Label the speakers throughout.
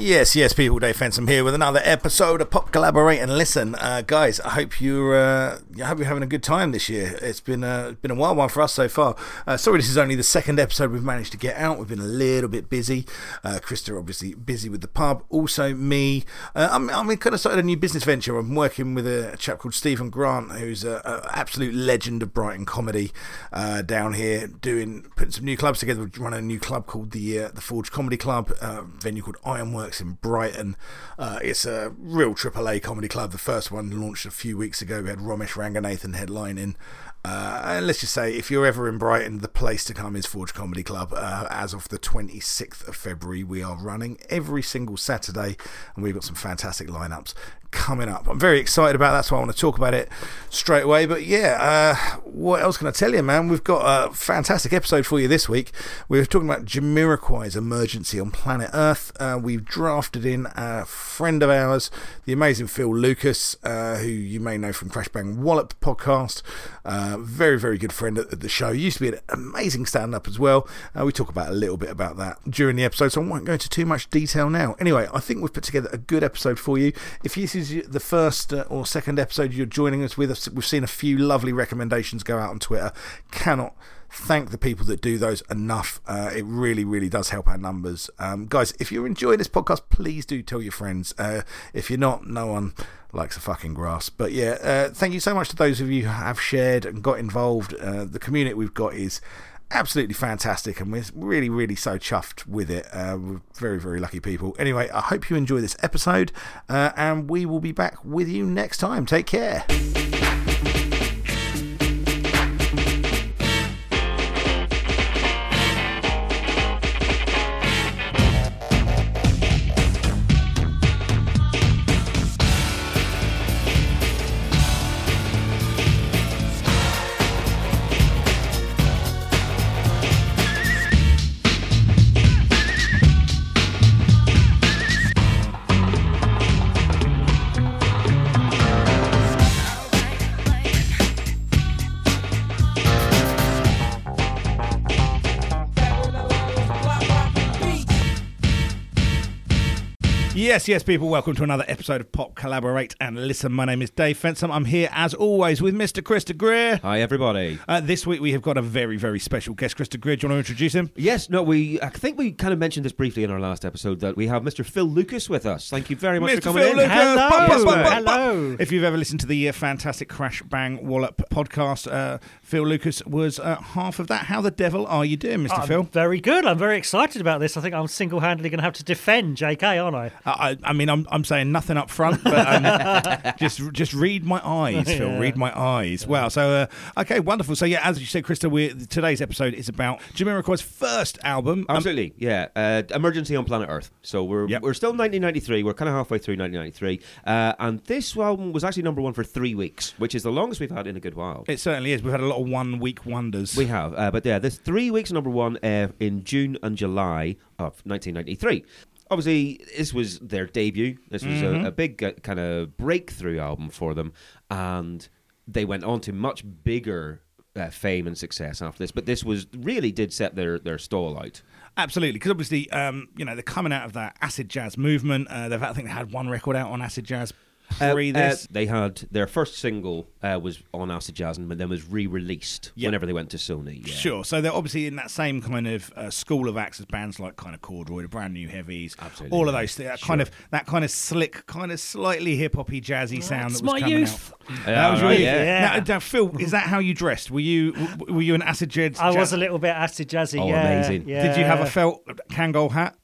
Speaker 1: Yes, yes, people. Dave Fensom here with another episode of Pop Collaborate and Listen, uh, guys. I hope you're, uh, I hope you're having a good time this year. It's been a it's been a wild one for us so far. Uh, sorry, this is only the second episode we've managed to get out. We've been a little bit busy. Uh, Krista obviously busy with the pub. Also me. Uh, I'm I'm kind of started a new business venture. I'm working with a, chap called Stephen Grant, who's an absolute legend of Brighton comedy uh, down here, doing putting some new clubs together. We're running a new club called the uh, the Forge Comedy Club, uh, venue called Ironworks in Brighton. Uh, it's a real AAA comedy club. The first one launched a few weeks ago. We had Ramesh Ranganathan headlining. Uh, and let's just say, if you're ever in Brighton, the place to come is Forge Comedy Club. Uh, as of the 26th of February, we are running every single Saturday, and we've got some fantastic lineups coming up. I'm very excited about that, so I want to talk about it straight away. But yeah, uh, what else can I tell you, man? We've got a fantastic episode for you this week. We were talking about Jamiroquai's emergency on planet Earth. Uh, we've drafted in a friend of ours, the amazing Phil Lucas, uh, who you may know from Crash Bang Wallop podcast. Uh, very, very good friend at at the show. He used to be an amazing stand up as well. Uh, we talk about a little bit about that during the episode, so I won't go into too much detail now. Anyway, I think we've put together a good episode for you. If this is the first uh, or second episode you're joining us with, we've seen a few lovely recommendations go out on Twitter. Cannot thank the people that do those enough. Uh, it really, really does help our numbers. Um, guys, if you're enjoying this podcast, please do tell your friends. Uh, if you're not, no one likes a fucking grass. But yeah, uh, thank you so much to those of you who have shared and got involved. Uh, the community we've got is absolutely fantastic and we're really really so chuffed with it uh, we're very very lucky people anyway i hope you enjoy this episode uh, and we will be back with you next time take care Yes, yes, people, welcome to another episode of Pop Collaborate and Listen. My name is Dave Fensom. I'm here, as always, with Mr. Krista Greer.
Speaker 2: Hi, everybody.
Speaker 1: Uh, this week, we have got a very, very special guest, Krista Greer. Do you want to introduce him?
Speaker 2: Yes, no, we. I think we kind of mentioned this briefly in our last episode that we have Mr. Phil Lucas with us. Thank you very much for
Speaker 1: Mr.
Speaker 2: coming
Speaker 1: Phil
Speaker 2: in.
Speaker 1: Lucas.
Speaker 2: Hello.
Speaker 1: Pop, pop, pop, pop, pop.
Speaker 3: Hello.
Speaker 1: If you've ever listened to the uh, fantastic Crash Bang Wallop podcast, uh, Phil Lucas was uh, half of that. How the devil are you doing, Mr.
Speaker 3: I'm
Speaker 1: Phil?
Speaker 3: very good. I'm very excited about this. I think I'm single-handedly going to have to defend JK, aren't I?
Speaker 1: I, I I mean, I'm, I'm saying nothing up front, but um, just just read my eyes, Phil.
Speaker 3: Yeah.
Speaker 1: Read my eyes. Wow. So, uh, okay, wonderful. So, yeah, as you said, Krista, we today's episode is about Jamiroquai's first album. Um,
Speaker 2: Absolutely, yeah. Uh, emergency on planet Earth. So we're
Speaker 1: Yep.
Speaker 2: we're still 1993. We're kind of halfway through 1993, uh, and this album was actually number one for three weeks, which is the longest we've had in a good while.
Speaker 1: it certainly is. We've had a lot of one week wonders.
Speaker 2: We have, uh, but yeah, this three weeks number one uh, in June and July of 1993. Obviously, this was their debut. This was a, a big uh, kind of breakthrough album for them, and they went on to much bigger uh, fame and success after this. But this was really did set their their stall out.
Speaker 1: Absolutely, because obviously, um, you know, they're coming out of that acid jazz movement. Uh, they've, I think, they had one record out on acid jazz
Speaker 2: Uh,
Speaker 1: pre
Speaker 2: uh,
Speaker 1: this.
Speaker 2: they had their first single uh, was on Acid Jazz and then was re-released
Speaker 1: Yeah.
Speaker 2: whenever they went to Sony. Yeah.
Speaker 1: Sure. So they're obviously in that same kind of uh, school of acts as bands like kind of Corduroy, the Brand New Heavies,
Speaker 2: Absolutely,
Speaker 1: all of
Speaker 2: yeah.
Speaker 1: those thi- that kind of that kind of slick, kind of slightly hip hoppy, jazzy sound. that was
Speaker 3: That's my
Speaker 1: coming
Speaker 3: youth.
Speaker 1: Out.
Speaker 2: Yeah,
Speaker 1: was
Speaker 2: right,
Speaker 1: really-
Speaker 2: yeah.
Speaker 3: Yeah.
Speaker 1: Now, now, Phil, is that how you dressed? Were you w- were you an acid jazz?
Speaker 3: I
Speaker 1: jazz-
Speaker 3: was a little bit acid jazzy.
Speaker 2: Oh,
Speaker 3: yeah,
Speaker 2: amazing.
Speaker 3: Yeah.
Speaker 1: Did you have a felt Kangol hat?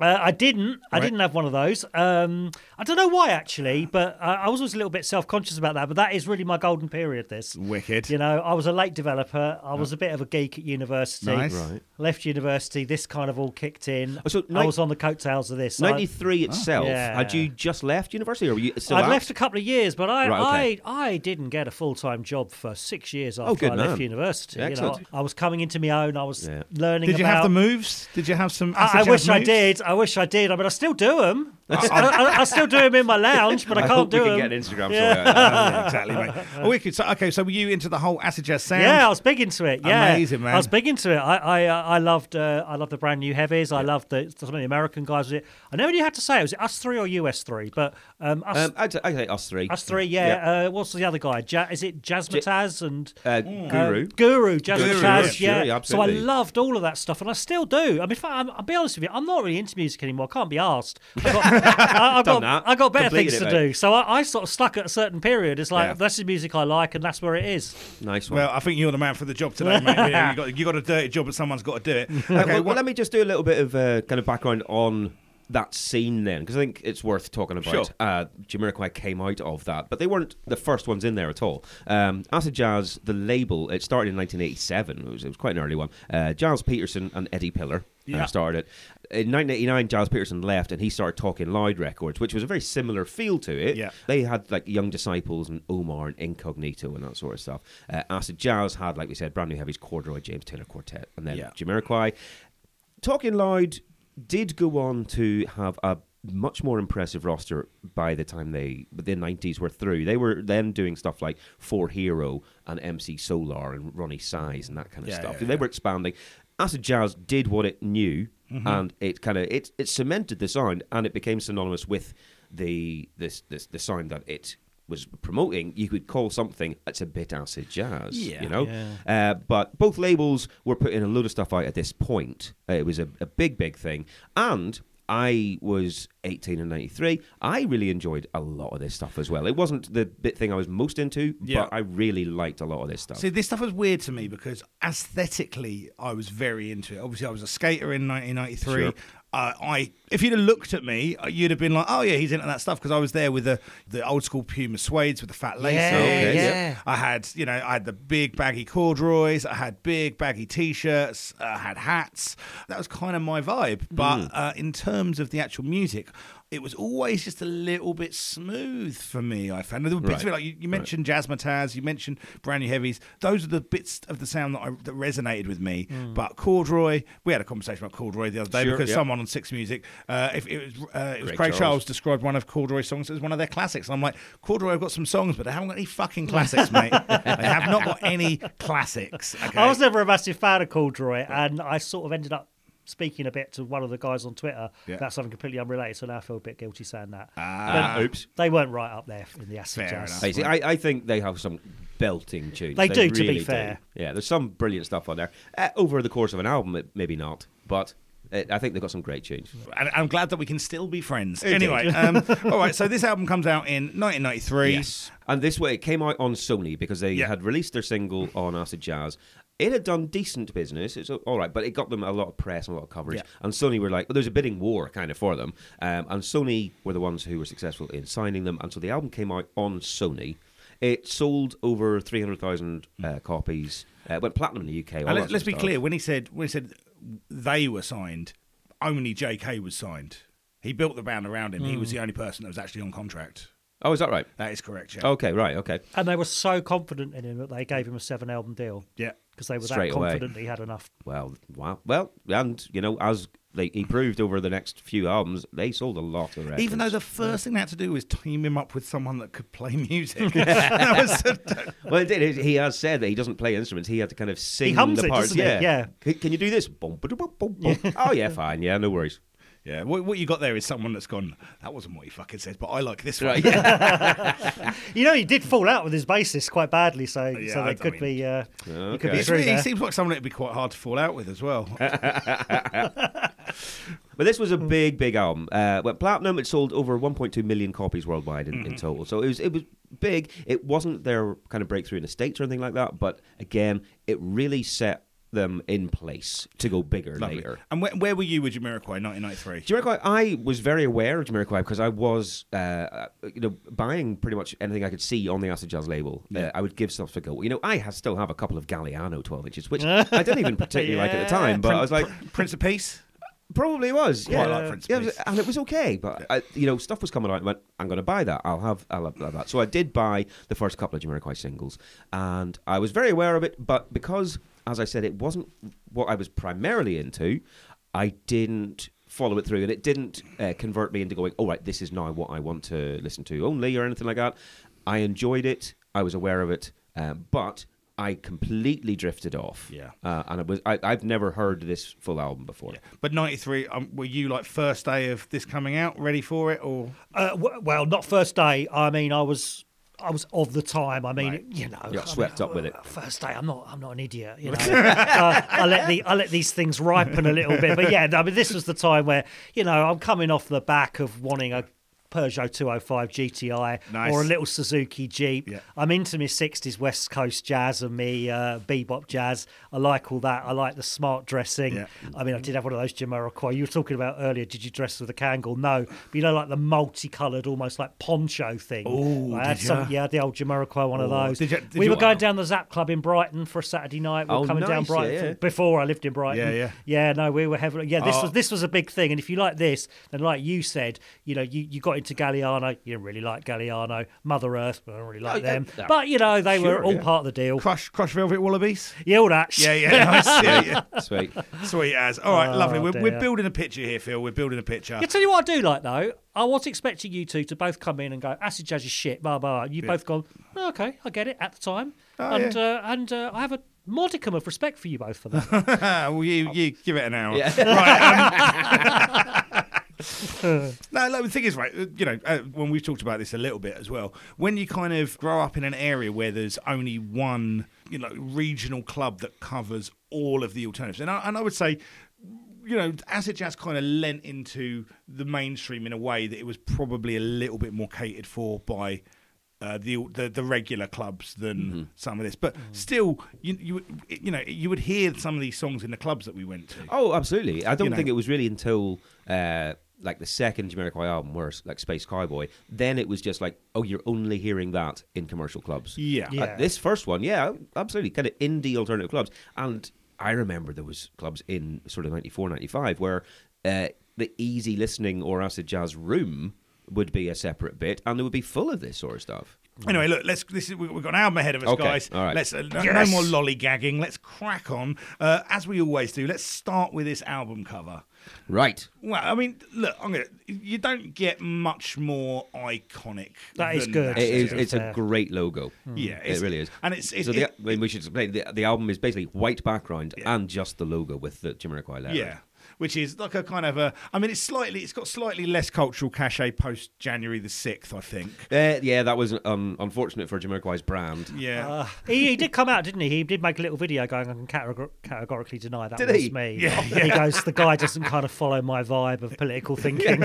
Speaker 3: Uh, I didn't. I
Speaker 1: Right.
Speaker 3: didn't have one of those. Um, I don't know why actually, but I, I was always a little bit self-conscious about that. But that is really my golden period. This.
Speaker 1: Wicked.
Speaker 3: You know, I was a late developer. I was a bit of a geek at university.
Speaker 1: Nice.
Speaker 2: Right.
Speaker 3: Left university, this kind of all kicked in.
Speaker 2: Oh, so
Speaker 3: I
Speaker 2: nine-
Speaker 3: was on the coattails of this. I-
Speaker 2: 93 itself.
Speaker 3: Yeah.
Speaker 2: Had you just left university or were you still
Speaker 3: I'd
Speaker 2: out?
Speaker 3: left a couple of years, but I,
Speaker 2: Right, okay. Oh,
Speaker 3: I, I didn't get a full time job for six years after
Speaker 2: good
Speaker 3: I
Speaker 2: man.
Speaker 3: left university. You know,
Speaker 2: Excellent.
Speaker 3: I was coming into my own. I was
Speaker 2: Yeah.
Speaker 3: learning.
Speaker 1: Did you
Speaker 3: about,
Speaker 1: have the moves? Did you have some?
Speaker 3: I,
Speaker 1: Acid
Speaker 3: I
Speaker 1: jazz
Speaker 3: wish I
Speaker 1: moves?
Speaker 3: did. I wish I did. I mean, I still do them. I, I- I still do them in my lounge, but I, can't
Speaker 2: hope
Speaker 3: do
Speaker 2: we
Speaker 3: them.
Speaker 2: can get an Instagram
Speaker 3: Yeah.
Speaker 2: story out of that.
Speaker 1: Oh, yeah, exactly, mate. Oh, we could, so, okay, so were you into the whole acid jazz sound?
Speaker 3: Yeah, I was big into it. Yeah,
Speaker 1: Amazing, man.
Speaker 3: I was big into it. I I, uh, I loved uh, I loved the brand new heavies. I loved the some of the American guys. with it. I know you had to say it was it us three or US three, but um, us,
Speaker 2: Um, I'd, I'd say us three.
Speaker 3: us three. Yeah. Uh, what's the other guy? Ja- is it Jazzmatazz and?
Speaker 2: Uh, Guru.
Speaker 3: Uh, Guru, Jazz
Speaker 2: Guru,
Speaker 3: Jazz,
Speaker 2: yeah,
Speaker 3: yeah.
Speaker 2: sure, yeah,
Speaker 3: so I
Speaker 2: absolutely.
Speaker 3: loved all of that stuff, and I still do. I mean, if I, I'll be honest with you, I'm not really into music anymore. I can't be asked. I got, I, I've
Speaker 2: Done
Speaker 3: got,
Speaker 2: that.
Speaker 3: I got better
Speaker 2: Completed
Speaker 3: things
Speaker 2: it,
Speaker 3: to
Speaker 2: mate.
Speaker 3: do. So I, I sort of stuck at a certain period. It's like
Speaker 2: Yeah.
Speaker 3: this is music I like, and that's where it is.
Speaker 2: Nice one.
Speaker 1: Well, I think you're the man for the job today, mate. You, know, you got, you got a dirty job, but someone's got to do it. Okay,
Speaker 2: Uh, well,
Speaker 1: what-
Speaker 2: let me just do a little bit of uh, kind of background on that scene then, because I think it's worth talking about.
Speaker 1: Sure.
Speaker 2: Uh, Jamiroquai came out of that, but they weren't the first ones in there at all. Um, Acid Jazz, the label, it started in 1987. It was, it was quite an early one. Uh, Giles Peterson and Eddie Pillar uh,
Speaker 1: Yeah.
Speaker 2: started it. In 1989, Giles Peterson left and he started talking Loud Records, which was a very similar feel to it.
Speaker 1: Yeah.
Speaker 2: They had like Young Disciples and Omar and Incognito and that sort of stuff. Uh, Acid Jazz had, like we said, Brand New Heavies, Corduroy, James Taylor Quartet, and then
Speaker 1: Yeah.
Speaker 2: Jamiroquai. Talking Loud did go on to have a much more impressive roster by the time they the 90s were through. They were then doing stuff like Four Hero and MC Solar and Ronnie Size and that kind of
Speaker 1: Yeah,
Speaker 2: stuff.
Speaker 1: yeah,
Speaker 2: they
Speaker 1: yeah.
Speaker 2: were expanding. Acid Jazz did what it knew
Speaker 1: Mm-hmm.
Speaker 2: and it kind of it, it cemented the sound and it became synonymous with the this this the sound that it was promoting, you could call something that's a bit acid jazz,
Speaker 1: Yeah.
Speaker 2: you know.
Speaker 3: Yeah.
Speaker 2: Uh, but both labels were putting a load of stuff out at this point. Uh, it was a, a big, big thing. And I was 18 and 93. I really enjoyed a lot of this stuff as well. It wasn't the bit thing I was most into,
Speaker 1: Yeah.
Speaker 2: but I really liked a lot of this stuff.
Speaker 1: See, this stuff was weird to me because aesthetically, I was very into it. Obviously, I was a skater in 1993.
Speaker 2: Sure.
Speaker 1: Uh, I, if you'd have looked at me, uh, you'd have been like, "Oh yeah, he's into that stuff." Because I was there with the, the old school Puma suede's with the fat laces. Oh,
Speaker 2: Okay,
Speaker 3: yeah. yep.
Speaker 1: I had, you know, I had the big baggy corduroys. I had big baggy t-shirts. I had hats. That was kind of my
Speaker 2: Hmm.
Speaker 1: vibe. But uh, in terms of the actual music, it was always just a little bit smooth for me. I found there were bits
Speaker 2: Right.
Speaker 1: of it, like you, you mentioned Jazzmatazz, you mentioned Brand New Heavies. Those are the bits of the sound that, I, that resonated with me. But Corduroy, we had a conversation about Corduroy the other day
Speaker 2: Hmm. Sure,
Speaker 1: because
Speaker 2: yeah.
Speaker 1: someone on Six Music, uh, if it was, uh, it was Craig,
Speaker 2: Craig Charles.
Speaker 1: Charles. described one of Corduroy's songs as one of their classics. And I'm like, Corduroy, I've got some songs, but I haven't got any fucking classics, mate. I have not got any classics. Okay?
Speaker 3: I was never a massive fan of Corduroy, and I sort of ended up speaking a bit to one of the guys on Twitter
Speaker 1: Yeah.
Speaker 3: about something completely unrelated. So now I feel a bit guilty saying that.
Speaker 1: Ah.
Speaker 2: Uh, oops.
Speaker 3: They weren't right up there in the acid
Speaker 1: Fair
Speaker 3: jazz.
Speaker 2: I, see, I, I think they have some belting tunes.
Speaker 3: They do, to be
Speaker 2: really
Speaker 3: fair.
Speaker 2: Yeah, there's some brilliant stuff on there. Uh, over the course of an album, it, maybe not, but uh, I think they've got some great tunes.
Speaker 1: And I'm glad that we can still be friends.
Speaker 2: Indeed.
Speaker 1: Anyway, um, all right. So this album comes out in 1993.
Speaker 2: Yes. And this way, it came out on Sony because they
Speaker 1: Yeah.
Speaker 2: had released their single on Acid Jazz. It had done decent business. It's all right, but it got them a lot of press and a lot of coverage.
Speaker 1: Yeah.
Speaker 2: And Sony were like, well, there's a bidding war kind of for them. Um, and Sony were the ones who were successful in signing them. And so the album came out on Sony. It sold over 300,000 uh, copies. Uh, it went platinum in the UK. all
Speaker 1: Hmm. And
Speaker 2: that
Speaker 1: let's,
Speaker 2: sort
Speaker 1: let's
Speaker 2: of
Speaker 1: be
Speaker 2: stuff.
Speaker 1: clear. When he said when he said they were signed, only J.K. was signed. He built the band around him. He was the only person that was actually on contract.
Speaker 2: Oh, is that right?
Speaker 1: That is correct. Yeah.
Speaker 2: Okay, right, okay.
Speaker 3: And they were so confident in him that they gave him a seven album deal
Speaker 1: Yeah.
Speaker 3: because they were
Speaker 2: Straight
Speaker 3: that
Speaker 2: away.
Speaker 3: confident that he had enough.
Speaker 2: Well, wow. Well, and, you know, as they, he proved over the next few albums, they sold a lot of records.
Speaker 1: Even though the first thing they had to do was team him up with someone that could play music. that was
Speaker 2: Well, it did. He has said that he doesn't play instruments. He had to kind of sing
Speaker 3: hums
Speaker 2: the
Speaker 3: it,
Speaker 2: parts.
Speaker 3: doesn't he?
Speaker 2: yeah.
Speaker 3: Yeah.
Speaker 2: Can, can you do this? Bum, ba-da, bum, bum, bum. Oh yeah, fine. Yeah, no worries.
Speaker 1: yeah. What, what you got there is someone that's gone. That wasn't what he fucking said, but I like this one.
Speaker 2: Right. Yeah.
Speaker 3: You know, he did fall out with his bassist quite badly, so
Speaker 1: Yeah,
Speaker 3: so
Speaker 1: I- I
Speaker 3: that could
Speaker 1: mean-
Speaker 3: be uh, it could
Speaker 2: Okay.
Speaker 3: be
Speaker 1: It's
Speaker 3: true
Speaker 1: really- he
Speaker 3: there.
Speaker 1: seems like someone it'd be quite hard to fall out with as well.
Speaker 2: but this was a big, big album. Uh, went platinum. It sold over 1.2 million copies worldwide in,
Speaker 3: Mm-hmm.
Speaker 2: in total. So it was it was big. It wasn't their kind of breakthrough in the states or anything like that. But again, it really set them in place to go bigger
Speaker 1: Lovely.
Speaker 2: later.
Speaker 1: And where, where were you with Jamiroquai in 1993?
Speaker 2: Jamiroquai, I was very aware of Jamiroquai because I was, uh, uh, you know, buying pretty much anything I could see on the Acid Jazz label. Uh, I would give stuff a go. You know, I ha still have a couple of Galliano 12 inches, which I didn't even particularly like at the time, but I was like,
Speaker 1: Prince of Peace.
Speaker 2: probably was.
Speaker 1: Quite
Speaker 2: yeah.
Speaker 1: like Prince
Speaker 2: Yeah, it was-
Speaker 1: Peace.
Speaker 2: and it was okay, but, I, you know, stuff was coming out and I went, I'm going to buy that. I'll have, I'll have that. So I did buy the first couple of Jamiroquai singles and I was very aware of it, but because, as I said, it wasn't what I was primarily into, I didn't follow it through, and it didn't uh, convert me into going, "All right, this is now what I want to listen to only" or anything like that. I enjoyed it. I was aware of it, um, but I completely drifted off.
Speaker 4: Yeah.
Speaker 2: uh, and it was I, I've never heard this full album before.
Speaker 1: But 93, um, were you like first day of this coming out, ready for it? Or
Speaker 3: Uh, w- well, not first day. I mean, I was, I was of the time. I mean, you know,
Speaker 2: You got
Speaker 3: I
Speaker 2: swept
Speaker 3: mean, uh,
Speaker 2: up with it.
Speaker 3: First day, I'm not, I'm not an idiot. You know, uh, I let the, I let these things ripen a little bit. But yeah, I mean, this was the time where you know I'm coming off the back of wanting a. Peugeot 205 GTI
Speaker 1: Nice.
Speaker 3: or a little Suzuki Jeep.
Speaker 1: Yeah.
Speaker 3: I'm into my 60s West Coast jazz and me uh, bebop jazz. I like all that. I like the smart dressing.
Speaker 1: Yeah.
Speaker 3: I mean, I did have one of those Jamiroquai. You were talking about earlier. Did you dress with a Kangol? No, but you know, like the multicolored, almost like poncho thing.
Speaker 1: Ooh,
Speaker 3: I had
Speaker 1: did
Speaker 3: some,
Speaker 1: ya?
Speaker 3: yeah, the old Jamiroquai one of
Speaker 1: Oh,
Speaker 3: those.
Speaker 1: did ya- did
Speaker 3: we
Speaker 1: you-
Speaker 3: were going
Speaker 1: wow.
Speaker 3: down the Zap Club in Brighton for a Saturday night. We were
Speaker 2: Oh,
Speaker 3: coming down
Speaker 2: nice, yeah,
Speaker 3: Brighton
Speaker 2: yeah.
Speaker 3: before I lived in Brighton.
Speaker 1: Yeah, yeah.
Speaker 3: yeah. No, we were heavily. Yeah, this
Speaker 1: Oh.
Speaker 3: was this was a big thing. And if you like this, then like you said, you know, you, you got into Galliano. You didn't really like Galliano, Mother Earth, but I don't really like
Speaker 2: yeah,
Speaker 3: them.
Speaker 2: no.
Speaker 3: But you know, they
Speaker 2: Sure,
Speaker 3: were all
Speaker 2: yeah.
Speaker 3: part of the deal.
Speaker 1: Crush, Crush Velvet Wallabies?
Speaker 3: Yeah, all that.
Speaker 1: Yeah, yeah, nice. yeah, yeah.
Speaker 2: Sweet.
Speaker 1: Sweet as. All right,
Speaker 3: Oh,
Speaker 1: lovely. We're, we're
Speaker 3: dear.
Speaker 1: building a picture here, Phil. We're building a picture.
Speaker 3: I tell you what I do like though. I was expecting you two to both come in and go acid jazz is shit, blah blah. You have both gone "Oh, okay, I get it at the time,
Speaker 2: Oh,
Speaker 3: and uh, and uh, I have a modicum of respect for you both for that.
Speaker 1: well, you, you give it an hour.
Speaker 2: Yeah.
Speaker 1: No, like, the thing is, right, uh, you know, uh, when we've talked about this a little bit as well, when you kind of grow up in an area where there's only one, you know, regional club that covers all of the alternatives, and I, and I would say, you know, acid jazz kind of lent into the mainstream in a way that it was probably a little bit more catered for by. Uh, the, the the regular clubs than some of this, but still, you you would- you know you would hear some of these songs in the clubs that we went to.
Speaker 2: Oh, absolutely. I don't
Speaker 1: You know.
Speaker 2: think it was really until uh, like the second Jamiroquai album, where it's like Space Cowboy, then it was just like, oh, you're only hearing that in commercial clubs.
Speaker 1: Yeah.
Speaker 2: Uh,
Speaker 3: Yeah.
Speaker 2: this first one, yeah, absolutely, kind of indie alternative clubs. And I remember there was clubs in sort of 94, 95 where uh, the easy listening or acid jazz room would be a separate bit, and it would be full of this sort of stuff.
Speaker 1: Anyway, look, let's. This is, we- we've got an album ahead of us,
Speaker 2: Okay,
Speaker 1: guys.
Speaker 2: all right.
Speaker 1: Let's uh, no, no
Speaker 3: Yes.
Speaker 1: more lollygagging. Let's crack on uh, as we always do. Let's start with this album cover.
Speaker 2: Right.
Speaker 1: Well, I mean, look, I'm gonna. You don't get much more iconic.
Speaker 3: That is
Speaker 1: than
Speaker 3: good.
Speaker 1: that.
Speaker 2: It is.
Speaker 3: Absolutely
Speaker 2: It's a
Speaker 3: fair.
Speaker 2: great logo.
Speaker 1: Yeah,
Speaker 2: it
Speaker 1: it's-
Speaker 2: really is.
Speaker 1: and it's- Hmm.
Speaker 2: so
Speaker 1: it-
Speaker 2: the,
Speaker 1: it-
Speaker 2: I mean, we should explain the, the album is basically white background and just the logo with the Jamiroquai letter.
Speaker 1: Yeah. Which is like a kind of a. I mean, it's slightly. It's got slightly less cultural cachet post January the sixth, I think.
Speaker 2: Uh, yeah, that was um, unfortunate for Jamiroquai's brand.
Speaker 1: Yeah.
Speaker 3: Uh, he, he did come out, didn't he? He did make a little video going, I can categor- categorically deny that
Speaker 2: Did
Speaker 3: was
Speaker 2: he?
Speaker 3: me.
Speaker 1: Yeah,
Speaker 3: And He goes, the guy doesn't kind of follow my vibe of political thinking.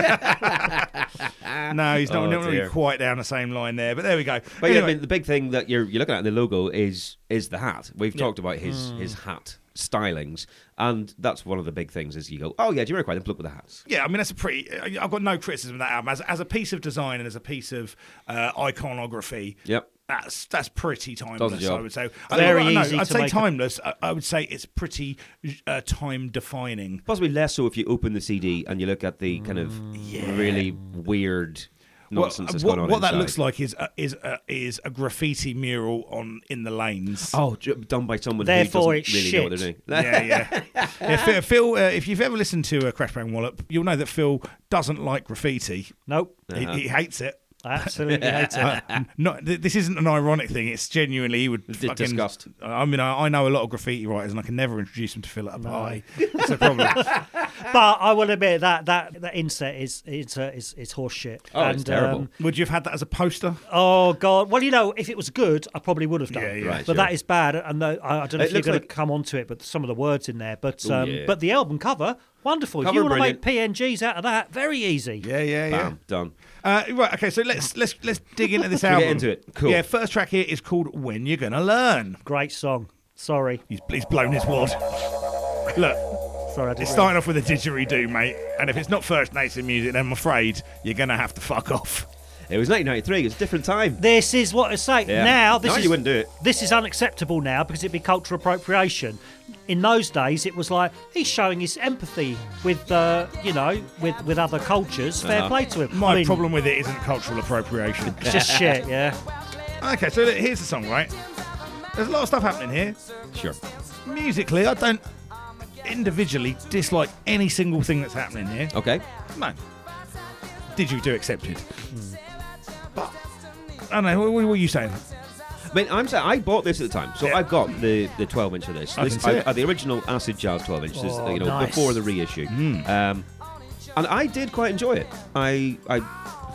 Speaker 1: Uh, no, he's not,
Speaker 2: Oh,
Speaker 1: not really
Speaker 2: dear.
Speaker 1: quite down the same line there, but there we go.
Speaker 2: But yeah, I
Speaker 1: Anyway,
Speaker 2: mean, the big thing that you're you're looking at in the logo is is the hat. We've talked about his
Speaker 1: Hmm.
Speaker 2: his hat stylings, and that's one of the big things. Is you go, oh yeah, Jamiroquai, the bloke with the hats.
Speaker 1: Yeah, I mean that's a pretty. I- I've got no criticism of that album as, as a piece of design and as a piece of uh, iconography.
Speaker 2: Yep.
Speaker 1: That's that's pretty timeless. I
Speaker 2: job.
Speaker 1: would say
Speaker 3: Very
Speaker 1: I, I, no,
Speaker 3: easy
Speaker 1: I'd
Speaker 3: to
Speaker 1: say
Speaker 3: make a-
Speaker 1: timeless. I I would say it's pretty uh, time defining.
Speaker 2: Possibly less so if you open the CD and you look at the kind of really weird nonsense that's
Speaker 1: Hmm. what,
Speaker 2: going on
Speaker 1: what that
Speaker 2: inside.
Speaker 1: looks like is uh, is uh, is a graffiti mural on in the lanes.
Speaker 2: Oh, j- done by someone who
Speaker 3: Therefore, it's
Speaker 2: doesn't really know what
Speaker 3: shit.
Speaker 2: they're doing.
Speaker 1: yeah, yeah. yeah Phil, Phil, uh, if you've ever listened to uh, Crash Bang Wallop, you'll know that Phil doesn't like graffiti.
Speaker 3: nope.
Speaker 2: Uh-huh.
Speaker 1: He, he hates it.
Speaker 3: I absolutely hate it.
Speaker 2: um,
Speaker 1: Uh, not, th- this isn't an ironic thing. It's genuinely he would
Speaker 2: di-
Speaker 1: fucking,
Speaker 2: disgust.
Speaker 1: I mean, I, I know a lot of graffiti writers, and I can never introduce them to Philip up High. It's a problem.
Speaker 3: But I will admit that that, that insert is insert is, is um, horse shit.
Speaker 2: Oh, it's terrible.
Speaker 1: would you have had that as a poster?
Speaker 3: Oh God! Well, you know, if it was good, I probably would have done.
Speaker 1: Yeah,
Speaker 3: it.
Speaker 1: yeah.
Speaker 2: Right,
Speaker 3: but
Speaker 2: yeah.
Speaker 3: that is bad, and the, I, I don't know
Speaker 2: It
Speaker 3: if you're
Speaker 2: looks
Speaker 3: going
Speaker 2: like-
Speaker 3: to come onto it. But some of the words in there, but
Speaker 2: Ooh,
Speaker 3: um,
Speaker 2: yeah.
Speaker 3: but the album cover, wonderful. if
Speaker 2: Cover,
Speaker 3: you want to make PNGs out of that, very easy.
Speaker 1: Yeah, yeah, yeah.
Speaker 2: Bam, done.
Speaker 1: Uh, right. Okay. So let's let's let's dig into this
Speaker 2: get
Speaker 1: album.
Speaker 2: into it. Cool.
Speaker 1: Yeah. First track here is called "When You're Gonna Learn."
Speaker 3: Great song. Sorry,
Speaker 1: He's, he's blown his wad. Look,
Speaker 3: sorry, I didn't.
Speaker 1: it's starting off with a didgeridoo, mate. And if it's not First Nation music, then I'm afraid you're gonna have to fuck off.
Speaker 2: It was 1993. It was a different time.
Speaker 3: This is what I say
Speaker 2: Yeah.
Speaker 3: now. This
Speaker 2: Now
Speaker 3: is,
Speaker 2: you wouldn't do it.
Speaker 3: This is unacceptable now because it'd be cultural appropriation. In those days, it was like he's showing his empathy with, uh, you know, with with other cultures.
Speaker 2: Uh-huh.
Speaker 3: Fair play to him.
Speaker 1: My
Speaker 3: I mean,
Speaker 1: problem with it isn't cultural appropriation.
Speaker 3: It's just shit. Yeah.
Speaker 1: okay. So look, here's the song, right? There's a lot of stuff happening here.
Speaker 2: Sure.
Speaker 1: musically, I don't. individually dislike any single thing that's happening here.
Speaker 2: Okay.
Speaker 1: No. Did you do accepted? But I don't know. What, what were you saying?
Speaker 2: I mean, I'm saying I bought this at the time, so
Speaker 1: Yeah.
Speaker 2: I've got the, the 12 inch of this.
Speaker 1: I can
Speaker 2: this
Speaker 1: see it.
Speaker 2: uh, the original Acid Jazz 12 inch, this,
Speaker 3: Oh,
Speaker 2: you know,
Speaker 3: nice. Hmm.
Speaker 2: before the reissue. Um, and I did quite enjoy it. I I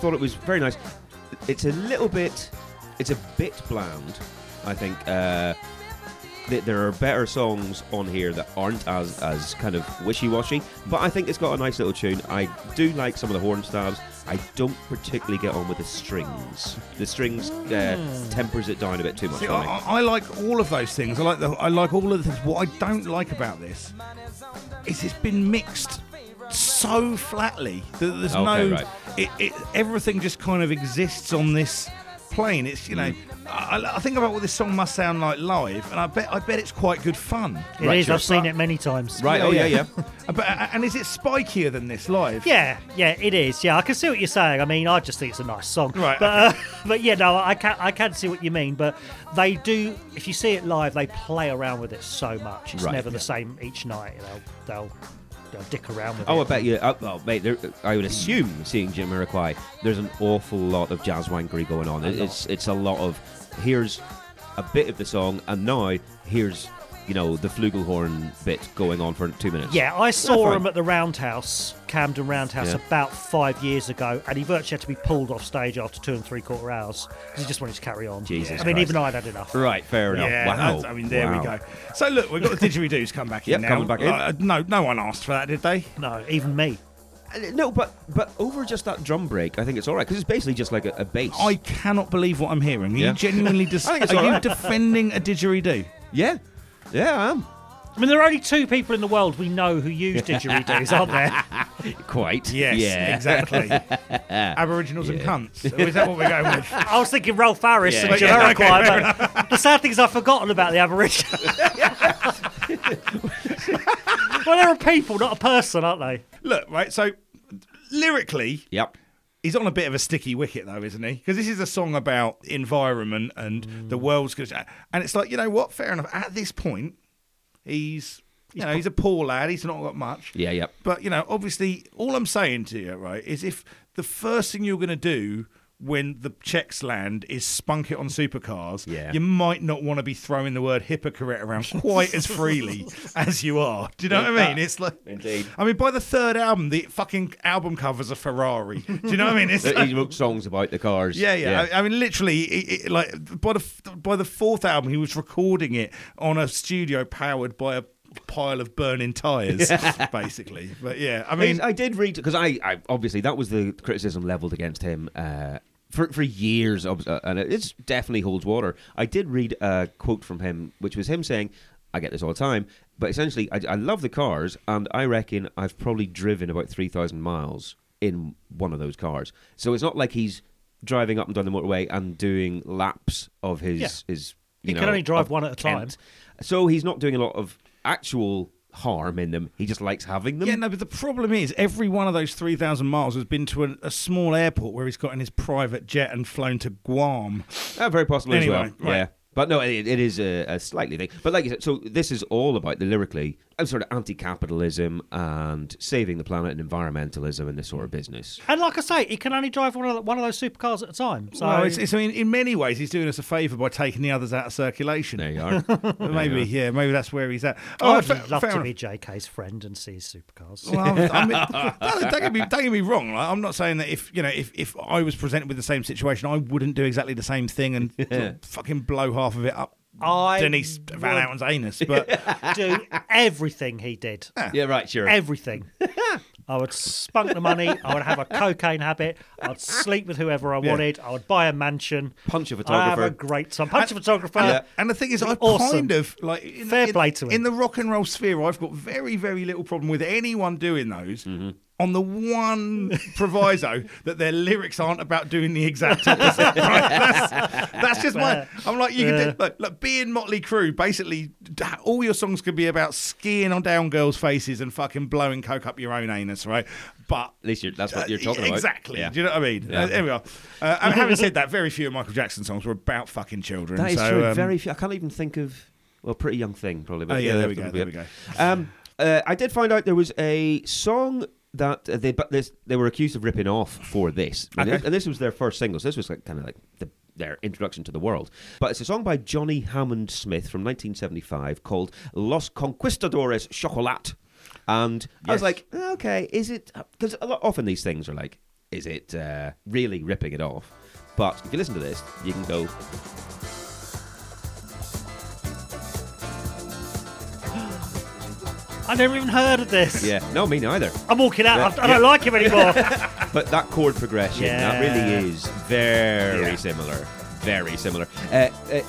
Speaker 2: thought it was very nice. It's a little bit, it's a bit bland. I think uh, that there are better songs on here that aren't as as kind of wishy washy. But I think it's got a nice little tune. I do like some of the horn stabs. I don't particularly get on with the strings. The strings uh, tempers it down a bit too much.
Speaker 1: Mm. See,
Speaker 2: for
Speaker 1: I,
Speaker 2: me.
Speaker 1: I- I like all of those things. I like the, I like all of the things. What I don't like about this is it's been mixed so flatly that there's
Speaker 2: Okay,
Speaker 1: no
Speaker 2: right.
Speaker 1: it, it, everything just kind of exists on this plane. It's you know
Speaker 2: Mm.
Speaker 1: I, I- I think about what this song must sound like live, and I bet I bet it's quite good fun.
Speaker 3: It is,
Speaker 2: Right, sure.
Speaker 3: I've seen it many times.
Speaker 2: Right. oh yeah, yeah.
Speaker 1: but, and is it spikier than this live?
Speaker 3: Yeah, yeah, it is. Yeah, I can see what you're saying. I mean, I just think it's a nice song.
Speaker 1: Right,
Speaker 3: But, uh, but yeah, no, I can I can see what you mean. But they do. If you see it live, they play around with it so much. It's
Speaker 2: Right.
Speaker 3: never the same each night. They'll they'll, they'll dick around with
Speaker 2: Oh, I
Speaker 3: it.
Speaker 2: bet you. Uh, well, mate, there, I would assume seeing Jim Jamiroquai, there's an awful lot of jazz wankery going on. It's it's a lot of here's a bit of the song, and now here's you know the flugelhorn bit going on for two minutes.
Speaker 3: Yeah, I saw
Speaker 2: fine.
Speaker 3: him at the Roundhouse, Camden Roundhouse,
Speaker 2: Yeah.
Speaker 3: about five years ago, and he virtually had to be pulled off stage after two and three quarter hours because he just wanted to carry on.
Speaker 2: Jesus
Speaker 3: I mean,
Speaker 2: Christ.
Speaker 3: even I'd had enough.
Speaker 2: Right. Fair enough.
Speaker 1: Yeah,
Speaker 2: wow.
Speaker 1: that's- I mean, there we
Speaker 2: Wow.
Speaker 1: go. So look, we've got the didgeridoos come back
Speaker 2: Yep,
Speaker 1: in now.
Speaker 2: coming back in.
Speaker 1: Uh, no, no one asked for that, did they?
Speaker 3: No, even me.
Speaker 2: Uh, No, but but over just that drum break, I think it's all right because it's basically just like a, a bass.
Speaker 1: I cannot believe what I'm hearing. Are
Speaker 2: Yeah.
Speaker 1: you genuinely dis-
Speaker 2: I think it's
Speaker 1: are
Speaker 2: all
Speaker 1: you
Speaker 2: right.
Speaker 1: defending a didgeridoo?
Speaker 2: yeah, yeah, I am
Speaker 3: I mean, there are only two people in the world we know who use didgeridoos, aren't there?
Speaker 2: quite.
Speaker 1: Yes,
Speaker 2: yeah.
Speaker 1: exactly. Aboriginals and cunts. Is that what we're going with?
Speaker 3: I was thinking Ralph Harris
Speaker 2: Yeah.
Speaker 3: and
Speaker 2: But
Speaker 1: yeah,
Speaker 3: Jamiroquai,
Speaker 1: okay, fair
Speaker 3: but the sad thing is I've forgotten about the Aboriginal. well, they're a people, not a person, aren't they?
Speaker 1: Look, right. So lyrically,
Speaker 2: Yep.
Speaker 1: he's on a bit of a sticky wicket though, isn't he? Because this is a song about environment and the world's going to. And it's like you know what? Fair enough. At this point, he's you know he's a poor lad. He's not got much.
Speaker 2: Yeah. Yep.
Speaker 1: But you know, obviously, all I'm saying to you, right, is if the first thing you're going to do when the checks land is spunk it on supercars,
Speaker 2: Yeah.
Speaker 1: you might not want to be throwing the word hypocrite around quite as freely as you are. Do you know what I mean? It's like,
Speaker 2: Indeed.
Speaker 1: I mean, by the third album, the fucking album covers a Ferrari. Do you know what I mean? It's like-
Speaker 2: He wrote songs about the cars.
Speaker 1: yeah, yeah. I, I mean, literally, it, it, like by the f- by the fourth album, he was recording it on a studio powered by a pile of burning tires, basically. But yeah, I
Speaker 2: I
Speaker 1: mean,
Speaker 2: mean, I did read because I, I obviously that was the criticism leveled against him uh, for for years, ob- uh, and it definitely holds water. I did read a quote from him, which was him saying, "I get this all the time, but essentially, I, I love the cars, and I reckon I've probably driven about three thousand miles in one of those cars. So it's not like he's driving up and down the motorway and doing laps of his
Speaker 3: Yeah.
Speaker 2: his."
Speaker 3: He
Speaker 2: You
Speaker 3: can
Speaker 2: know,
Speaker 3: only drive
Speaker 2: of
Speaker 3: one at a time.
Speaker 2: Kent. so he's not doing a lot of actual harm in them. He just likes having them.
Speaker 1: yeah, no. But the problem is, every one of those three thousand miles has been to a, a small airport where he's got in his private jet and flown to Guam.
Speaker 2: Uh, very possibly
Speaker 1: Anyway,
Speaker 2: as well.
Speaker 1: right.
Speaker 2: Yeah. But no, it, it is a, a slightly thing. But like you said, so this is all about the lyrically, and sort of anti-capitalism and saving the planet and environmentalism and this sort of business.
Speaker 3: And like I say, he can only drive one of, the- one of those supercars at a time. So
Speaker 1: well, it's, it's, I mean, in many ways, he's doing us a favour by taking the others out of circulation.
Speaker 2: There you are.
Speaker 1: But maybe, yeah, maybe that's where he's at. Oh,
Speaker 3: I'd
Speaker 1: fa-
Speaker 3: love to
Speaker 1: fair
Speaker 3: be JK's friend and see his supercars.
Speaker 1: Well, I'm- I mean, no, don't, get me, don't get me wrong. Like, I'm not saying that if you know if, if I was presented with the same situation, I wouldn't do exactly the same thing and fucking blow half of it up
Speaker 3: I
Speaker 1: Denise Van
Speaker 3: would-
Speaker 1: Outen's anus. But
Speaker 3: do everything he did.
Speaker 2: yeah, right, sure.
Speaker 3: Everything. I would spunk the money. I would have a cocaine habit. I'd sleep with whoever I wanted. I would buy a mansion.
Speaker 2: Punch a
Speaker 3: I'd have
Speaker 2: photographer.
Speaker 3: a great time. Punch a photographer.
Speaker 1: and, and the thing is, I've
Speaker 3: Awesome.
Speaker 1: kind of like in,
Speaker 3: Fair
Speaker 1: in-
Speaker 3: play to him.
Speaker 1: in the rock and roll sphere. I've got very very little problem with anyone doing those.
Speaker 2: Mm-hmm.
Speaker 1: On the one proviso that their lyrics aren't about doing the exact opposite. right? That's, that's just my.
Speaker 3: Fair.
Speaker 1: I'm like, you
Speaker 3: Fair.
Speaker 1: can do, look, look, being Motley Crue, basically, d- all your songs could be about skiing on down girls' faces and fucking blowing coke up your own anus, right? But
Speaker 2: At least you're, that's what you're
Speaker 1: uh,
Speaker 2: talking about.
Speaker 1: Exactly.
Speaker 2: Yeah.
Speaker 1: Do you know what I mean?
Speaker 2: Yeah.
Speaker 1: Uh, there we are. Uh, and having said that, very few of Michael Jackson songs were about fucking children.
Speaker 2: That is
Speaker 1: so,
Speaker 2: true.
Speaker 1: um,
Speaker 2: Very few. I can't even think of. Well, pretty young thing probably. But
Speaker 1: Oh, yeah, there we
Speaker 2: that
Speaker 1: go,
Speaker 2: would
Speaker 1: there
Speaker 2: be
Speaker 1: we
Speaker 2: it. Um, Uh, I did find out there was a song that uh, they but this they were accused of ripping off for this, and,
Speaker 1: Okay.
Speaker 2: this, and this was their first single. So this was like, kind of like the, their introduction to the world. But it's a song by Johnny Hammond Smith from 1975 called "Los Conquistadores Chocolate." And I was
Speaker 1: Yes.
Speaker 2: like, "Oh, okay, is it? Because often these things are like, is it uh, really ripping it off? But if you listen to this, you can go,
Speaker 3: I never even heard of this.
Speaker 2: yeah, no, me neither.
Speaker 3: I'm walking out.
Speaker 2: Yeah,
Speaker 3: I I don't like him anymore.
Speaker 2: But that chord progression, that
Speaker 3: Yeah.
Speaker 2: really is very
Speaker 1: Yeah.
Speaker 2: similar. Very similar. Uh, uh,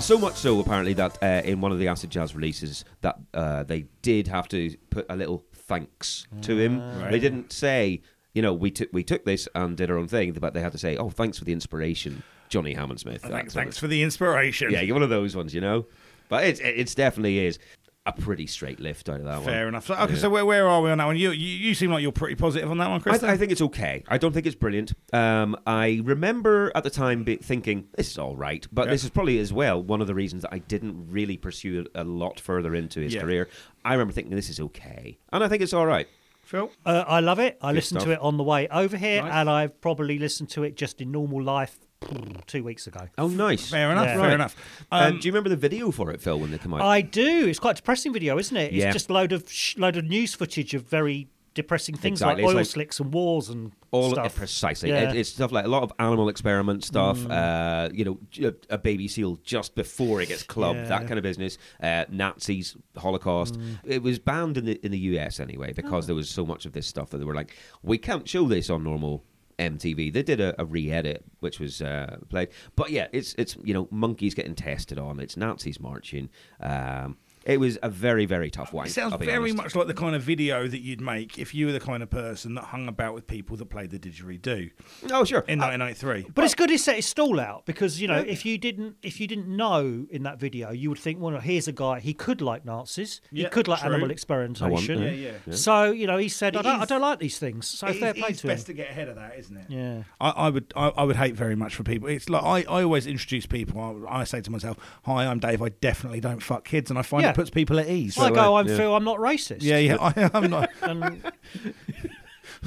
Speaker 2: so much so, apparently, that uh, in one of the Acid Jazz releases, that uh, they did have to put a little thanks to him.
Speaker 1: Ah,
Speaker 2: They didn't say, you know, we took we took this and did our own thing, but they had to say, oh, thanks for the inspiration, Johnny Hammond Smith. that
Speaker 1: Oh, Thanks,
Speaker 2: sort of-
Speaker 1: thanks for the inspiration.
Speaker 2: Yeah, you're one of those ones, you know. But it it it's definitely is a pretty straight lift out of that one.
Speaker 1: Fair enough. So- Okay, so where, where are we on that one? You, you you seem like you're pretty positive on that one,
Speaker 2: I,
Speaker 1: Chris.
Speaker 2: th- I think it's okay. I don't think it's brilliant. Um, I remember at the time be- thinking this is all right, but
Speaker 1: Yeah.
Speaker 2: this is probably as well one of the reasons that I didn't really pursue it a lot further into his
Speaker 1: Yeah.
Speaker 2: career. I remember thinking this is okay, and I think it's all right.
Speaker 1: Phil.
Speaker 3: Uh, I love it. I listened to
Speaker 2: stuff.
Speaker 3: it on the way over here,
Speaker 1: Nice.
Speaker 3: and I've probably listened to it just in normal life hmm, two weeks ago.
Speaker 2: Oh, nice.
Speaker 1: Fair enough.
Speaker 3: Yeah.
Speaker 1: Fair
Speaker 2: Right.
Speaker 1: enough.
Speaker 2: Um,
Speaker 1: Um,
Speaker 2: do you remember the video for it, Phil, when they come out?
Speaker 3: I do. It's quite a depressing video, isn't it? It's
Speaker 2: Yeah.
Speaker 3: just a load of sh- load of news footage of very depressing things
Speaker 2: Exactly.
Speaker 3: like
Speaker 2: It's
Speaker 3: oil
Speaker 2: like-
Speaker 3: slicks and wars and
Speaker 2: all
Speaker 3: stuff.
Speaker 2: uh, precisely.
Speaker 3: Yeah.
Speaker 2: It, it's stuff like a lot of animal experiment stuff.
Speaker 1: Mm.
Speaker 2: Uh, you know, j- a baby seal just before it gets clubbed.
Speaker 3: Yeah.
Speaker 2: That kind of business. Uh, Nazis, Holocaust.
Speaker 1: Mm.
Speaker 2: It was banned in the in the US anyway
Speaker 1: Oh.
Speaker 2: because there was so much of this stuff that they were like, we can't show this on normal. MTV. They did a, a re-edit, which was uh, played. But yeah, it's it's you know monkeys getting tested on. It's Nazis marching. Um, it was a very very tough one.
Speaker 1: It sounds very much like the kind of video that you'd make if you were the kind of person that hung about with people that played the didgeridoo
Speaker 2: Oh sure.
Speaker 1: in 1993.
Speaker 3: But it's good he set his stall out because you know if you didn't if you didn't know in that video you would think well here's a guy he could like Nazis
Speaker 1: Yeah,
Speaker 3: he could like
Speaker 1: true.
Speaker 3: animal
Speaker 2: I
Speaker 3: experimentation
Speaker 2: want-
Speaker 1: yeah, yeah.
Speaker 3: so you know he said I
Speaker 1: It
Speaker 3: don't, I
Speaker 1: is-
Speaker 3: don't like these things so
Speaker 1: It
Speaker 3: fair
Speaker 1: is-
Speaker 3: play
Speaker 1: it's
Speaker 3: to him
Speaker 1: best to get ahead of that, isn't it?
Speaker 3: yeah
Speaker 1: I, I would I, I would hate very much for people. It's like I, I always introduce people. I, I say to myself, "Hi, I'm Dave. I definitely don't fuck kids," and I find
Speaker 3: Yeah.
Speaker 1: it puts people at ease.
Speaker 3: I
Speaker 2: away,
Speaker 3: go I'm
Speaker 2: yeah.
Speaker 3: Phil I'm not racist
Speaker 1: yeah, yeah. I, I'm not
Speaker 3: and,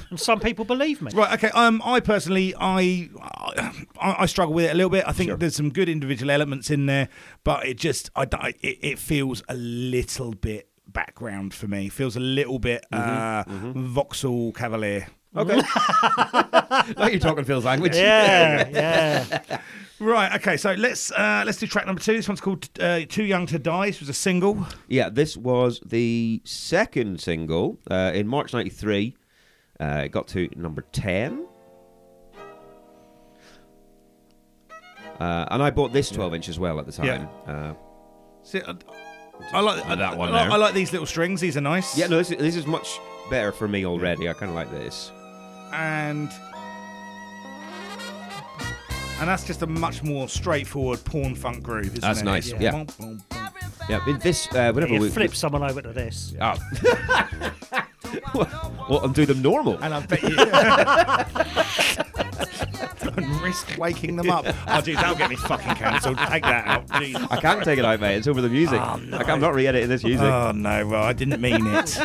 Speaker 3: and some people believe me
Speaker 1: right. Okay. Um, I personally, I, I, I struggle with it a little bit. I think there's some good individual elements in there, but it just, I, I- it, it feels a little bit background for me. Feels a little bit
Speaker 2: Mm-hmm,
Speaker 1: uh, Vauxhall Cavalier.
Speaker 2: okay. now you're talking Phil's language.
Speaker 3: yeah yeah
Speaker 1: Right. Okay. So let's uh, let's do track number two. This one's called uh, "Too Young to Die." This was a single.
Speaker 2: Yeah, this was the second single uh, in March '93. Uh, it got to number ten. Uh, and I bought this 12 inch as well at the
Speaker 1: Yeah.
Speaker 2: time. Yeah, uh,
Speaker 1: See, I, I like I,
Speaker 2: that one
Speaker 1: I,
Speaker 2: there.
Speaker 1: I like these little strings. These are nice.
Speaker 2: yeah no, this is, this is much better for me already. I kind of like this.
Speaker 1: and and that's just a much more straightforward porn funk groove. Isn't
Speaker 2: That's
Speaker 1: it?
Speaker 2: nice,
Speaker 1: It's
Speaker 2: yeah.
Speaker 1: boom, boom, boom.
Speaker 2: Yeah, but this, uh, whenever
Speaker 3: you
Speaker 2: we.
Speaker 3: flip someone over to this
Speaker 2: Oh. well, and do them normal.
Speaker 1: And I bet you risk waking them up. Oh, dude, that'll get me fucking cancelled. Take that out. Jesus.
Speaker 2: I can't take it out, mate. It's over the music.
Speaker 1: Oh, no.
Speaker 2: I can't- I'm not re editing this music.
Speaker 1: Oh no! Well, I didn't mean it.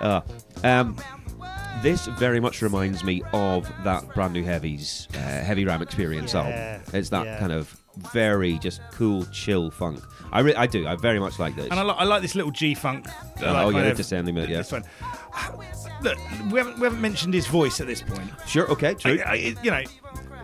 Speaker 2: Uh, um, this very much reminds me of that brand new heavies uh, heavy ram experience
Speaker 3: Yeah,
Speaker 2: album. It's that
Speaker 3: yeah.
Speaker 2: kind of very just cool chill funk. I re- I do I very much like this.
Speaker 1: And I, li- I like this little G funk.
Speaker 2: Oh, yeah, they're descending it, yeah.
Speaker 1: This one. Look, we haven't we haven't mentioned his voice at this point.
Speaker 2: sure, okay, true.
Speaker 1: I, I, you know,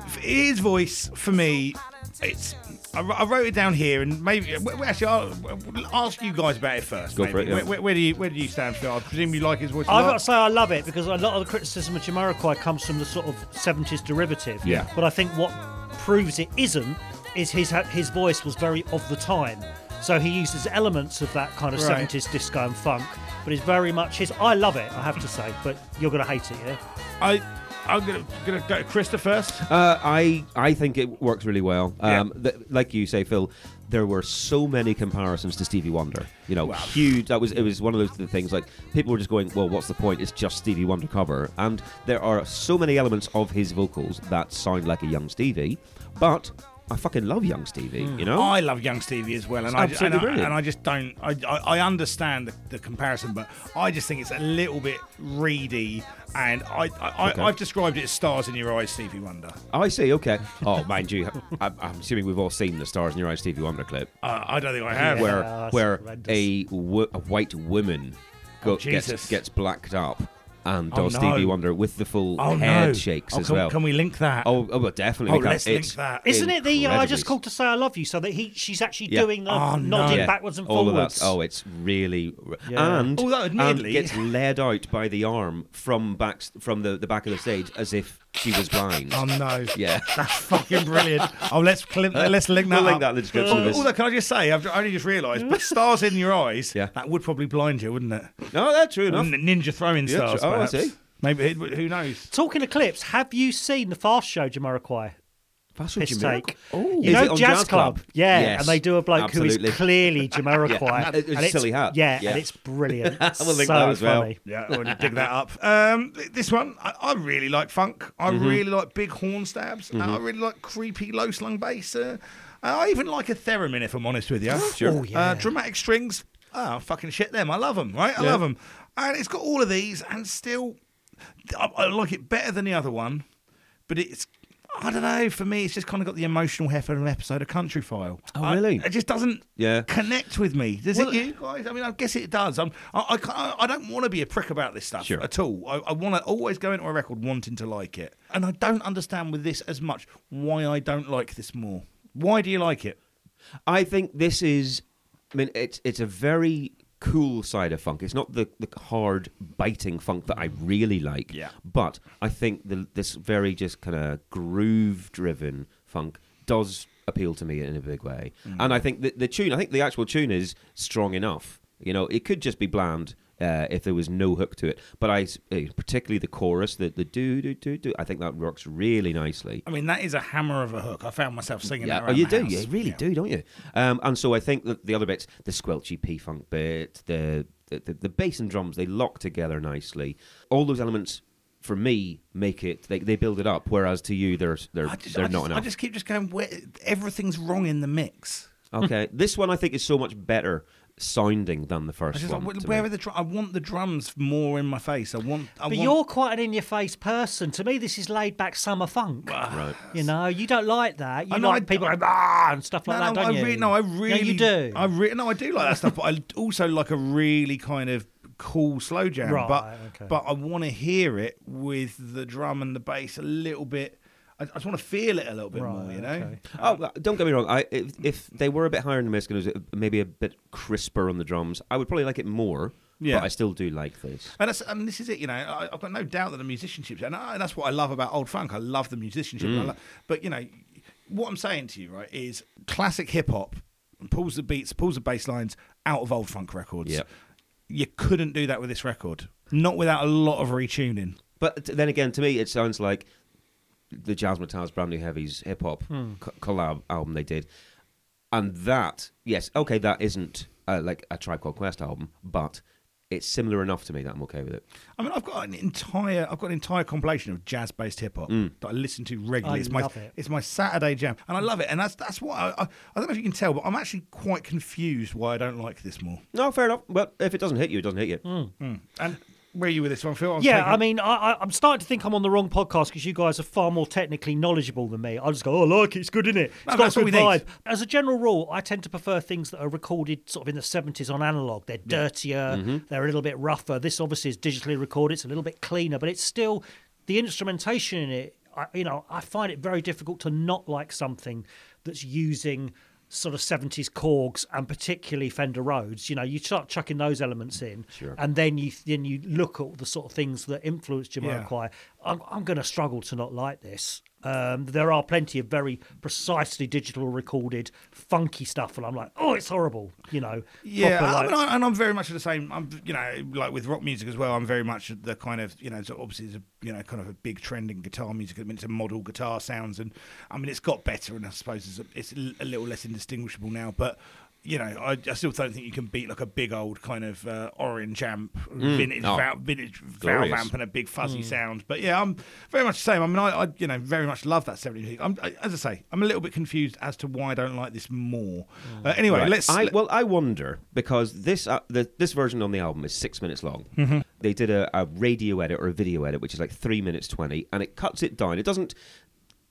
Speaker 1: f- his voice for me, it's. I, wr- I wrote it down here, and maybe w- w- actually I'll w- ask you guys about it first.
Speaker 2: Go
Speaker 1: maybe.
Speaker 2: for it, yeah.
Speaker 1: Where, where- where do you where do you stand, Phil? I presume you like his voice. a
Speaker 3: I've
Speaker 1: lot?
Speaker 3: got to say I love it because a lot of the criticism of Jamiroquai comes from the sort of 70s derivative.
Speaker 2: Yeah.
Speaker 3: But I think what proves it isn't is his his voice was very of the time. So he uses elements of that kind of
Speaker 1: Right.
Speaker 3: 70s disco and funk, but it's very much his. I love it, I have to say, but you're going to hate it, yeah?
Speaker 1: I I'm gonna gonna go to Krista first.
Speaker 2: Uh, I I think it works really well.
Speaker 1: Yeah.
Speaker 2: Um, th- like you say, Phil, there were so many comparisons to Stevie Wonder. You know,
Speaker 1: Wow.
Speaker 2: huge. That was it was one of those th- things. Like people were just going, "Well, what's the point? It's just Stevie Wonder cover." And there are so many elements of his vocals that sound like a young Stevie, but I fucking love young Stevie. You know,
Speaker 1: Hmm. I love young Stevie as well, and I, ju- and,
Speaker 2: Oh. absolutely
Speaker 1: I,
Speaker 2: brilliant.
Speaker 1: and I just don't. I, I, I understand the, the comparison, but I just think it's a little bit reedy, and I, I,
Speaker 2: Okay.
Speaker 1: I I've described it as stars in your eyes, Stevie Wonder.
Speaker 2: I see. Okay. Oh, mind you, I, I'm assuming we've all seen the Stars in Your Eyes Stevie Wonder clip,
Speaker 1: Uh, I don't think I have.
Speaker 2: where
Speaker 3: that's
Speaker 2: where
Speaker 3: horrendous. Oh,
Speaker 2: a, wo- a white woman go- gets
Speaker 1: Jesus.
Speaker 2: gets blacked up and
Speaker 1: Oh,
Speaker 2: does
Speaker 1: no.
Speaker 2: Stevie Wonder with the full
Speaker 1: Oh
Speaker 2: head
Speaker 1: no!
Speaker 2: shakes
Speaker 1: oh,
Speaker 2: as
Speaker 1: can,
Speaker 2: well.
Speaker 1: Can we link that?
Speaker 2: Oh, oh well, definitely.
Speaker 1: Oh,
Speaker 2: we can.
Speaker 1: let's link
Speaker 2: It's
Speaker 1: that.
Speaker 3: Isn't it the uh, I just
Speaker 2: incredibly-
Speaker 3: called to say I love you so that he she's actually
Speaker 2: Yeah.
Speaker 3: doing the
Speaker 1: Oh, no.
Speaker 3: nodding
Speaker 2: Yeah,
Speaker 3: backwards and
Speaker 2: all
Speaker 3: forwards.
Speaker 2: Of that. Oh, it's really
Speaker 3: Yeah. Oh,
Speaker 2: and
Speaker 1: Although,
Speaker 2: and
Speaker 1: admittedly-
Speaker 2: gets led out by the arm from back from the, the back of the stage as if she was blind.
Speaker 1: Oh no!
Speaker 2: Yeah. Uh,
Speaker 1: That's fucking brilliant. Oh, let's clip, let's link that.
Speaker 2: We'll link
Speaker 1: up.
Speaker 2: that in the description of
Speaker 3: Oh,
Speaker 2: this.
Speaker 1: Although, can I just say, I've only just realised, but stars in your eyes,
Speaker 2: Yeah.
Speaker 1: that would probably blind you, wouldn't it?
Speaker 2: No, that's true enough.
Speaker 1: N- Ninja throwing
Speaker 2: Yeah,
Speaker 1: stars.
Speaker 2: sure. Oh, I
Speaker 1: perhaps.
Speaker 2: see.
Speaker 1: Maybe it- who knows?
Speaker 3: Talking of clips, have you seen the Fast Show, Jamiroquai?
Speaker 2: That's
Speaker 3: Piss take.
Speaker 2: Oh,
Speaker 3: You know, jazz, club, yeah,
Speaker 2: Yes,
Speaker 3: and they do a bloke who
Speaker 2: absolutely.
Speaker 3: is clearly Jamiroquai,
Speaker 2: Yeah, it's a
Speaker 3: and it's,
Speaker 2: silly hat.
Speaker 3: Yeah,
Speaker 2: Yeah.
Speaker 3: and it's brilliant.
Speaker 2: We'll link
Speaker 3: so
Speaker 2: that as well.
Speaker 3: funny.
Speaker 1: Yeah, I would dig that up. Um, th- this one, I, I really like funk. I
Speaker 2: Mm-hmm.
Speaker 1: really like big horn stabs. and I really like creepy low slung bass. Uh, I even like a theremin, if I'm honest with you.
Speaker 2: Sure. Oh,
Speaker 3: yeah.
Speaker 1: Uh, dramatic strings. Oh, fucking shit them. I love them, right? I
Speaker 2: Yeah.
Speaker 1: love them. And it's got all of these, and still, I, I like it better than the other one, but it's. I don't know. For me, it's just kind of got the emotional heft of an episode of Country File.
Speaker 2: Oh,
Speaker 1: I-
Speaker 2: really?
Speaker 1: it just doesn't
Speaker 2: Yeah.
Speaker 1: connect with me. Does
Speaker 2: Well-
Speaker 1: it you guys? I mean, I guess it does. I'm, I, I, can't- I don't want to be a prick about this stuff
Speaker 2: Sure.
Speaker 1: at all. I, I want to always go into a record wanting to like it. And I don't understand with this as much why I don't like this more. Why do you like it?
Speaker 2: I think this is. I mean, it's it's a very cool side of funk. It's not the, the hard biting funk that I really like.
Speaker 1: Yeah.
Speaker 2: But I think the, this very just kind of groove driven funk does appeal to me in a big way. And I think the, the tune. I think the actual tune is strong enough. You know, it could just be bland. Uh, if there was no hook to it, but I s- eh, particularly the chorus, the the do do do do, I think that works really nicely.
Speaker 1: I mean, that is a hammer of a hook. I found myself singing that
Speaker 2: Yeah, oh,
Speaker 1: around
Speaker 2: you
Speaker 1: the
Speaker 2: do.
Speaker 1: house.
Speaker 2: You really
Speaker 1: Yeah.
Speaker 2: do, don't you? Um, and so I think that the other bits, the squelchy P funk bit, the, the the the bass and drums, they lock together nicely. All those elements for me make it. They, they build it up. Whereas to you, they're they're,
Speaker 1: I just,
Speaker 2: they're
Speaker 1: I
Speaker 2: not
Speaker 1: just, I
Speaker 2: enough.
Speaker 1: just keep just going, where, everything's wrong in the mix.
Speaker 2: okay, this one I think is so much better sounding than the
Speaker 1: I
Speaker 2: first
Speaker 1: just,
Speaker 2: one.
Speaker 1: like,
Speaker 2: to
Speaker 1: where
Speaker 2: me.
Speaker 1: are the drum? I want the drums more in my face. I want. I
Speaker 3: But
Speaker 1: want,
Speaker 3: you're quite an in-your-face person. To me, this is laid-back summer funk.
Speaker 2: right?
Speaker 3: You know, you don't like that. You
Speaker 1: I know,
Speaker 3: like
Speaker 1: I-
Speaker 3: people going, ah and stuff like that,
Speaker 1: no,
Speaker 3: don't
Speaker 1: I
Speaker 3: you?
Speaker 1: Re- no, I really.
Speaker 3: No, you do.
Speaker 1: I re- no, I do like that stuff, but I also like a really kind of cool slow jam.
Speaker 3: Right,
Speaker 1: but
Speaker 3: okay.
Speaker 1: but I want to hear it with the drum and the bass a little bit. I, I just want to feel it a little bit more, you know.
Speaker 3: okay.
Speaker 2: Oh, well, don't get me wrong. I if, if they were a bit higher in the mix and it was maybe a bit crisper on the drums, I would probably like it more.
Speaker 1: Yeah.
Speaker 2: But I still do like this.
Speaker 1: And, that's, and this is it, you know. I, I've got no doubt that the musicianship, and, I, and that's what I love about old funk. I love the musicianship. and I lo- but you know, what I'm saying to you, right, is classic hip hop pulls the beats, pulls the bass lines out of old funk records.
Speaker 2: Yep.
Speaker 1: You couldn't do that with this record, not without a lot of retuning.
Speaker 2: But t- then again, to me, it sounds like the Jazz Mataz Brand New Heavies hip hop co- collab album they did. And that, yes, okay, that isn't uh, like a Tribe Called Quest album, but it's similar enough to me that I'm okay with it.
Speaker 1: I mean, I've got an entire, I've got an entire compilation of jazz-based hip hop that I listen to regularly.
Speaker 3: I
Speaker 1: it's my,
Speaker 3: love it.
Speaker 1: it's my Saturday jam, and I love it. And that's that's what I, I, I don't know if you can tell, but I'm actually quite confused why I don't like this more.
Speaker 2: No, fair enough. But if it doesn't hit you, it doesn't hit you.
Speaker 1: And where are you with this one, Phil? I'm
Speaker 3: Yeah,
Speaker 1: taking-
Speaker 3: I mean, I, I, I'm starting to think I'm on the wrong podcast because you guys are far more technically knowledgeable than me. I just go, oh, I like it, it's good, isn't it? It's
Speaker 1: No,
Speaker 3: got
Speaker 1: that's
Speaker 3: a
Speaker 1: what
Speaker 3: good
Speaker 1: we
Speaker 3: vibe.
Speaker 1: need.
Speaker 3: As a general rule, I tend to prefer things that are recorded sort of in the 70s on analog. They're dirtier, they're a little bit rougher. This obviously is digitally recorded, it's a little bit cleaner, but it's still the instrumentation in it. I, you know, I find it very difficult to not like something that's using sort of 70s Korgs and particularly Fender Rhodes. You know, you start chucking those elements in, and then you then you look at the sort of things that influenced Jamiroquai. I'm, I'm going to struggle to not like this. Um, there are plenty of very precisely digital recorded funky stuff, and I'm like, oh, it's horrible. You know,
Speaker 1: Yeah,
Speaker 3: proper
Speaker 1: I
Speaker 3: like-
Speaker 1: mean, I, and I'm very much the same. I'm, you know, like with rock music as well. I'm very much the kind of, you know, so obviously there's a, you know, kind of a big trend in guitar music. I mean, it's a model guitar sounds, and I mean, it's got better, and I suppose it's a, it's a little less indistinguishable now. But you know, I, I still don't think you can beat like a big old kind of uh, orange amp, vintage,
Speaker 2: Oh.
Speaker 1: val- vintage valve
Speaker 2: Glorious. Mm.
Speaker 1: amp, and a big fuzzy sound. But yeah, I'm very much the same. I mean, I, I you know very much love that 70s. I'm, I, as I say, I'm a little bit confused as to why I don't like this more. Uh, anyway,
Speaker 2: Mm. Right.
Speaker 1: let's.
Speaker 2: I, well, I wonder because this uh, the, this version on the album is six minutes long.
Speaker 1: Mm-hmm.
Speaker 2: They did a, a radio edit or a video edit, which is like three minutes twenty, and it cuts it down. It doesn't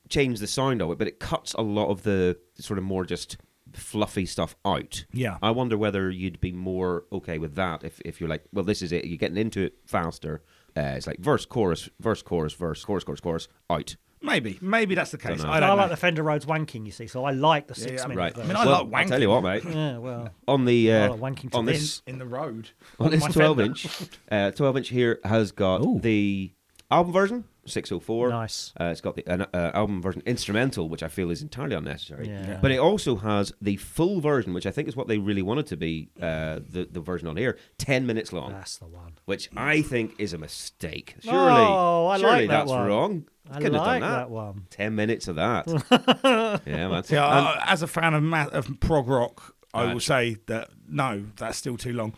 Speaker 2: change the sound of it, but it cuts a lot of the sort of more just fluffy stuff out.
Speaker 1: Yeah.
Speaker 2: I wonder whether you'd be more okay with that if if you're like, well, this is it. You're getting into it faster. Uh, it's like verse, chorus, verse, chorus, verse, chorus, chorus, chorus, out.
Speaker 1: maybe, maybe that's the case.
Speaker 2: Dunno.
Speaker 1: I
Speaker 3: I,
Speaker 1: don't know.
Speaker 3: like the Fender Rhodes wanking, you see, so I like the six
Speaker 1: yeah,
Speaker 3: minute
Speaker 2: Right.
Speaker 1: I mean,
Speaker 3: version.
Speaker 1: I
Speaker 2: Well,
Speaker 1: like
Speaker 2: I'll tell you what, mate.
Speaker 3: Yeah, well,
Speaker 2: On the
Speaker 3: I
Speaker 2: uh,
Speaker 3: like wanking to
Speaker 2: on
Speaker 3: this.
Speaker 2: this
Speaker 1: in the road.
Speaker 2: on this
Speaker 1: my
Speaker 2: 12
Speaker 1: Fender.
Speaker 2: inch uh, 12 inch here has got the album version 604
Speaker 3: Nice.
Speaker 2: uh, it's got the an, uh, album version instrumental which i feel is entirely unnecessary
Speaker 3: Yeah. Yeah.
Speaker 2: but it also has the full version which i think is what they really wanted to be uh, the, the version on here 10 minutes long
Speaker 3: that's the one.
Speaker 2: which i think is a mistake surely
Speaker 3: Oh, I like
Speaker 2: surely
Speaker 3: that
Speaker 2: that's
Speaker 3: one.
Speaker 2: wrong
Speaker 3: I
Speaker 2: couldn't have done
Speaker 3: like
Speaker 2: that.
Speaker 3: that one.
Speaker 2: 10 minutes of that yeah man
Speaker 1: Yeah,
Speaker 2: And-
Speaker 1: I- as a fan of, ma- of prog rock, I
Speaker 2: Uh,
Speaker 1: will say that no, that's still too long.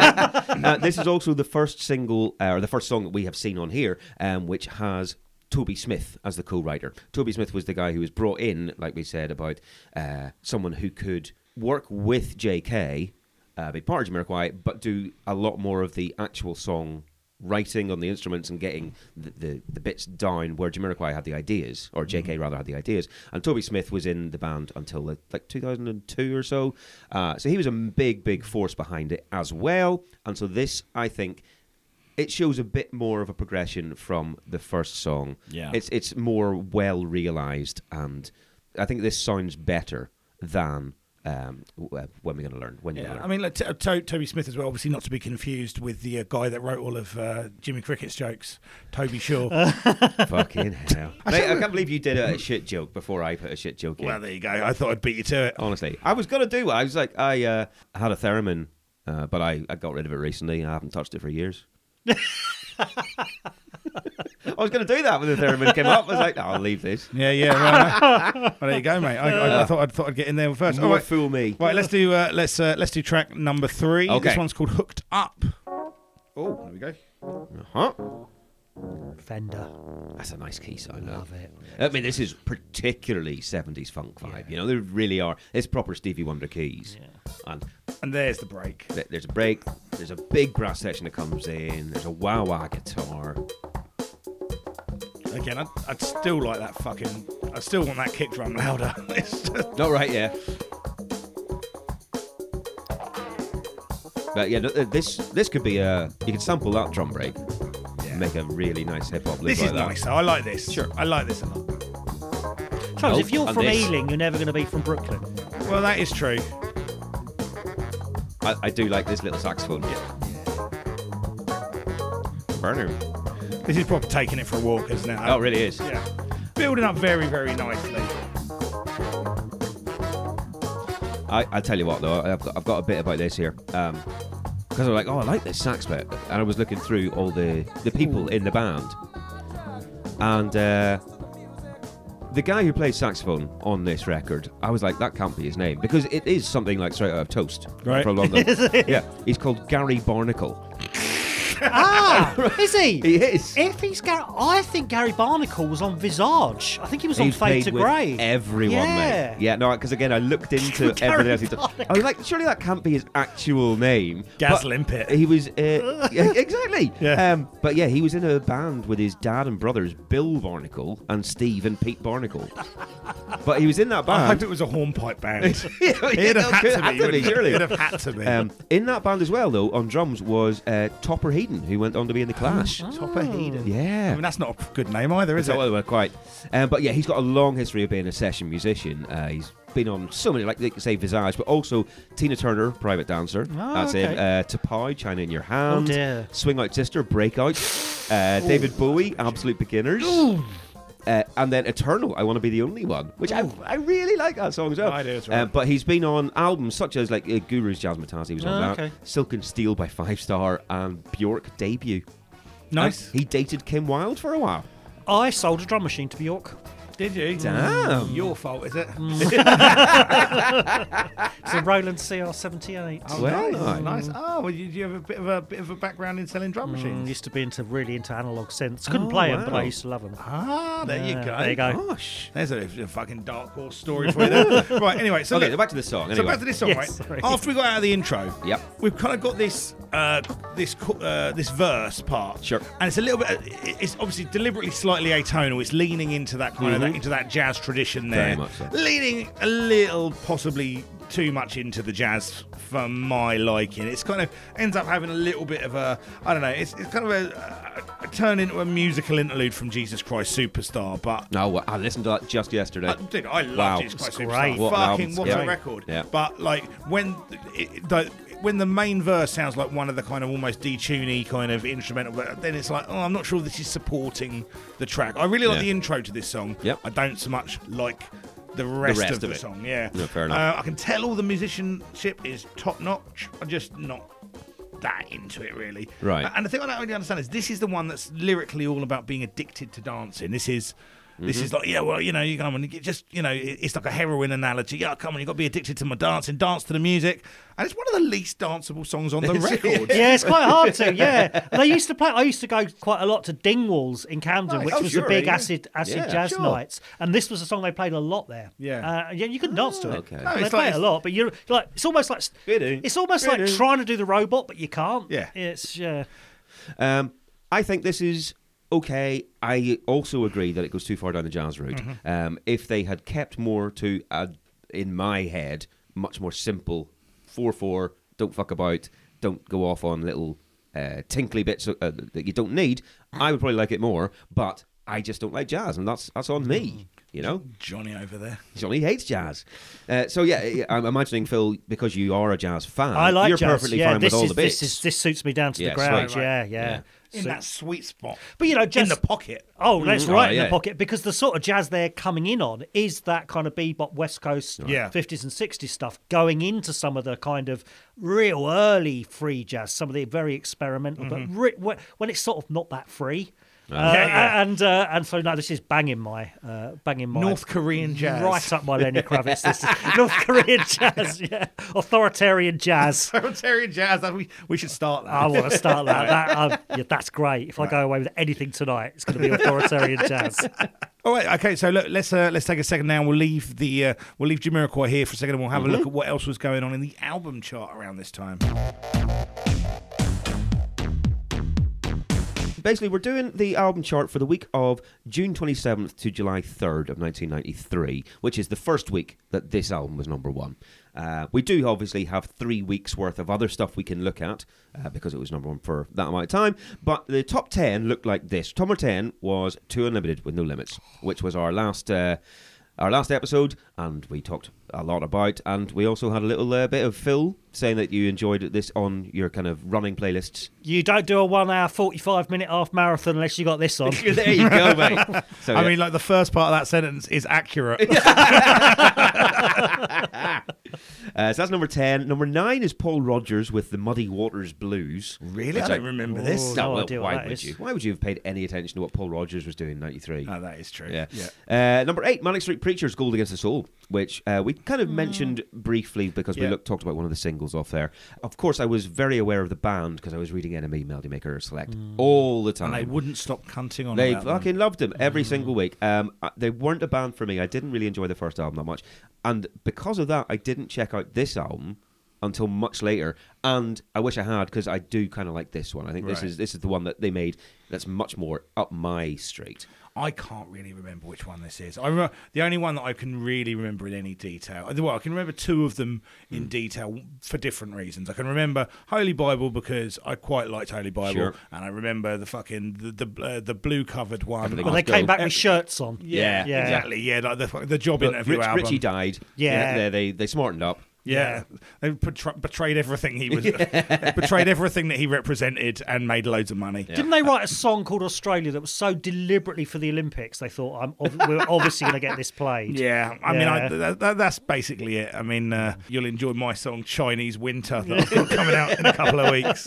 Speaker 2: uh, this is also the first single uh, or the first song that we have seen on here, um, which has Toby Smith as the co-writer. Toby Smith was the guy who was brought in, like we said, about uh, someone who could work with J.K. Uh, be part of Jamiroquai, but do a lot more of the actual song writing on the instruments and getting the, the, the bits down where Jamiroquai had the ideas, or JK
Speaker 1: Mm-hmm.
Speaker 2: rather had the ideas. And Toby Smith was in the band until like, like 2002 or so. Uh, so he was a big, big force behind it as well. And so this, I think, it shows a bit more of a progression from the first song.
Speaker 5: Yeah.
Speaker 2: It's, it's more well realized, and I think this sounds better than. Um, w- uh, when we're going to learn. When you're
Speaker 1: Yeah, I
Speaker 2: going
Speaker 1: mean,
Speaker 2: to learn.
Speaker 1: like, to- to- Toby Smith as well, obviously not to be confused with the uh, guy that wrote all of uh, Jimmy Cricket's jokes, Toby Shaw.
Speaker 2: Fucking hell. Mate, I can't believe you did a shit joke before I put a shit joke in.
Speaker 1: well, there you go. I thought I'd beat you to it.
Speaker 2: Honestly, I was gonna do it. I was like, I uh, had a theremin, uh, but I, I got rid of it recently. I haven't touched it for years. I was gonna do that when the theremin came up. I was like, "No, I'll leave this.
Speaker 1: Yeah, yeah. Right, right. well, there you go, mate. I, I, I thought I'd thought I'd get in there first. All
Speaker 2: More
Speaker 1: right,
Speaker 2: fool me.
Speaker 1: right. Let's do uh, let's uh, let's do track number three.
Speaker 2: Okay.
Speaker 1: This one's called Hooked Up. Oh, there we go.
Speaker 2: Huh?
Speaker 3: Fender.
Speaker 2: uh-huh. That's a nice key sound.
Speaker 3: Love
Speaker 2: though.
Speaker 3: it.
Speaker 2: I mean, this is particularly '70s funk vibe. You know, they really are. It's proper Stevie Wonder keys. And
Speaker 1: And there's the break.
Speaker 2: th- there's a break. There's a big brass section that comes in. There's a wah wah guitar.
Speaker 1: Again, I'd, I'd still like that fucking. I still want that kick drum louder. It's just-
Speaker 2: Not right, yeah. But yeah, no, th- this this could be a you could sample that drum break, make a really nice hip hop.
Speaker 1: this
Speaker 2: like
Speaker 1: is
Speaker 2: that.
Speaker 1: nice. Though. I like this.
Speaker 2: Sure.
Speaker 1: I like this a lot.
Speaker 3: Charles,
Speaker 2: Oh,
Speaker 3: if you're
Speaker 2: and
Speaker 3: from
Speaker 2: this.
Speaker 3: Ealing, you're never going to be from Brooklyn.
Speaker 1: Well, that is true.
Speaker 2: I, I do like this little saxophone. Burner.
Speaker 1: This is probably taking it for a walk, isn't it?
Speaker 2: Oh, it really is.
Speaker 1: Yeah. Building up very, very nicely.
Speaker 2: I, I tell you what though, I've got, I've got a bit about this here. Um, because I'm like, oh, I like this sax bit, and I was looking through all the the people in the band, and uh, the guy who plays saxophone on this record, I was like, that can't be his name because it is something like straight out of Toast
Speaker 1: Right.
Speaker 2: from London. yeah, he's called Gary Barnacle.
Speaker 3: Ah, is he?
Speaker 2: He is.
Speaker 3: If he's Gary, I think Gary Barnacle was on Visage. I think he was on
Speaker 2: He's
Speaker 3: Fade
Speaker 2: played
Speaker 3: to
Speaker 2: with
Speaker 3: Grey.
Speaker 2: Everyone,
Speaker 3: yeah.
Speaker 2: mate. Yeah, no, because again, I looked into everything else he's done. I was like, surely that can't be his actual name.
Speaker 1: Gaz
Speaker 2: But
Speaker 1: Limpet.
Speaker 2: He was uh, yeah, exactly.
Speaker 1: Yeah.
Speaker 2: Um, but yeah, he was in a band with his dad and brothers, Bill Barnacle and Steve and Pete Barnacle. but he was in that
Speaker 1: I
Speaker 2: band.
Speaker 1: hope it was a hornpipe band.
Speaker 2: Yeah,
Speaker 1: It'd Oh, have had
Speaker 2: it
Speaker 1: to be, wouldn't it?
Speaker 2: surely.
Speaker 1: It'd have had to be.
Speaker 2: Um, in that band as well, though, on drums was uh, Topper Heaton, who went on to be in the Clash.
Speaker 1: Topper Heaton.
Speaker 2: Yeah.
Speaker 1: I mean, that's not a good name either, is
Speaker 2: So,
Speaker 1: it?
Speaker 2: well, well, quite. Um, but yeah, he's got a long history of being a session musician. Uh, he's been on so many, like they say, Visage, but also Tina Turner, Private Dancer.
Speaker 3: Oh,
Speaker 2: That's
Speaker 3: okay.
Speaker 2: him. Uh, Tapau, China in Your
Speaker 1: Oh,
Speaker 2: Hand.
Speaker 3: dear.
Speaker 2: Swing Out Sister, Breakout. Uh, David Bowie, Absolute Beginners. Uh, and then Eternal, I Want to Be the Only One, which I, I really like that song as well.
Speaker 1: I do as
Speaker 2: Uh,
Speaker 1: well.
Speaker 2: but he's been on albums such as like uh, Guru's Jazz Mataz, he was on
Speaker 3: Oh,
Speaker 2: that.
Speaker 3: okay.
Speaker 2: Silk and Steel by Five Star and Bjork debut.
Speaker 1: Nice.
Speaker 2: And he dated Kim Wilde for a while.
Speaker 3: I sold a drum machine to Bjork.
Speaker 1: Did you?
Speaker 2: Damn. Mm.
Speaker 1: Your fault, is it?
Speaker 3: It's
Speaker 2: Ah.
Speaker 3: a Roland CR78.
Speaker 1: Oh,
Speaker 2: Well,
Speaker 1: nice,
Speaker 2: nice.
Speaker 1: nice. Oh, well, you, you have a bit of a bit of a background in selling drum
Speaker 3: Mm,
Speaker 1: machines.
Speaker 3: used to be into really into analog synths. Couldn't
Speaker 2: Oh,
Speaker 3: play them, but
Speaker 2: wow.
Speaker 3: I used to love them.
Speaker 1: Ah, there you
Speaker 3: Yeah,
Speaker 1: go.
Speaker 3: there you go.
Speaker 2: Gosh.
Speaker 1: There's a, a fucking dark horse story for you. There. right. Anyway, so
Speaker 2: Okay,
Speaker 1: look-
Speaker 2: back to the song.
Speaker 1: So
Speaker 2: Anyway.
Speaker 1: back to this song,
Speaker 3: Yes,
Speaker 1: right?
Speaker 3: sorry.
Speaker 1: After we got out of the intro,
Speaker 2: Yep.
Speaker 1: we've kind of got this uh, this co- uh, this verse part,
Speaker 2: Sure.
Speaker 1: and it's a little bit. it- It's obviously deliberately slightly atonal. It's leaning into that kind of that, into that jazz tradition there,
Speaker 2: Mm-hmm. Very much so.
Speaker 1: leaning a little, possibly too much into the jazz for my liking. It's kind of ends up having a little bit of a I don't know. It's, it's kind of a, a, a turn into a musical interlude from Jesus Christ Superstar, but
Speaker 2: No, well, I listened to that just yesterday.
Speaker 1: I, Uh, dude, I love
Speaker 2: Wow.
Speaker 1: Jesus Christ
Speaker 3: It's
Speaker 1: Superstar.
Speaker 3: great.
Speaker 2: What an album.
Speaker 1: Fucking what
Speaker 2: Yeah.
Speaker 1: a record!
Speaker 2: Yeah.
Speaker 1: But like when it, the when the main verse sounds like one of the kind of almost detuney kind of instrumental, but then it's like, oh, I'm not sure this is supporting the track. I really like
Speaker 2: Yeah.
Speaker 1: the intro to this song.
Speaker 2: Yep.
Speaker 1: I don't so much like the rest,
Speaker 2: rest
Speaker 1: of,
Speaker 2: of
Speaker 1: the
Speaker 2: it.
Speaker 1: song. Yeah.
Speaker 2: No, fair enough.
Speaker 1: Uh, I can tell all the musicianship is top notch. I'm just not that into it really.
Speaker 2: Right.
Speaker 1: Uh, And the thing I don't really understand is this is the one that's lyrically all about being addicted to dancing. This is. This is like, yeah, well, you know, you come and you just, you know, it- it's like a heroin analogy. Yeah, come on, you've got to be addicted to my dancing, dance to the music. And it's one of the least danceable songs on the record.
Speaker 3: Yeah, it's quite hard to. Yeah, and I used to play. I used to go quite a lot to Dingwalls in Camden,
Speaker 1: Nice.
Speaker 3: which
Speaker 1: Oh,
Speaker 3: was
Speaker 1: sure,
Speaker 3: the big
Speaker 1: yeah.
Speaker 3: acid acid
Speaker 2: Yeah,
Speaker 3: jazz
Speaker 2: sure.
Speaker 3: nights, and this was a song they played a lot there.
Speaker 1: Yeah.
Speaker 3: uh, yeah, you could dance to it.
Speaker 2: okay.
Speaker 3: And
Speaker 2: No,
Speaker 3: they
Speaker 1: it's
Speaker 3: play
Speaker 1: like-
Speaker 3: it a lot, but you're like, it's almost like
Speaker 2: Really?
Speaker 3: it's almost like
Speaker 2: Really?
Speaker 3: trying to do the robot, but you can't.
Speaker 1: Yeah.
Speaker 3: it's yeah.
Speaker 1: Uh,
Speaker 2: Um, I think this is okay. I also agree that it goes too far down the jazz route.
Speaker 1: Mm-hmm.
Speaker 2: Um, if they had kept more to, uh, in my head, much more simple, four four, don't fuck about, don't go off on little uh, tinkly bits uh, that you don't need, I would probably like it more. But I just don't like jazz, and that's that's on
Speaker 1: Mm-hmm.
Speaker 2: me. You know.
Speaker 1: Johnny over there.
Speaker 2: Johnny hates jazz. Uh, so yeah, I- I'm imagining Phil because you are a jazz fan.
Speaker 3: I like
Speaker 2: Oh, you're
Speaker 3: jazz.
Speaker 2: perfectly
Speaker 3: yeah,
Speaker 2: fine
Speaker 3: this
Speaker 2: with all
Speaker 3: is,
Speaker 2: the bits.
Speaker 3: This is this suits me down to
Speaker 2: Yeah,
Speaker 3: the ground.
Speaker 2: sweet.
Speaker 3: Yeah,
Speaker 2: Right.
Speaker 3: yeah.
Speaker 1: In
Speaker 3: So-
Speaker 1: that sweet spot.
Speaker 3: but you know, jazz
Speaker 1: in the pocket.
Speaker 3: Oh, that's
Speaker 2: Mm.
Speaker 3: right
Speaker 2: Oh,
Speaker 3: in
Speaker 2: yeah.
Speaker 3: the pocket because the sort of jazz they're coming in on is that kind of bebop West Coast
Speaker 1: Yeah.
Speaker 3: 50s and 60s stuff going into some of the kind of real early free jazz, some of the very experimental, but re- wh- when it's sort of not that free. Uh,
Speaker 1: Mm-hmm. Oh, Yeah, yeah.
Speaker 3: And uh, and so no, this is banging my uh, banging my
Speaker 1: North Korean jazz.
Speaker 3: right up my Lenny Kravitz. This is North Korean jazz, yeah, authoritarian jazz.
Speaker 1: Authoritarian jazz. that- We, we should start that.
Speaker 3: I want to start that. that um, yeah, that's great. If I go away with anything tonight, it's going to be authoritarian jazz.
Speaker 1: All right, okay. So look, let's uh, let's take a second now. We'll leave the uh, we'll leave Jamiroquai here for a second, and we'll have a look at what else was going on in the album chart around this time.
Speaker 2: Basically, we're doing the album chart for the week of June 27th to July 3rd of 1993, which is the first week that this album was number one. Uh, we do obviously have three weeks worth of other stuff we can look at uh, because it was number one for that amount of time. But the top 10 looked like this. Top number 10 was Too Unlimited with No Limits, which was our last. Uh, our last episode, and we talked a lot about, and we also had a little uh, bit of Phil saying that you enjoyed this on your kind of running playlists
Speaker 3: You don't do a one hour, 45 minute half marathon unless you got this on.
Speaker 2: there you go, mate. So,
Speaker 1: I
Speaker 2: yeah.
Speaker 1: mean, like the first part of that sentence is accurate.
Speaker 2: Uh, so that's number 10. Number 9 is Paul Rogers with the Muddy Waters Blues.
Speaker 1: really, I don't remember
Speaker 3: Oh,
Speaker 1: this.
Speaker 3: no
Speaker 2: well,
Speaker 3: idea what
Speaker 2: why
Speaker 3: that
Speaker 2: would
Speaker 3: is.
Speaker 2: you? Why would you have paid any attention to what Paul Rogers was doing in 93?
Speaker 1: No, that is true.
Speaker 2: yeah. Uh, number 8, Manic Street Preachers Gold Against the Soul, which uh, we kind of mentioned briefly because we
Speaker 1: Yeah.
Speaker 2: looked, talked about one of the singles off there. Of course, I was very aware of the band because I was reading Enemy Melody Maker Select all the time.
Speaker 1: And they wouldn't stop cunting on Mm.
Speaker 2: They
Speaker 1: about them.
Speaker 2: fucking loved them every single week. Um, uh, they weren't a band for me. I didn't really enjoy the first album that much, and because of that, I didn't check out this album until much later. And I wish I had because I do kind of like this one. I think this
Speaker 1: Right.
Speaker 2: is this is the one that they made that's much more up my street.
Speaker 1: I can't really remember which one this is. I remember the only one that I can really remember in any detail. uh, Well, I can remember two of them in
Speaker 2: Hmm.
Speaker 1: detail for different reasons. I can remember Holy Bible because I quite liked Holy Bible,
Speaker 2: Sure.
Speaker 1: and I remember the fucking the the, uh, the blue covered one.
Speaker 2: Everything
Speaker 3: Well, they
Speaker 2: Let's
Speaker 3: came
Speaker 2: go.
Speaker 3: back with shirts on.
Speaker 2: Yeah,
Speaker 3: yeah.
Speaker 1: exactly. Yeah, like the the job
Speaker 2: But
Speaker 1: interview
Speaker 2: Rich-
Speaker 1: album.
Speaker 2: Richie died.
Speaker 3: Yeah.
Speaker 2: they, they they smartened up.
Speaker 1: Yeah, they portray- betrayed everything he was, they betrayed everything that he represented, and made loads of money.
Speaker 3: Didn't they write a song called Australia that was so deliberately for the Olympics? They thought, I'm ob- we're obviously going to get this played.
Speaker 1: Yeah, I mean, I,
Speaker 3: Yeah.
Speaker 1: that, that, that's basically it. I mean, uh, you'll enjoy my song "Chinese Winter" that I've got coming out in a couple of weeks.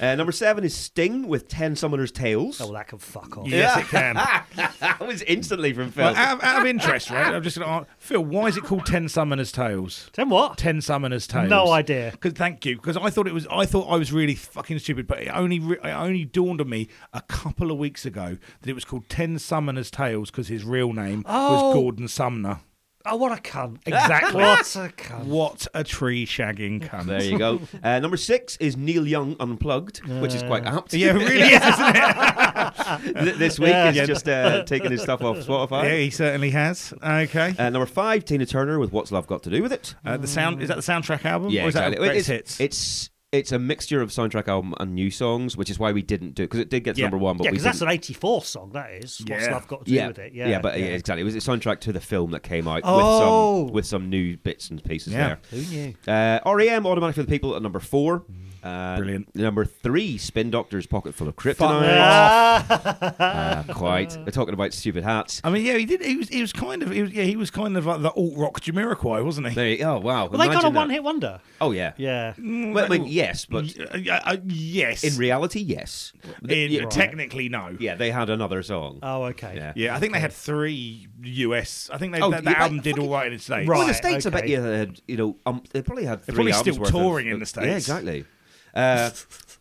Speaker 2: Uh, number seven is Sting with 10 Summoner's Tales.
Speaker 3: Oh, well, that can fuck off.
Speaker 1: Yes, it can.
Speaker 2: that was instantly from Phil.
Speaker 1: Well, uh, out, of, out of interest, right? I'm just going to ask Phil, why is it called Ten Summoners' Tales?
Speaker 3: Then what?
Speaker 1: Ten Summoners' Tales.
Speaker 3: No idea.
Speaker 1: Because thank you. Because I thought it was. I thought I was really fucking stupid. But it only re- it only dawned on me a couple of weeks ago that it was called Ten Summoners' Tales because his real name
Speaker 3: Oh.
Speaker 1: was Gordon Sumner.
Speaker 3: Oh, what a cunt.
Speaker 1: Exactly.
Speaker 3: what a cunt.
Speaker 1: What a tree shagging cunt.
Speaker 2: Um, there you go. Uh, number six is Neil Young Unplugged, which is quite apt.
Speaker 1: Uh, Yeah, it really. is, isn't it?
Speaker 2: Th- this week
Speaker 3: Yeah.
Speaker 2: is just uh, taking his stuff off Spotify.
Speaker 1: Yeah, he certainly has. Okay.
Speaker 2: Uh, number five, Tina Turner with What's Love Got to Do with It?
Speaker 3: Oh,
Speaker 1: Uh, the sound is that the soundtrack album?
Speaker 2: Yeah,
Speaker 1: or is
Speaker 2: exactly.
Speaker 1: that
Speaker 2: it's,
Speaker 1: Greatest hits?
Speaker 2: it's it's a mixture of soundtrack album and new songs, which is why we didn't do it because it did get to
Speaker 1: Yeah.
Speaker 2: number one, but
Speaker 3: Yeah,
Speaker 2: we
Speaker 3: because
Speaker 2: didn't.
Speaker 3: that's an 84 song, that is. What's
Speaker 1: Yeah.
Speaker 3: love got to do
Speaker 2: yeah,
Speaker 3: with it? Yeah,
Speaker 2: but yeah. exactly. It was a soundtrack to the film that came out
Speaker 3: Oh.
Speaker 2: with some with some new bits and pieces
Speaker 1: Yeah.
Speaker 2: there.
Speaker 3: Who knew?
Speaker 2: Uh, REM, Automatic for the People, at number four. Uh,
Speaker 1: Brilliant.
Speaker 2: Number three, Spin Doctor's Pocket Full of
Speaker 1: off.
Speaker 2: Kryptonite.
Speaker 3: Ah,
Speaker 2: Uh, quite. We're talking about stupid hats.
Speaker 1: I mean, yeah, he did. He was. He was kind of. He was, yeah, he was kind of like the alt rock Jamiroquai, wasn't he?
Speaker 2: There you, oh, wow.
Speaker 3: well, they got a
Speaker 2: Imagine that.
Speaker 3: one hit wonder.
Speaker 2: Oh, yeah.
Speaker 3: Yeah.
Speaker 2: Well, I mean, yes, but
Speaker 1: Mm, Y- uh, uh, yes.
Speaker 2: in reality, yes.
Speaker 1: In-
Speaker 2: yeah,
Speaker 1: technically, no.
Speaker 2: yeah, they had another song.
Speaker 3: Oh, okay.
Speaker 2: Yeah.
Speaker 1: Yeah, I think they had three US. I think they,
Speaker 2: Oh,
Speaker 1: that,
Speaker 2: yeah,
Speaker 1: that album
Speaker 2: but
Speaker 1: did
Speaker 2: fucking-
Speaker 1: all right in its day.
Speaker 2: Well, in the
Speaker 3: Right,
Speaker 2: states, I bet
Speaker 3: okay.
Speaker 2: you they had, you know, um, they probably had. They're
Speaker 1: probably still
Speaker 2: worth of-
Speaker 1: touring in the
Speaker 2: Yeah,
Speaker 1: States.
Speaker 2: exactly. Uh,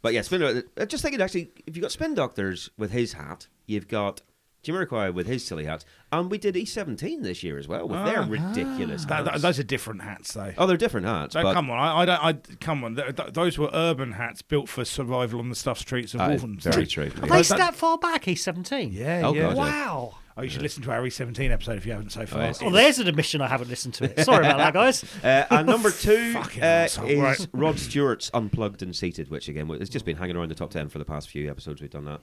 Speaker 2: but yeah, Spin. uh, Just thinking, actually, if you've got Spin Doctors with his hat, you've got Jamiroquai with his silly hat, and we did E17 this year as well with their ridiculous.
Speaker 1: Uh-huh. That- that-
Speaker 2: hats.
Speaker 1: those are different hats, though.
Speaker 2: oh, they're different hats.
Speaker 1: So
Speaker 2: but
Speaker 1: come on, I, I don't. I come on. Th- th- those were urban hats built for survival on the stuff streets of
Speaker 2: that is
Speaker 1: Wolverhampton.
Speaker 2: very true.
Speaker 3: Are
Speaker 2: Yeah.
Speaker 3: they that far back? He's 17.
Speaker 1: Yeah,
Speaker 2: Oh,
Speaker 1: yeah.
Speaker 2: God, yeah. Oh,
Speaker 3: Wow.
Speaker 1: Oh, you should listen to our E17 episode if you haven't so far. Oh,
Speaker 2: yes.
Speaker 3: Well, Oh, there's an admission I haven't listened to it. Sorry about that, guys.
Speaker 2: Uh, and number two
Speaker 1: Fucking
Speaker 2: uh,
Speaker 1: arsehole.
Speaker 2: is
Speaker 1: Right.
Speaker 2: Rod Stewart's Unplugged and Seated, which again has just been hanging around the top ten for the past few episodes. We've done that.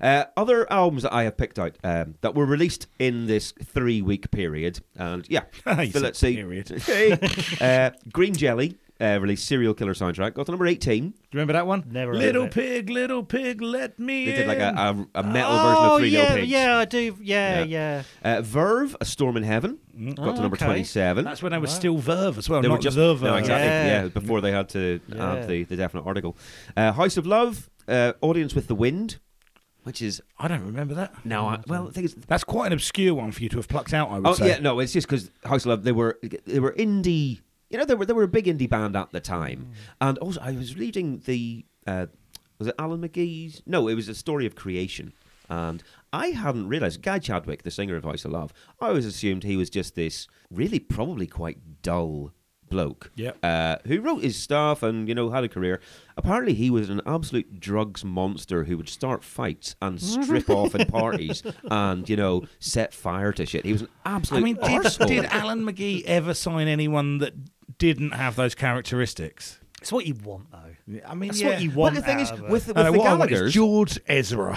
Speaker 2: Uh, other albums that I have picked out um, that were released in this three-week period, and yeah,
Speaker 1: You
Speaker 2: Phil,
Speaker 1: said
Speaker 2: let's see.
Speaker 1: period.
Speaker 2: Hey. uh, Green Jelly uh, released Serial Killer soundtrack. Got to number eighteen.
Speaker 1: Do you remember that one?
Speaker 3: Never heard
Speaker 1: Little
Speaker 3: of it.
Speaker 1: pig, little pig, let me.
Speaker 2: They did like
Speaker 1: in.
Speaker 2: a, a, a metal version
Speaker 3: oh,
Speaker 2: of Three
Speaker 3: yeah,
Speaker 2: Little Pigs.
Speaker 3: yeah, I do. Yeah,
Speaker 2: Yeah.
Speaker 3: yeah.
Speaker 2: Uh, Verve, A Storm in Heaven. Got to
Speaker 3: Oh,
Speaker 2: number
Speaker 3: okay.
Speaker 2: twenty-seven.
Speaker 1: That's when they were still Verve as well.
Speaker 2: They
Speaker 1: not
Speaker 2: were just
Speaker 1: the Verve.
Speaker 2: no, exactly. Yeah.
Speaker 3: Yeah.
Speaker 2: before they had to
Speaker 3: Yeah.
Speaker 2: add the, the definite article. Uh, House of Love, uh, Audience with the Wind, which is
Speaker 1: I don't remember that.
Speaker 2: now. I, well, the thing is,
Speaker 1: Oh, That's quite an obscure one for you to have plucked out. I would
Speaker 2: oh
Speaker 1: say.
Speaker 2: yeah, no, it's just because House of Love they were they were indie. You know, they were they were a big indie band at the time, and also I was reading the uh, was it Alan McGee's? No, it was a story of creation, and I hadn't realised Guy Chadwick, the singer of House of Love, I always assumed he was just this really probably quite dull bloke
Speaker 1: Yep.
Speaker 2: uh, who wrote his stuff and you know had a career. Apparently, he was an absolute drugs monster who would start fights and strip off at parties and you know set fire to shit. He was an absolute.
Speaker 1: I mean, did,
Speaker 2: arsehole.
Speaker 1: did Alan McGee ever sign anyone that didn't have those characteristics?
Speaker 3: It's what you want, though.
Speaker 1: I mean,
Speaker 3: That's what you
Speaker 2: But
Speaker 3: want.
Speaker 2: the thing is,
Speaker 3: out of a-
Speaker 2: with, with
Speaker 1: I know,
Speaker 2: the
Speaker 1: what I want is
Speaker 2: Gallagher's,
Speaker 1: George Ezra.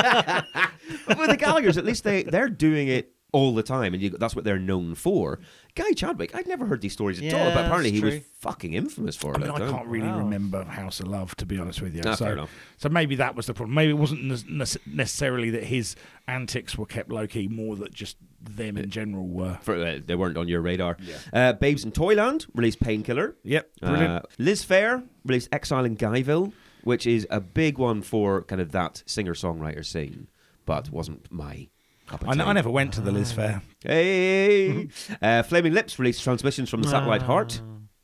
Speaker 2: with the Gallagher's, at least they they're doing it all the time, and you, that's what they're known for. Guy Chadwick, I'd never heard these stories at all,
Speaker 3: Yeah,
Speaker 2: but apparently he
Speaker 3: that's
Speaker 2: was
Speaker 3: true.
Speaker 2: fucking infamous for
Speaker 1: I
Speaker 2: it.
Speaker 1: mean, I
Speaker 2: though.
Speaker 1: can't really
Speaker 3: Wow.
Speaker 1: remember House of Love, to be honest with you.
Speaker 2: Ah,
Speaker 1: so,
Speaker 2: fair enough.
Speaker 1: so maybe that was the problem. Maybe it wasn't ne- nece- necessarily that his antics were kept low key, more that just them in general were.
Speaker 2: For, uh, they weren't on your radar. Uh, Babes in Toyland released Painkiller.
Speaker 1: Yep, brilliant.
Speaker 2: Uh, Liz Fair released Exile in Guyville, which is a big one for kind of that singer songwriter scene, but wasn't my. cup of
Speaker 1: I, n-
Speaker 2: tea.
Speaker 1: I never went to the
Speaker 2: Uh,
Speaker 1: Liz Fair.
Speaker 2: Hey, uh, Flaming Lips released Transmissions from the Satellite Heart,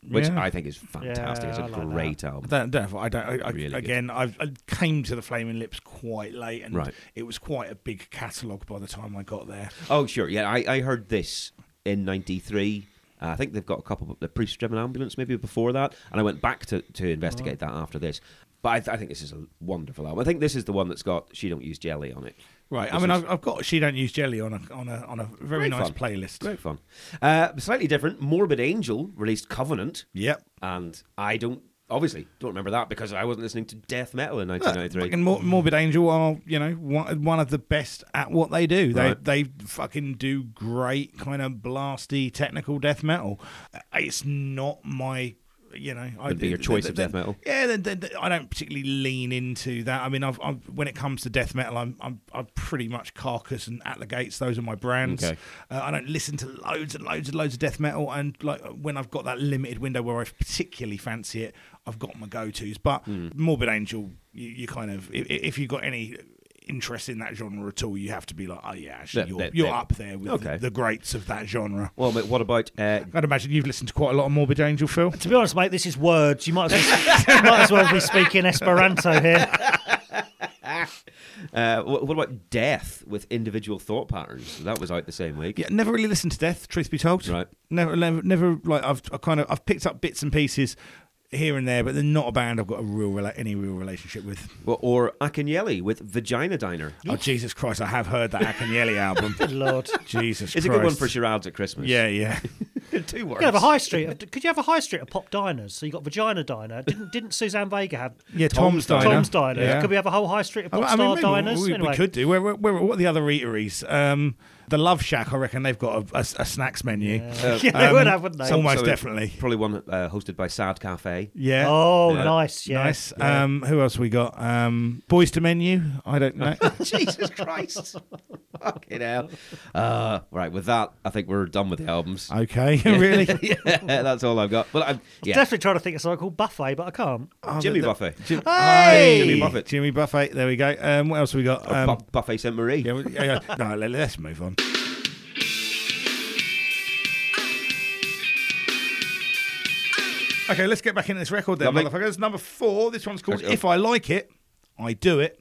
Speaker 2: which
Speaker 1: Yeah.
Speaker 2: I think is fantastic.
Speaker 3: Ah, Yeah,
Speaker 2: it's a
Speaker 3: I like that.
Speaker 2: great album.
Speaker 1: I don't, don't, I don't, I, I,
Speaker 2: Really good.
Speaker 1: again, I've, I came to the Flaming Lips quite late, and
Speaker 2: Right.
Speaker 1: it was quite a big catalogue by the time I got there.
Speaker 2: Oh, sure. Yeah, I, I heard this in 93. Uh, I think they've got a couple of the priest driven ambulance maybe before that. And I went back to, to investigate that after this. But I, th- I think this is a wonderful album. I think this is the one that's got She Don't Use Jelly on it.
Speaker 1: Right. I
Speaker 2: This
Speaker 1: mean,
Speaker 2: is-
Speaker 1: I've, I've got She Don't Use Jelly on a on a on a very
Speaker 2: Great
Speaker 1: nice
Speaker 2: fun.
Speaker 1: playlist.
Speaker 2: Great fun. Uh, slightly different. Morbid Angel released Covenant.
Speaker 1: Yep.
Speaker 2: And I don't. obviously don't remember that because I wasn't listening to death metal in
Speaker 1: Fucking
Speaker 2: 1993.
Speaker 1: Mor- Morbid Angel are, you know, one, one of the best at what they do. They
Speaker 2: Right.
Speaker 1: they fucking do great kind of blasty technical death metal. Uh, It's not my, you know, I
Speaker 2: Would be your choice of death metal.
Speaker 1: Yeah, then then- then I don't particularly lean into that. I mean, I've, I've when it comes to death metal, I'm I'm, I'm pretty much Carcass and At the Gates. Those are my brands.
Speaker 2: Okay.
Speaker 1: Uh, I don't listen to loads and loads and loads of death metal. And like when I've got that limited window where I particularly fancy it, I've got my go tos. But
Speaker 2: Hmm.
Speaker 1: Morbid Angel, you, you kind of i- i- if you've got any interest in that genre at all, you have to be like, oh yeah, actually,
Speaker 2: That-
Speaker 1: you're,
Speaker 2: that-
Speaker 1: you're
Speaker 2: that-
Speaker 1: up there with
Speaker 2: Okay.
Speaker 1: the, the greats of that genre.
Speaker 2: Well, mate, what about uh,
Speaker 1: I'd imagine you've listened to quite a lot of Morbid Angel, Phil.
Speaker 3: To be honest, mate, this is words. You might as well, you might as well be speaking Esperanto here.
Speaker 2: uh, wh- what about death with individual thought patterns? That was out the same week.
Speaker 1: Yeah, never really listened to Death. Truth be told,
Speaker 2: Right.
Speaker 1: Never, never, never. Like I've I kind of I've picked up bits and pieces here and there, but they're not a band I've got a real rela- any real relationship with.
Speaker 2: Well, or Akinyele with Vagina Diner.
Speaker 1: Oh Jesus Christ! I have heard that Akinyele album.
Speaker 3: Good lord.
Speaker 1: Jesus, Christ.
Speaker 2: It's a good one for charades at Christmas.
Speaker 1: Yeah, yeah.
Speaker 2: two words.
Speaker 3: You could have a high street. Of, could you have a high street of pop diners? So you got Vagina Diner. Didn't didn't Suzanne Vega have
Speaker 1: Yeah, Tom's Diner.
Speaker 3: Tom's Diner?
Speaker 1: Yeah.
Speaker 3: Could we have a whole high street of pop
Speaker 1: I mean,
Speaker 3: star
Speaker 1: maybe
Speaker 3: diners?
Speaker 1: We, we
Speaker 3: anyway,
Speaker 1: could do. Where, where, where- what are the other eateries? Um, the Love Shack. I reckon they've got a, a, a snacks menu.
Speaker 3: yeah, they
Speaker 1: Um,
Speaker 3: would have, wouldn't they?
Speaker 1: it's almost
Speaker 2: So
Speaker 1: definitely.
Speaker 2: Probably one uh, hosted by Sad Cafe.
Speaker 1: Yeah.
Speaker 3: Oh,
Speaker 2: Yeah.
Speaker 3: nice. Yeah.
Speaker 1: Nice. Um, who else we got? Um, Boys to Menu. I don't know.
Speaker 2: Jesus Christ. Fucking hell. Uh, right, with that, I think we're done with the albums.
Speaker 1: okay, really.
Speaker 2: yeah, that's all I've got. Well, I'm, yeah.
Speaker 3: Definitely trying to think of something called buffet, but I can't.
Speaker 2: Jimmy Buffet.
Speaker 3: Hey!
Speaker 2: Jimmy Buffet.
Speaker 1: Jimmy Buffet. There we go. Um, what else we got?
Speaker 2: Or
Speaker 1: Um,
Speaker 2: Bu- Buffet Saint Marie.
Speaker 1: yeah, we- yeah, yeah. No, let, us move on. Okay, let's get back into this record then,
Speaker 2: Lovely.
Speaker 1: motherfuckers. Number four. This one's called
Speaker 2: Let's go.
Speaker 1: "If I Like It, I Do It."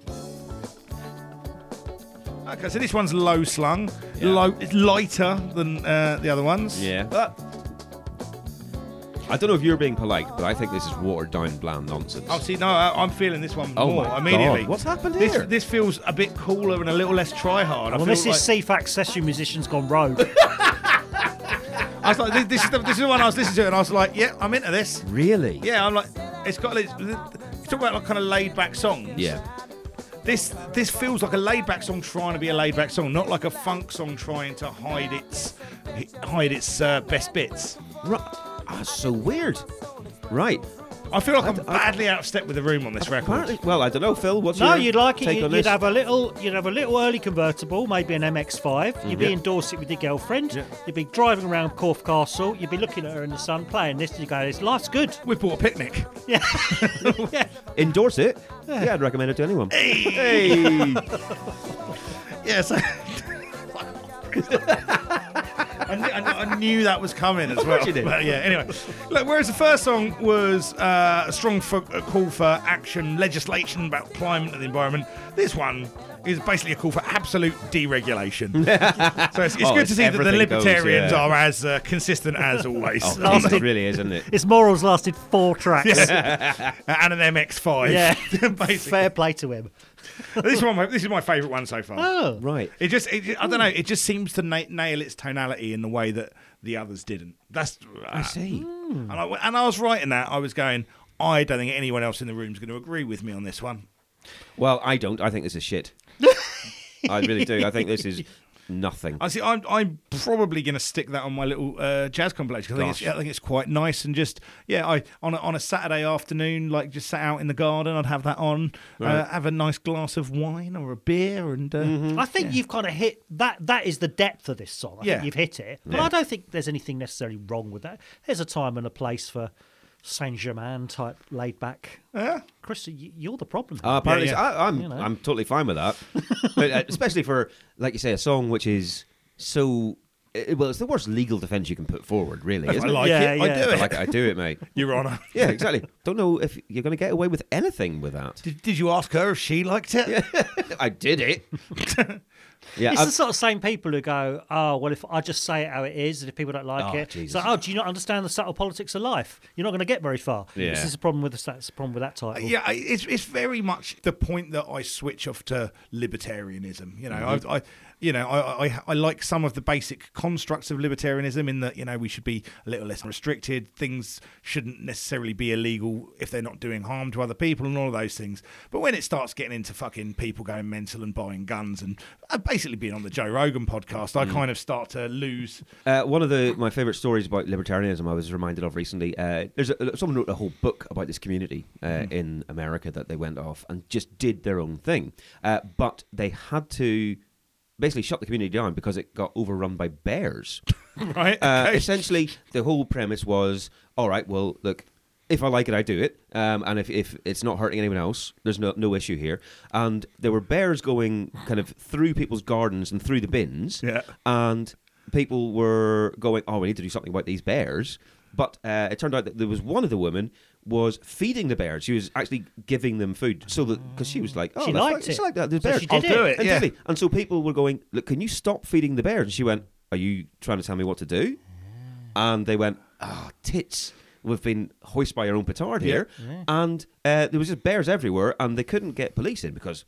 Speaker 1: Okay, so this one's low slung,
Speaker 2: Yeah.
Speaker 1: low, it's lighter than uh, the other ones.
Speaker 2: Yeah. Ah. I don't know if you're being polite, but I think this is watered down, bland nonsense.
Speaker 1: Oh, see, no, I, I'm feeling this one
Speaker 2: Oh
Speaker 1: more
Speaker 2: my
Speaker 1: immediately.
Speaker 2: God. What's happened
Speaker 1: This,
Speaker 2: here?
Speaker 1: this feels a bit cooler and a little less try hard. I
Speaker 3: Well,
Speaker 1: feel
Speaker 3: this
Speaker 1: like-
Speaker 3: is CFAX Session Musicians Gone Rogue.
Speaker 1: I was like, this, this is the, this is the one I was listening to, and I was like, yeah, I'm into this.
Speaker 2: really?
Speaker 1: Yeah, I'm like, it's got. It's, it's talk about like kind of laid back songs.
Speaker 2: Yeah.
Speaker 1: This this feels like a laid back song trying to be a laid back song, not like a funk song trying to hide its hide its uh, best bits.
Speaker 2: Ru- Ah, so weird. Right.
Speaker 1: I feel like I'm badly out of step with the room on this record.
Speaker 2: Apparently, well, I don't know, Phil. What's
Speaker 3: No,
Speaker 2: your
Speaker 3: you'd like it.
Speaker 2: take
Speaker 3: You'd,
Speaker 2: on
Speaker 3: you'd
Speaker 2: this?
Speaker 3: have a little, you'd have a little early convertible, maybe an MX-5. You'd be in Dorset with your girlfriend. You'd be driving around Corfe Castle. You'd be looking at her in the sun, playing this, and you go, "This life's good."
Speaker 1: We bought a picnic.
Speaker 2: Endorse it. Yeah. I'd recommend it to anyone. Hey. Oh,
Speaker 1: Yes. I, knew, I, knew, I knew that was coming as well.
Speaker 2: course you did.
Speaker 1: But yeah. Anyway, look. Whereas the first song was uh, a strong for, a call for action, legislation about climate and the environment, this one is basically a call for absolute deregulation. so it's, it's
Speaker 2: Oh,
Speaker 1: good
Speaker 2: it's
Speaker 1: to see that the
Speaker 2: everything goes,
Speaker 1: libertarians
Speaker 2: yeah.
Speaker 1: are as uh, consistent as always,
Speaker 2: oh,
Speaker 1: Uh,
Speaker 2: Jesus, it really is, isn't it?
Speaker 3: Its morals lasted four tracks.
Speaker 1: and an MX5.
Speaker 3: Yeah.
Speaker 1: basically.
Speaker 3: Fair play to him.
Speaker 1: This one, this is my favourite one so far.
Speaker 2: Ah.
Speaker 3: Oh,
Speaker 2: Right.
Speaker 1: It just, it, I don't
Speaker 2: Hmm.
Speaker 1: know. It just seems to na- nail its tonality in the way that the others didn't. That's ah.
Speaker 2: I see. Hmm.
Speaker 1: And I, and I was writing that. I was going. I don't think anyone else in the room's going to agree with me on this one.
Speaker 2: Well, I don't. I think this is shit. I really do. I think this is nothing. Uh,
Speaker 1: I see. I'm, I'm probably going to stick that on my little uh, jazz compilation. 'cause I think, it's,
Speaker 2: Gosh.
Speaker 1: I think it's quite nice and just yeah. I on a, on a Saturday afternoon, like just sat out in the garden, I'd have that on, uh,
Speaker 2: Right. Mm-hmm.
Speaker 1: have a nice glass of wine or a beer, and uh,
Speaker 3: I think you've kind of hit that. That is the depth of this song. I
Speaker 1: Yeah.
Speaker 3: think you've hit it. But I don't think there's anything necessarily wrong with that. There's a time and a place for Saint Germain type laid back. Yeah. Chris, y- you're the problem.
Speaker 2: Uh, apparently,
Speaker 1: yeah.
Speaker 2: I, I'm
Speaker 3: You know.
Speaker 2: I'm totally fine with that, but, uh, especially for like you say, a song which is so uh, well. It's the worst legal defense you can put forward, really.
Speaker 1: if I
Speaker 2: Isn't it?
Speaker 1: like
Speaker 3: Yeah,
Speaker 1: it,
Speaker 3: yeah.
Speaker 1: I do
Speaker 2: I
Speaker 1: it.
Speaker 2: like it, I do it, mate.
Speaker 1: Your Honour.
Speaker 2: Yeah, exactly. Don't know if you're going to get away with anything with that.
Speaker 1: Did, did you ask her if she liked it?
Speaker 2: I did it. Yeah,
Speaker 3: it's
Speaker 2: I've-
Speaker 3: the sort of same people who go, "Oh, well, if I just say it how it is, and if people don't like
Speaker 2: Oh,
Speaker 3: it,
Speaker 2: Jesus.
Speaker 3: it's like, oh, do you not understand the subtle politics of life? You're not going to get very far."
Speaker 2: Yeah.
Speaker 3: This is the problem with the, that's the problem with that title.
Speaker 1: Yeah, I- it's it's very much the point that I switch off to libertarianism. You know, I, I you know I, I I like some of the basic constructs of libertarianism in that you know we should be a little less restricted. Things shouldn't necessarily be illegal if they're not doing harm to other people and all of those things. But when it starts getting into fucking people going mental and buying guns and uh, basically being on the Joe Rogan podcast, I kind of start to lose.
Speaker 2: Uh, one of the my favourite stories about libertarianism I was reminded of recently. Uh, there's a, someone wrote a whole book about this community uh,
Speaker 1: Hmm.
Speaker 2: in America that they went off and just did their own thing, uh, but they had to basically shut the community down because it got overrun by bears.
Speaker 1: Right?
Speaker 2: Uh,
Speaker 1: Okay.
Speaker 2: Essentially, the whole premise was: all right, well, look, if I like it, I do it, um, and if, if it's not hurting anyone else, there's no no issue here. And there were bears going kind of through people's gardens and through the bins,
Speaker 1: Yeah.
Speaker 2: and people were going, "Oh, we need to do something about these bears." But uh, it turned out that there was one of the women was feeding the bears. She was actually giving them food, so that because she was like, "Oh,
Speaker 3: She
Speaker 2: that's
Speaker 3: liked
Speaker 2: like-
Speaker 3: it.
Speaker 2: She liked that. The
Speaker 3: So
Speaker 2: bears.
Speaker 3: she did I'll do
Speaker 1: it,
Speaker 2: And
Speaker 1: yeah.
Speaker 2: did it. And so people were going, "Look, can you stop feeding the bears?" And she went, "Are you trying to tell me what to do?" And they went, "Ah, tits." We've been hoisted by our own petard here, and uh, there was just bears everywhere, and they couldn't get police in because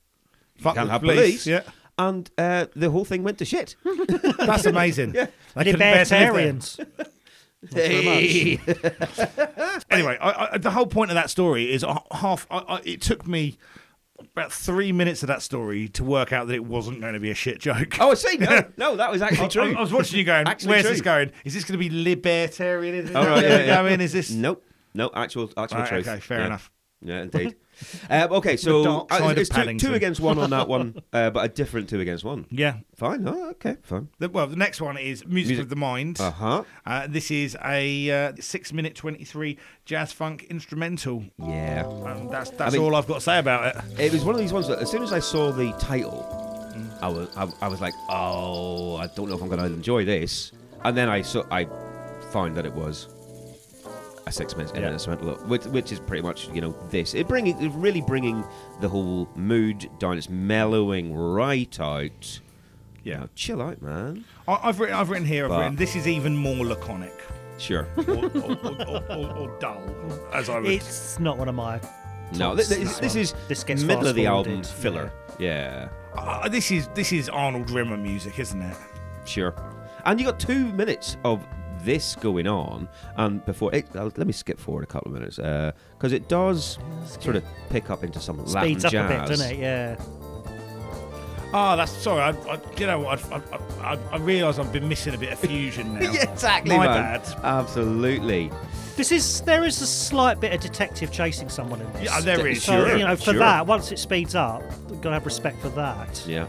Speaker 2: you
Speaker 1: Fuck
Speaker 2: can't
Speaker 1: the
Speaker 2: have
Speaker 1: police,
Speaker 2: police.
Speaker 1: yeah.
Speaker 2: and uh, the whole thing went to shit.
Speaker 1: That's amazing. yeah.
Speaker 3: They're libertarians.
Speaker 2: Hey.
Speaker 1: anyway, I, I, the whole point of that story is a- half. I, I, it took me about three minutes of that story to work out that it wasn't going to be a shit joke.
Speaker 2: Oh, I see. No, no, that was actually
Speaker 1: I,
Speaker 2: true.
Speaker 1: I was watching you going.
Speaker 2: Actually
Speaker 1: Where's
Speaker 2: true.
Speaker 1: this going? Is this going to be libertarianism? Is
Speaker 2: All
Speaker 1: that
Speaker 2: Oh, right,
Speaker 1: where
Speaker 2: yeah,
Speaker 1: we're
Speaker 2: yeah.
Speaker 1: going? Is this
Speaker 2: Nope. No, actual, actual
Speaker 1: Right,
Speaker 2: truth.
Speaker 1: okay, fair
Speaker 2: Yeah.
Speaker 1: enough.
Speaker 2: Yeah, indeed. um, okay, so
Speaker 1: dark
Speaker 2: uh,
Speaker 1: side of
Speaker 2: it's two,
Speaker 1: Paddington.
Speaker 2: two against one on that one, uh, but a different two against one.
Speaker 1: Yeah.
Speaker 2: Fine. Oh, okay, fine.
Speaker 1: The, well, the next one is music,
Speaker 2: Music.
Speaker 1: of the mind.
Speaker 2: Uh huh.
Speaker 1: Uh, this is a uh, six minute twenty three jazz funk instrumental.
Speaker 2: Yeah.
Speaker 1: Um, that's that's
Speaker 2: I mean-
Speaker 1: all I've got to say about it.
Speaker 2: It was one of these ones that as soon as I saw the title,
Speaker 1: Mm.
Speaker 2: I was I, I was like, oh, I don't know if I'm going to enjoy this. And then I saw I found that it was a six minutes
Speaker 1: Yeah.
Speaker 2: instrumental, which, which is pretty much you know this. It bringing it really bringing the whole mood down. It's mellowing right out.
Speaker 1: Yeah.
Speaker 2: Now, chill out, man.
Speaker 1: I, I've written I've written here. I've
Speaker 2: But-
Speaker 1: written this is even more laconic
Speaker 2: Sure.
Speaker 1: or, or, or, or, or, or dull, as I would.
Speaker 3: It's not one of my.
Speaker 2: no,
Speaker 3: tops,
Speaker 2: this, this,
Speaker 3: one.
Speaker 2: is
Speaker 3: this gets
Speaker 2: middle of the album
Speaker 3: fast-forwarded.
Speaker 2: filler. Yeah.
Speaker 1: Uh, this is this is Arnold Rimmer music, isn't it?
Speaker 2: Sure. And you got two minutes of this going on, and before it, I'll- let me skip forward a couple of minutes because it does sort of pick up into some
Speaker 3: Yeah.
Speaker 2: Latin
Speaker 3: Speeds up
Speaker 2: jazz.
Speaker 3: a bit, doesn't it? Yeah.
Speaker 1: Oh, that's sorry. I, I you know what? I, I, I, I realise I've been missing a bit of fusion now.
Speaker 2: Yeah, exactly,
Speaker 1: My
Speaker 2: man.
Speaker 1: bad.
Speaker 2: Absolutely.
Speaker 3: This is there is a slight bit of detective chasing someone in this.
Speaker 1: Yeah, there is.
Speaker 3: so
Speaker 2: Sure,
Speaker 3: you know, for
Speaker 2: sure.
Speaker 3: that, once it speeds up, we've got to have respect for that.
Speaker 2: Yeah.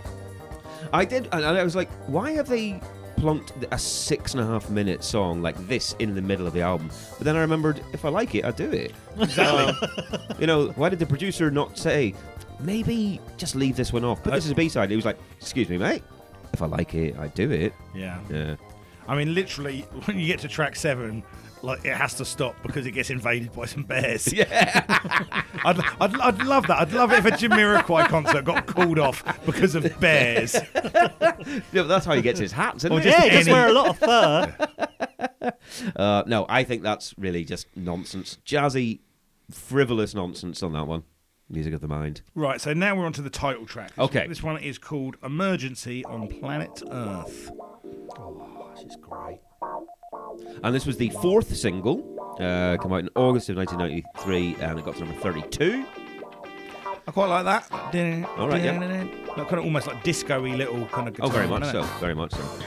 Speaker 2: I did, and and I was like, why have they plunked a six and a half minute song like this in the middle of the album? But then I remembered, if I like it, I do it. Exactly. you know, why did the producer not say, maybe just leave this one off? But this is a B side. He was like, excuse me, mate. If I like it, I do it.
Speaker 1: Yeah.
Speaker 2: Yeah.
Speaker 1: I mean, literally, when you get to track seven, like it has to stop because it gets invaded by some bears. Yeah. I'd, I'd, I'd love that. I'd love it if a Jamiroquai concert got called off because of bears.
Speaker 2: Yeah, but that's how he gets his hats, isn't
Speaker 1: Or
Speaker 2: it?
Speaker 1: Oh, just
Speaker 3: Yeah, he does
Speaker 1: any-
Speaker 3: wear a lot of fur.
Speaker 2: Uh, no, I think that's really just nonsense. Jazzy, frivolous nonsense on that one. Music of the mind.
Speaker 1: Right. So now we're on to the title track. This-
Speaker 2: Okay.
Speaker 1: This one is called "Emergency on Planet Earth."
Speaker 2: And this was the fourth single, uh, come out in August of 1993, and it got to number 32.
Speaker 1: I quite like that. All
Speaker 2: right, yeah.
Speaker 1: That kind of almost like disco-y little kind of guitar.
Speaker 2: Oh, very much
Speaker 1: isn't
Speaker 2: so,
Speaker 1: it?
Speaker 2: very much so.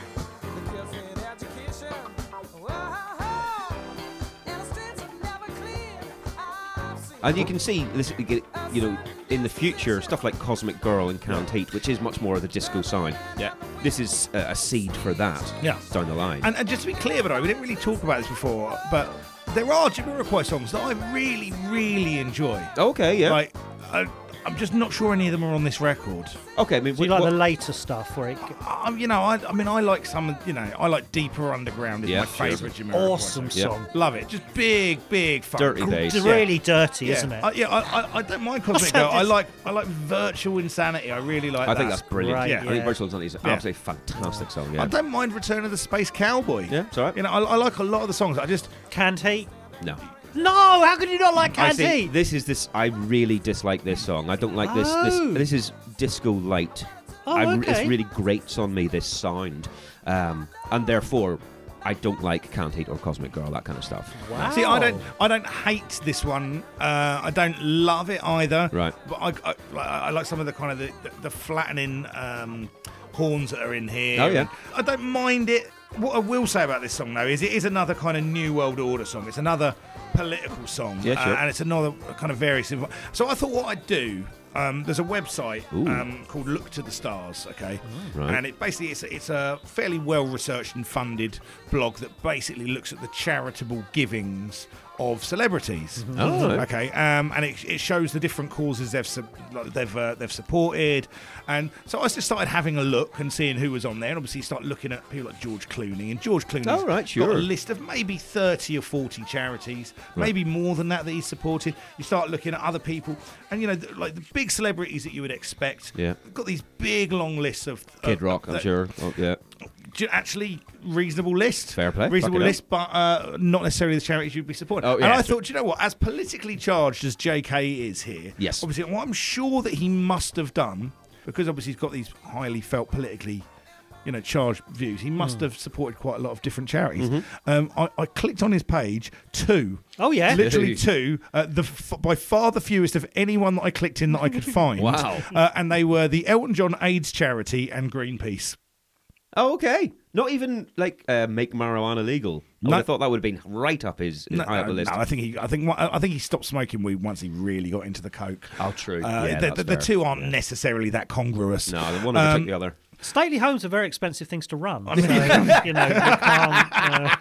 Speaker 2: And you can see this, you know, in the future, stuff like Cosmic Girl and Count Heat, which is much more of the disco side.
Speaker 1: Yeah.
Speaker 2: This is uh, a seed for that.
Speaker 1: Yeah.
Speaker 2: Down the line.
Speaker 1: And, and just to be clear, though, we didn't really talk about this before, but there are Jamiroquai songs that I really, really enjoy.
Speaker 2: okay, yeah.
Speaker 1: Like, I, I'm just not sure any of them are on this record.
Speaker 2: Okay, I mean,
Speaker 3: Do you
Speaker 2: what-
Speaker 3: like
Speaker 2: what-
Speaker 3: the later stuff where it
Speaker 1: I, you know, I, I mean, I like some, of- you know, I like deeper underground is
Speaker 2: Yeah,
Speaker 1: my
Speaker 2: sure.
Speaker 1: favourite Jimmy.
Speaker 3: awesome
Speaker 2: Yeah.
Speaker 3: song?
Speaker 1: Love it. Just big, big fun.
Speaker 2: Dirty
Speaker 1: Cool.
Speaker 2: Days.
Speaker 3: It's
Speaker 2: yeah.
Speaker 3: really dirty,
Speaker 1: Yeah.
Speaker 3: isn't it?
Speaker 1: I, yeah, I, I, I don't mind Cosmic Girl. I like, I like Virtual Insanity. I really like
Speaker 2: I
Speaker 1: that.
Speaker 2: think that's brilliant.
Speaker 3: great,
Speaker 2: yeah. I think
Speaker 3: yeah.
Speaker 2: Virtual Insanity is an absolutely fantastic song. Yeah.
Speaker 1: I don't mind Return of the Space Cowboy.
Speaker 2: Yeah, it's all right.
Speaker 1: You know, I, I like a lot of the songs. I just,
Speaker 3: Canned Heat?
Speaker 2: no.
Speaker 3: No, how could you not like
Speaker 2: I
Speaker 3: Canned
Speaker 2: see.
Speaker 3: Heat?
Speaker 2: This is this. I really dislike this song. I don't like this.
Speaker 3: Oh.
Speaker 2: This, this is disco light.
Speaker 3: Oh,
Speaker 2: I,
Speaker 3: okay.
Speaker 2: It's really grates on me. This sound, um, and therefore, I don't like Can't Heat or Cosmic Girl. That kind of stuff.
Speaker 3: Wow.
Speaker 1: see, I don't, I don't hate this one. Uh, I don't love it either.
Speaker 2: Right.
Speaker 1: But I, I, like- I like some of the kind of the, the, the flattening um, horns that are in here.
Speaker 2: Oh, yeah.
Speaker 1: And I don't mind it. What I will say about this song though is it is another kind of New World Order song. It's another political song.
Speaker 2: Yeah, sure.
Speaker 1: uh, and it's another kind of various. inv- So I thought what I'd do. Um, there's a website
Speaker 2: Ooh.
Speaker 1: um, called Look to the Stars, okay,
Speaker 2: Right.
Speaker 1: and it basically it's, it's a fairly well-researched and funded blog that basically looks at the charitable givings of celebrities.
Speaker 2: Oh.
Speaker 1: Okay, um, and it, it shows the different causes they've su- like they've uh, they've supported, and so I just started having a look and seeing who was on there, and obviously start looking at people like George Clooney, and George Clooney's
Speaker 2: Oh, right,
Speaker 1: got
Speaker 2: sure.
Speaker 1: a list of maybe thirty or forty charities, maybe more than that that he's supported. You start looking at other people, and you know th- like the big celebrities that you would expect.
Speaker 2: Yeah.
Speaker 1: got these big long lists of
Speaker 2: Kid
Speaker 1: of-
Speaker 2: Rock, I'm
Speaker 1: that-
Speaker 2: sure. Oh, yeah.
Speaker 1: ju- actually reasonable list.
Speaker 2: Fair play.
Speaker 1: Reasonable
Speaker 2: Fuck it up.
Speaker 1: list, but uh, not necessarily the charities you'd be supporting.
Speaker 2: Oh,
Speaker 1: and
Speaker 2: yeah,
Speaker 1: I
Speaker 2: sure.
Speaker 1: thought, do you know what? As politically charged as JK is here,
Speaker 2: Yes.
Speaker 1: obviously, what I'm sure that he must have done, because obviously he's got these highly felt politically. You know, charged views. He
Speaker 2: Hmm.
Speaker 1: must have supported quite a lot of different charities.
Speaker 2: Mm-hmm.
Speaker 1: Um, I, I clicked on his page. Two,
Speaker 3: Oh, yeah.
Speaker 1: literally two. Uh, the f- by far the fewest of anyone that I clicked in that I could find.
Speaker 2: Wow.
Speaker 1: Uh, and they were the Elton John AIDS charity and Greenpeace.
Speaker 2: Oh, okay. Not even like uh, make marijuana legal. I
Speaker 1: No.
Speaker 2: would have thought that would have been right up his, his high up the list.
Speaker 1: I think he, I think, I think he stopped smoking weed once he really got into the coke.
Speaker 2: Oh, true.
Speaker 1: Uh,
Speaker 2: Yeah,
Speaker 1: the,
Speaker 2: that's
Speaker 1: the, the
Speaker 2: fair.
Speaker 1: two aren't necessarily that congruous.
Speaker 2: No, the one will
Speaker 1: Um,
Speaker 2: take the other.
Speaker 3: Stately homes are very expensive things to run. so, you know, you can't, uh,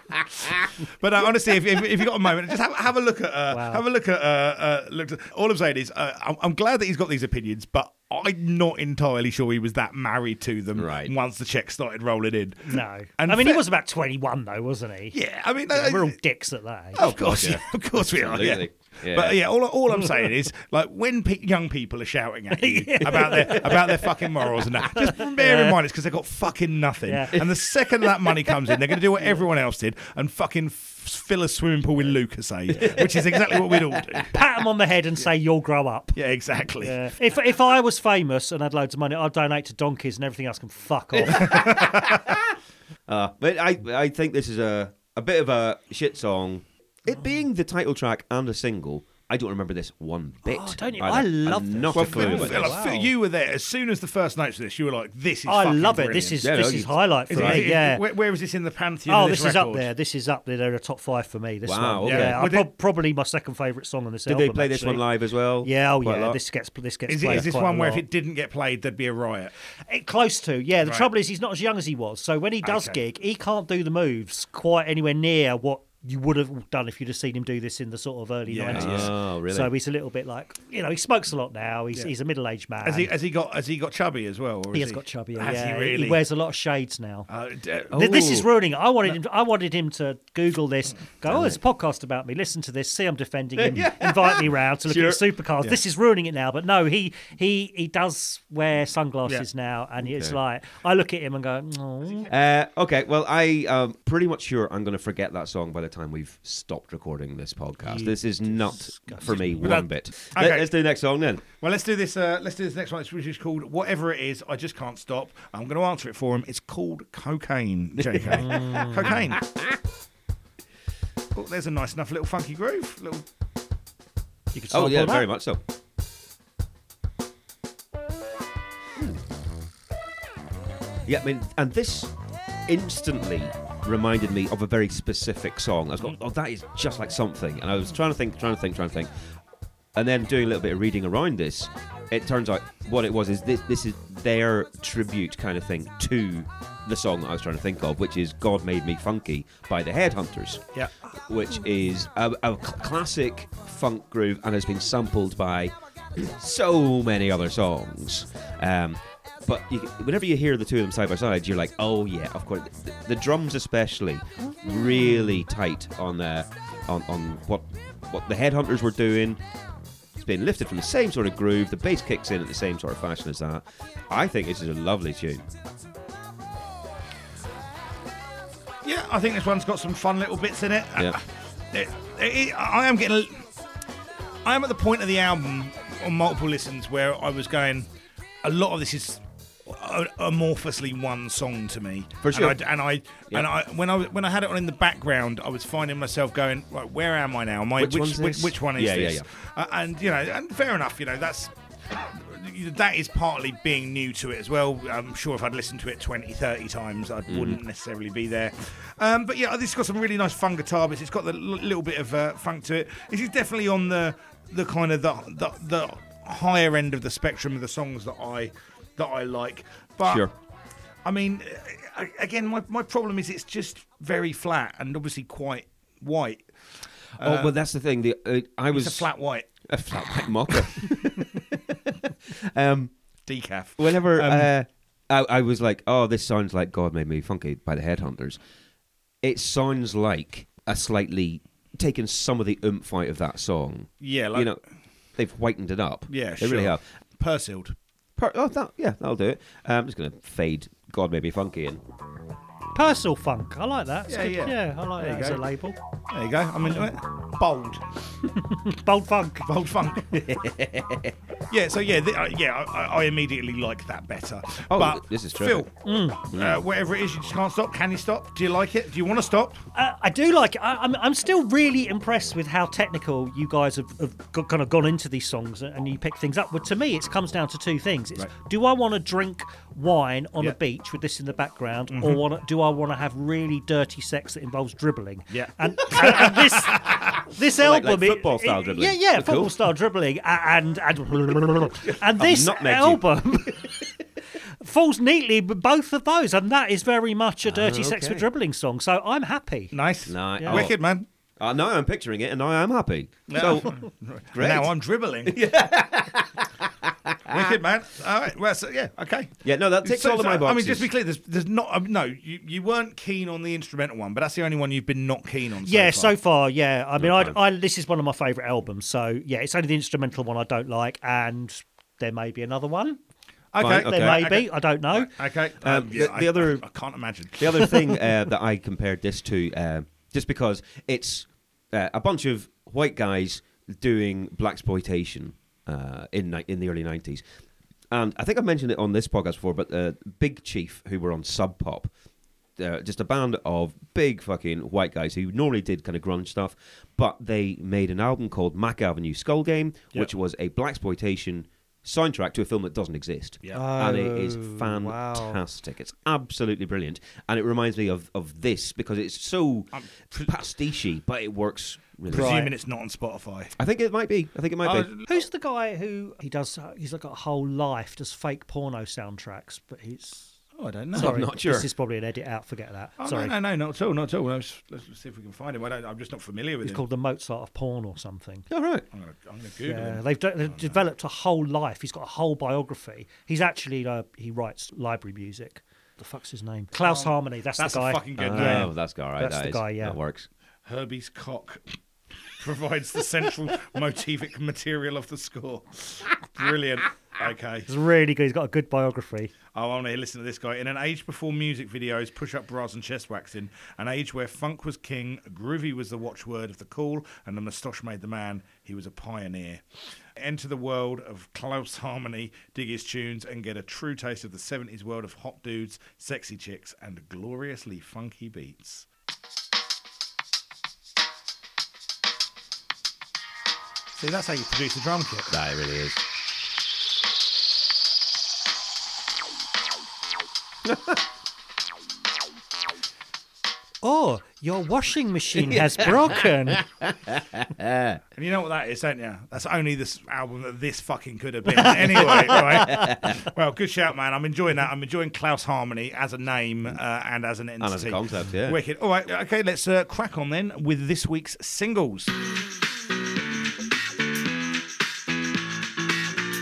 Speaker 1: But uh, honestly, if, if, if you got a moment, just have, have a look at, uh,
Speaker 3: Wow.
Speaker 1: have a look at, uh, uh, look. To, all I'm saying is, uh, I'm, I'm glad that he's got these opinions, but I'm not entirely sure he was that married to them.
Speaker 2: Right.
Speaker 1: Once the check started rolling in.
Speaker 3: no.
Speaker 1: And
Speaker 3: I mean,
Speaker 1: fair-
Speaker 3: he was about 21, though, wasn't he?
Speaker 1: Yeah, I mean,
Speaker 3: We're all
Speaker 1: uh,
Speaker 3: dicks at that age.
Speaker 1: Of course,
Speaker 2: yeah.
Speaker 1: yeah. of course we are. Yeah.
Speaker 2: Absolutely. Yeah.
Speaker 1: But yeah, all, all I'm saying is, like, when pe- young people are shouting at you about their about their fucking morals and that, just bear in mind it's because they've got fucking nothing.
Speaker 3: Yeah.
Speaker 1: And the second that money comes in, they're going to do what everyone else did and fucking f- fill a swimming pool with Lucasade, which is exactly what we'd all do.
Speaker 3: Pat him on the head and say, you'll grow up.
Speaker 1: Yeah, exactly.
Speaker 3: Yeah. If, if I was famous and had loads of money, I'd donate to donkeys and everything else can fuck off.
Speaker 2: Uh, but I, I think this is a, a bit of a shit song. It being the title track and a single, I don't remember this one bit.
Speaker 3: Oh, don't you-
Speaker 2: either.
Speaker 3: I love this.
Speaker 2: Not
Speaker 1: Well,
Speaker 2: a clue.
Speaker 1: Phil,
Speaker 3: Oh,
Speaker 2: about
Speaker 1: Phil,
Speaker 2: this.
Speaker 1: like, Phil, you were there as soon as the first notes of this. You were like, "This is."
Speaker 3: I
Speaker 1: fucking
Speaker 3: love it. This
Speaker 1: brilliant.
Speaker 3: is
Speaker 2: Yeah,
Speaker 3: this
Speaker 2: no,
Speaker 3: is
Speaker 2: you-
Speaker 3: highlight for
Speaker 1: Is it-
Speaker 3: me.
Speaker 1: is it-
Speaker 3: yeah.
Speaker 1: where- where is this in the pantheon?
Speaker 3: Oh,
Speaker 1: of
Speaker 3: this,
Speaker 1: this
Speaker 3: is up
Speaker 1: record?
Speaker 3: there. This is up there. They're a top five for me. This
Speaker 2: Wow,
Speaker 3: one.
Speaker 2: okay.
Speaker 3: Yeah,
Speaker 1: Would
Speaker 3: I,
Speaker 1: it-
Speaker 3: probably my second favourite song on this
Speaker 2: Did
Speaker 3: album.
Speaker 2: they play this one
Speaker 3: actually.
Speaker 2: live as well?
Speaker 3: Yeah, oh
Speaker 2: Quite a
Speaker 3: yeah.
Speaker 2: lot?
Speaker 3: This gets this gets
Speaker 1: Is, it,
Speaker 3: played
Speaker 1: is this
Speaker 3: quite a
Speaker 1: one where if
Speaker 3: lot.
Speaker 1: it didn't get played, there'd be a riot?
Speaker 3: It- eh, close to, yeah. The
Speaker 1: Right.
Speaker 3: trouble is, he's not as young as he was. So when he does
Speaker 1: Okay.
Speaker 3: gig, he can't do the moves quite anywhere near what you would have done if you'd have seen him do this in the sort of early
Speaker 1: Yeah.
Speaker 3: nineties.
Speaker 2: Oh, really?
Speaker 3: So he's a little bit like, you know, he smokes a lot now. He's,
Speaker 1: Yeah.
Speaker 3: he's a middle-aged man.
Speaker 1: Has he has he got has he got chubby as well? Or
Speaker 3: he
Speaker 1: is
Speaker 3: has got chubby.
Speaker 1: Has
Speaker 3: yeah,
Speaker 1: he really?
Speaker 3: wears a lot of shades now.
Speaker 1: Uh, d-
Speaker 3: Th- This is
Speaker 2: Ooh.
Speaker 3: ruining it. I wanted him. I wanted him to Google this. Go, oh, there's a podcast about me. Listen to this. See, I'm defending him. Invite me round to look at the supercars. This is ruining it now. But no, he he he does wear sunglasses now, and it's
Speaker 2: Okay.
Speaker 3: like I look at him and go, "Oh."
Speaker 2: Uh, okay, well, I am pretty much sure I'm going to forget that song by the time we've stopped recording this podcast. this is not for me one bit. Let,
Speaker 1: Okay.
Speaker 2: us do the next song then.
Speaker 1: well, let's do this. Uh, let's do this next one, which is called whatever it is. I just can't stop. I'm going to answer it for him. It's called cocaine.
Speaker 3: Mm.
Speaker 1: JK, cocaine. Oh, there's a nice enough little funky groove. Little
Speaker 3: you could
Speaker 2: Oh, yeah,
Speaker 3: sample that.
Speaker 2: very much so. Yeah, I mean, and this instantly reminded me of a very specific song. I was going, oh, that is just like something. And I was trying to think, trying to think, trying to think. And then doing a little bit of reading around this, it turns out what it was is this, this is their tribute kind of thing to the song that I was trying to think of, which is God Made Me Funky by the Headhunters
Speaker 1: yeah.
Speaker 2: which is a, a cl- classic funk groove and has been sampled by so many other songs. Um, but you, whenever you hear the two of them side by side, you're like, oh yeah, of course. The, the drums, especially, really tight on uh, on on what what the headhunters were doing. It's been lifted from the same sort of groove. The bass kicks in at the same sort of fashion as that. I think this is a lovely tune.
Speaker 1: Yeah, I think this one's got some fun little bits in it. Uh,
Speaker 2: Yeah.
Speaker 1: It- it- I am getting. a- I am at the point of the album on multiple listens where I was going. A lot of this is a- amorphously one song to me.
Speaker 2: For sure.
Speaker 1: And I, and I,
Speaker 2: Yeah.
Speaker 1: and I when I when I had it on in the background, I was finding myself going, right, where am I now? Am I
Speaker 2: Which
Speaker 1: which,
Speaker 2: one's
Speaker 1: which,
Speaker 2: this?
Speaker 1: which one is
Speaker 2: Yeah, yeah,
Speaker 1: this? Uh, and you know, and fair enough. You know, that's that is partly being new to it as well. I'm sure if I'd listened to it 20, 30 times, I
Speaker 2: Mm-hmm.
Speaker 1: wouldn't necessarily be there. Um, but yeah, this has got some really nice fun guitar bits. It's got the l- little bit of uh, funk to it. This is definitely on the the kind of the, the the higher end of the spectrum of the songs that I that I like. But
Speaker 2: Sure.
Speaker 1: I mean, uh, again, my, my problem is it's just very flat and obviously quite white.
Speaker 2: oh, well, that's the thing. The uh, I was
Speaker 1: It's a flat white
Speaker 2: a flat white mocker. um,
Speaker 1: decaf.
Speaker 2: whenever
Speaker 1: Um,
Speaker 2: uh, I, I was like, "Oh, this sounds like God Made Me Funky" by the Headhunters, it sounds like a slightly taken some of the oomph out of that song.
Speaker 1: Yeah, like-
Speaker 2: you know, they've whitened it up.
Speaker 1: Yeah,
Speaker 2: they
Speaker 1: sure.
Speaker 2: really have.
Speaker 1: Persiled.
Speaker 2: Per- oh, that, yeah, that'll do it. Uh, I'm just gonna fade God Made Me Funky in.
Speaker 3: Personal funk. I like that. It's
Speaker 1: Yeah,
Speaker 3: good.
Speaker 1: yeah.
Speaker 3: I like
Speaker 1: There
Speaker 3: that
Speaker 1: you
Speaker 3: as
Speaker 1: go.
Speaker 3: a label.
Speaker 1: There you go. I'm into it. Bold,
Speaker 3: Bold funk.
Speaker 1: bold funk. yeah. So yeah, th- uh, yeah. I- I, I immediately like that better.
Speaker 2: Oh,
Speaker 1: but
Speaker 2: this is
Speaker 1: Phil.
Speaker 2: terrific. Mm.
Speaker 1: Uh, whatever it is, you just can't stop. Can you stop? Do you like it? Do you want to stop?
Speaker 3: Uh, I do like it. I, I'm, I'm still really impressed with how technical you guys have, have got, kind of gone into these songs and you pick things up. But to me, it comes down to two things. It's, Do I want to drink wine on
Speaker 1: Yeah.
Speaker 3: a beach with this in the background
Speaker 2: Mm-hmm.
Speaker 3: or wanna, do I want to have really dirty sex that involves dribbling?
Speaker 1: Yeah.
Speaker 3: And, and- and this... This
Speaker 2: Like-
Speaker 3: album,
Speaker 2: like
Speaker 3: it-
Speaker 2: football-style
Speaker 3: it-
Speaker 2: dribbling.
Speaker 3: yeah, yeah,
Speaker 2: Cool.
Speaker 3: football style dribbling, a- and and and this
Speaker 2: nutmegged you.
Speaker 3: album falls neatly with both of those, and that is very much a dirty sex with
Speaker 2: okay.
Speaker 3: dribbling song. So I'm happy.
Speaker 1: Nice.
Speaker 2: Nice.
Speaker 3: Yeah.
Speaker 1: Wicked man.
Speaker 2: Uh, now I'm picturing it, and now I'm happy. So great.
Speaker 1: Now I'm dribbling. Wicked man. All right. Well, so, yeah. Okay.
Speaker 2: Yeah, no, that ticks
Speaker 1: So-
Speaker 2: all of
Speaker 1: so,
Speaker 2: my boxes.
Speaker 1: I mean, just to be clear. There's, there's not. Um, no, you, you weren't keen on the instrumental one, but that's the only one you've been not keen on.
Speaker 3: Yeah,
Speaker 1: so far.
Speaker 3: so far, yeah. I mean, I, I this is one of my favourite albums, so yeah, it's only the instrumental one I don't like, and there may be another one.
Speaker 1: okay.
Speaker 2: Fine,
Speaker 3: There
Speaker 2: okay.
Speaker 3: may be, I don't know.
Speaker 1: Okay.
Speaker 2: Um, the- the
Speaker 1: I-
Speaker 2: other-
Speaker 1: I, I can't imagine.
Speaker 2: The other thing uh, that I compared this to, uh, just because it's uh, a bunch of white guys doing black exploitation uh, in ni- in the early nineties, and I think I mentioned it on this podcast before, but uh, Big Chief, who were on Sub Pop, uh, just a band of big fucking white guys who normally did kind of grunge stuff, but they made an album called Mac Avenue Skull Game, which was a black exploitation soundtrack to a film that doesn't exist.
Speaker 3: Yeah.
Speaker 2: And it is
Speaker 3: Oh, wow.
Speaker 2: fantastic. It's absolutely brilliant. And it reminds me of, of this because it's so pastiche, but it works really well.
Speaker 1: Presuming
Speaker 3: Right.
Speaker 1: it's not on Spotify.
Speaker 2: I think it might be. I think it might be.
Speaker 3: Who's the guy who he does? He's got a whole life does fake porno soundtracks, but he's
Speaker 1: Oh, I don't know.
Speaker 3: sorry,
Speaker 2: not sure.
Speaker 3: This is probably an edit out. Forget that.
Speaker 1: Oh,
Speaker 3: sorry,
Speaker 1: No, no, no, not at all, not at all. Let's, let's see if we can find him. I don't, I'm just not familiar with
Speaker 3: it's
Speaker 1: him.
Speaker 3: called the Mozart of porn or something.
Speaker 2: All right.
Speaker 1: I'm going to Google Oh,
Speaker 3: Yeah,
Speaker 1: him.
Speaker 3: they've, de- they've developed a whole life. He's got a whole biography. He's actually uh, he writes library music. The fuck's his name? Klaus Harmony. That's,
Speaker 1: Oh, That's
Speaker 3: the
Speaker 1: a
Speaker 3: guy. Uh,
Speaker 1: fucking good
Speaker 2: Oh,
Speaker 1: name.
Speaker 2: that's all right.
Speaker 3: That's
Speaker 2: that
Speaker 3: the
Speaker 2: is.
Speaker 3: guy, yeah.
Speaker 2: That works.
Speaker 1: Herbie's cock provides the central motivic material of the score. Brilliant. Okay.
Speaker 3: It's really good. He's got a good biography.
Speaker 1: Oh, I want to listen to this guy. In an age before music videos, push up bras, and chest waxing, an age where funk was king, groovy was the watchword of the cool, and the moustache made the man, he was a pioneer. Enter the world of close harmony, dig his tunes, and get a true taste of the 70s world of hot dudes, sexy chicks, and gloriously funky beats. See, that's how you produce a drum kit.
Speaker 2: That it really is.
Speaker 3: Oh, your washing machine has broken.
Speaker 1: And you know what that is, don't you? That's only this album that this fucking could have been. anyway, right? Well, good shout, man. I'm enjoying that. I'm enjoying Klaus Harmony as a name uh, and as an entity.
Speaker 2: as a concept, yeah.
Speaker 1: Wicked. All right, okay, let's uh, crack on then with this week's singles.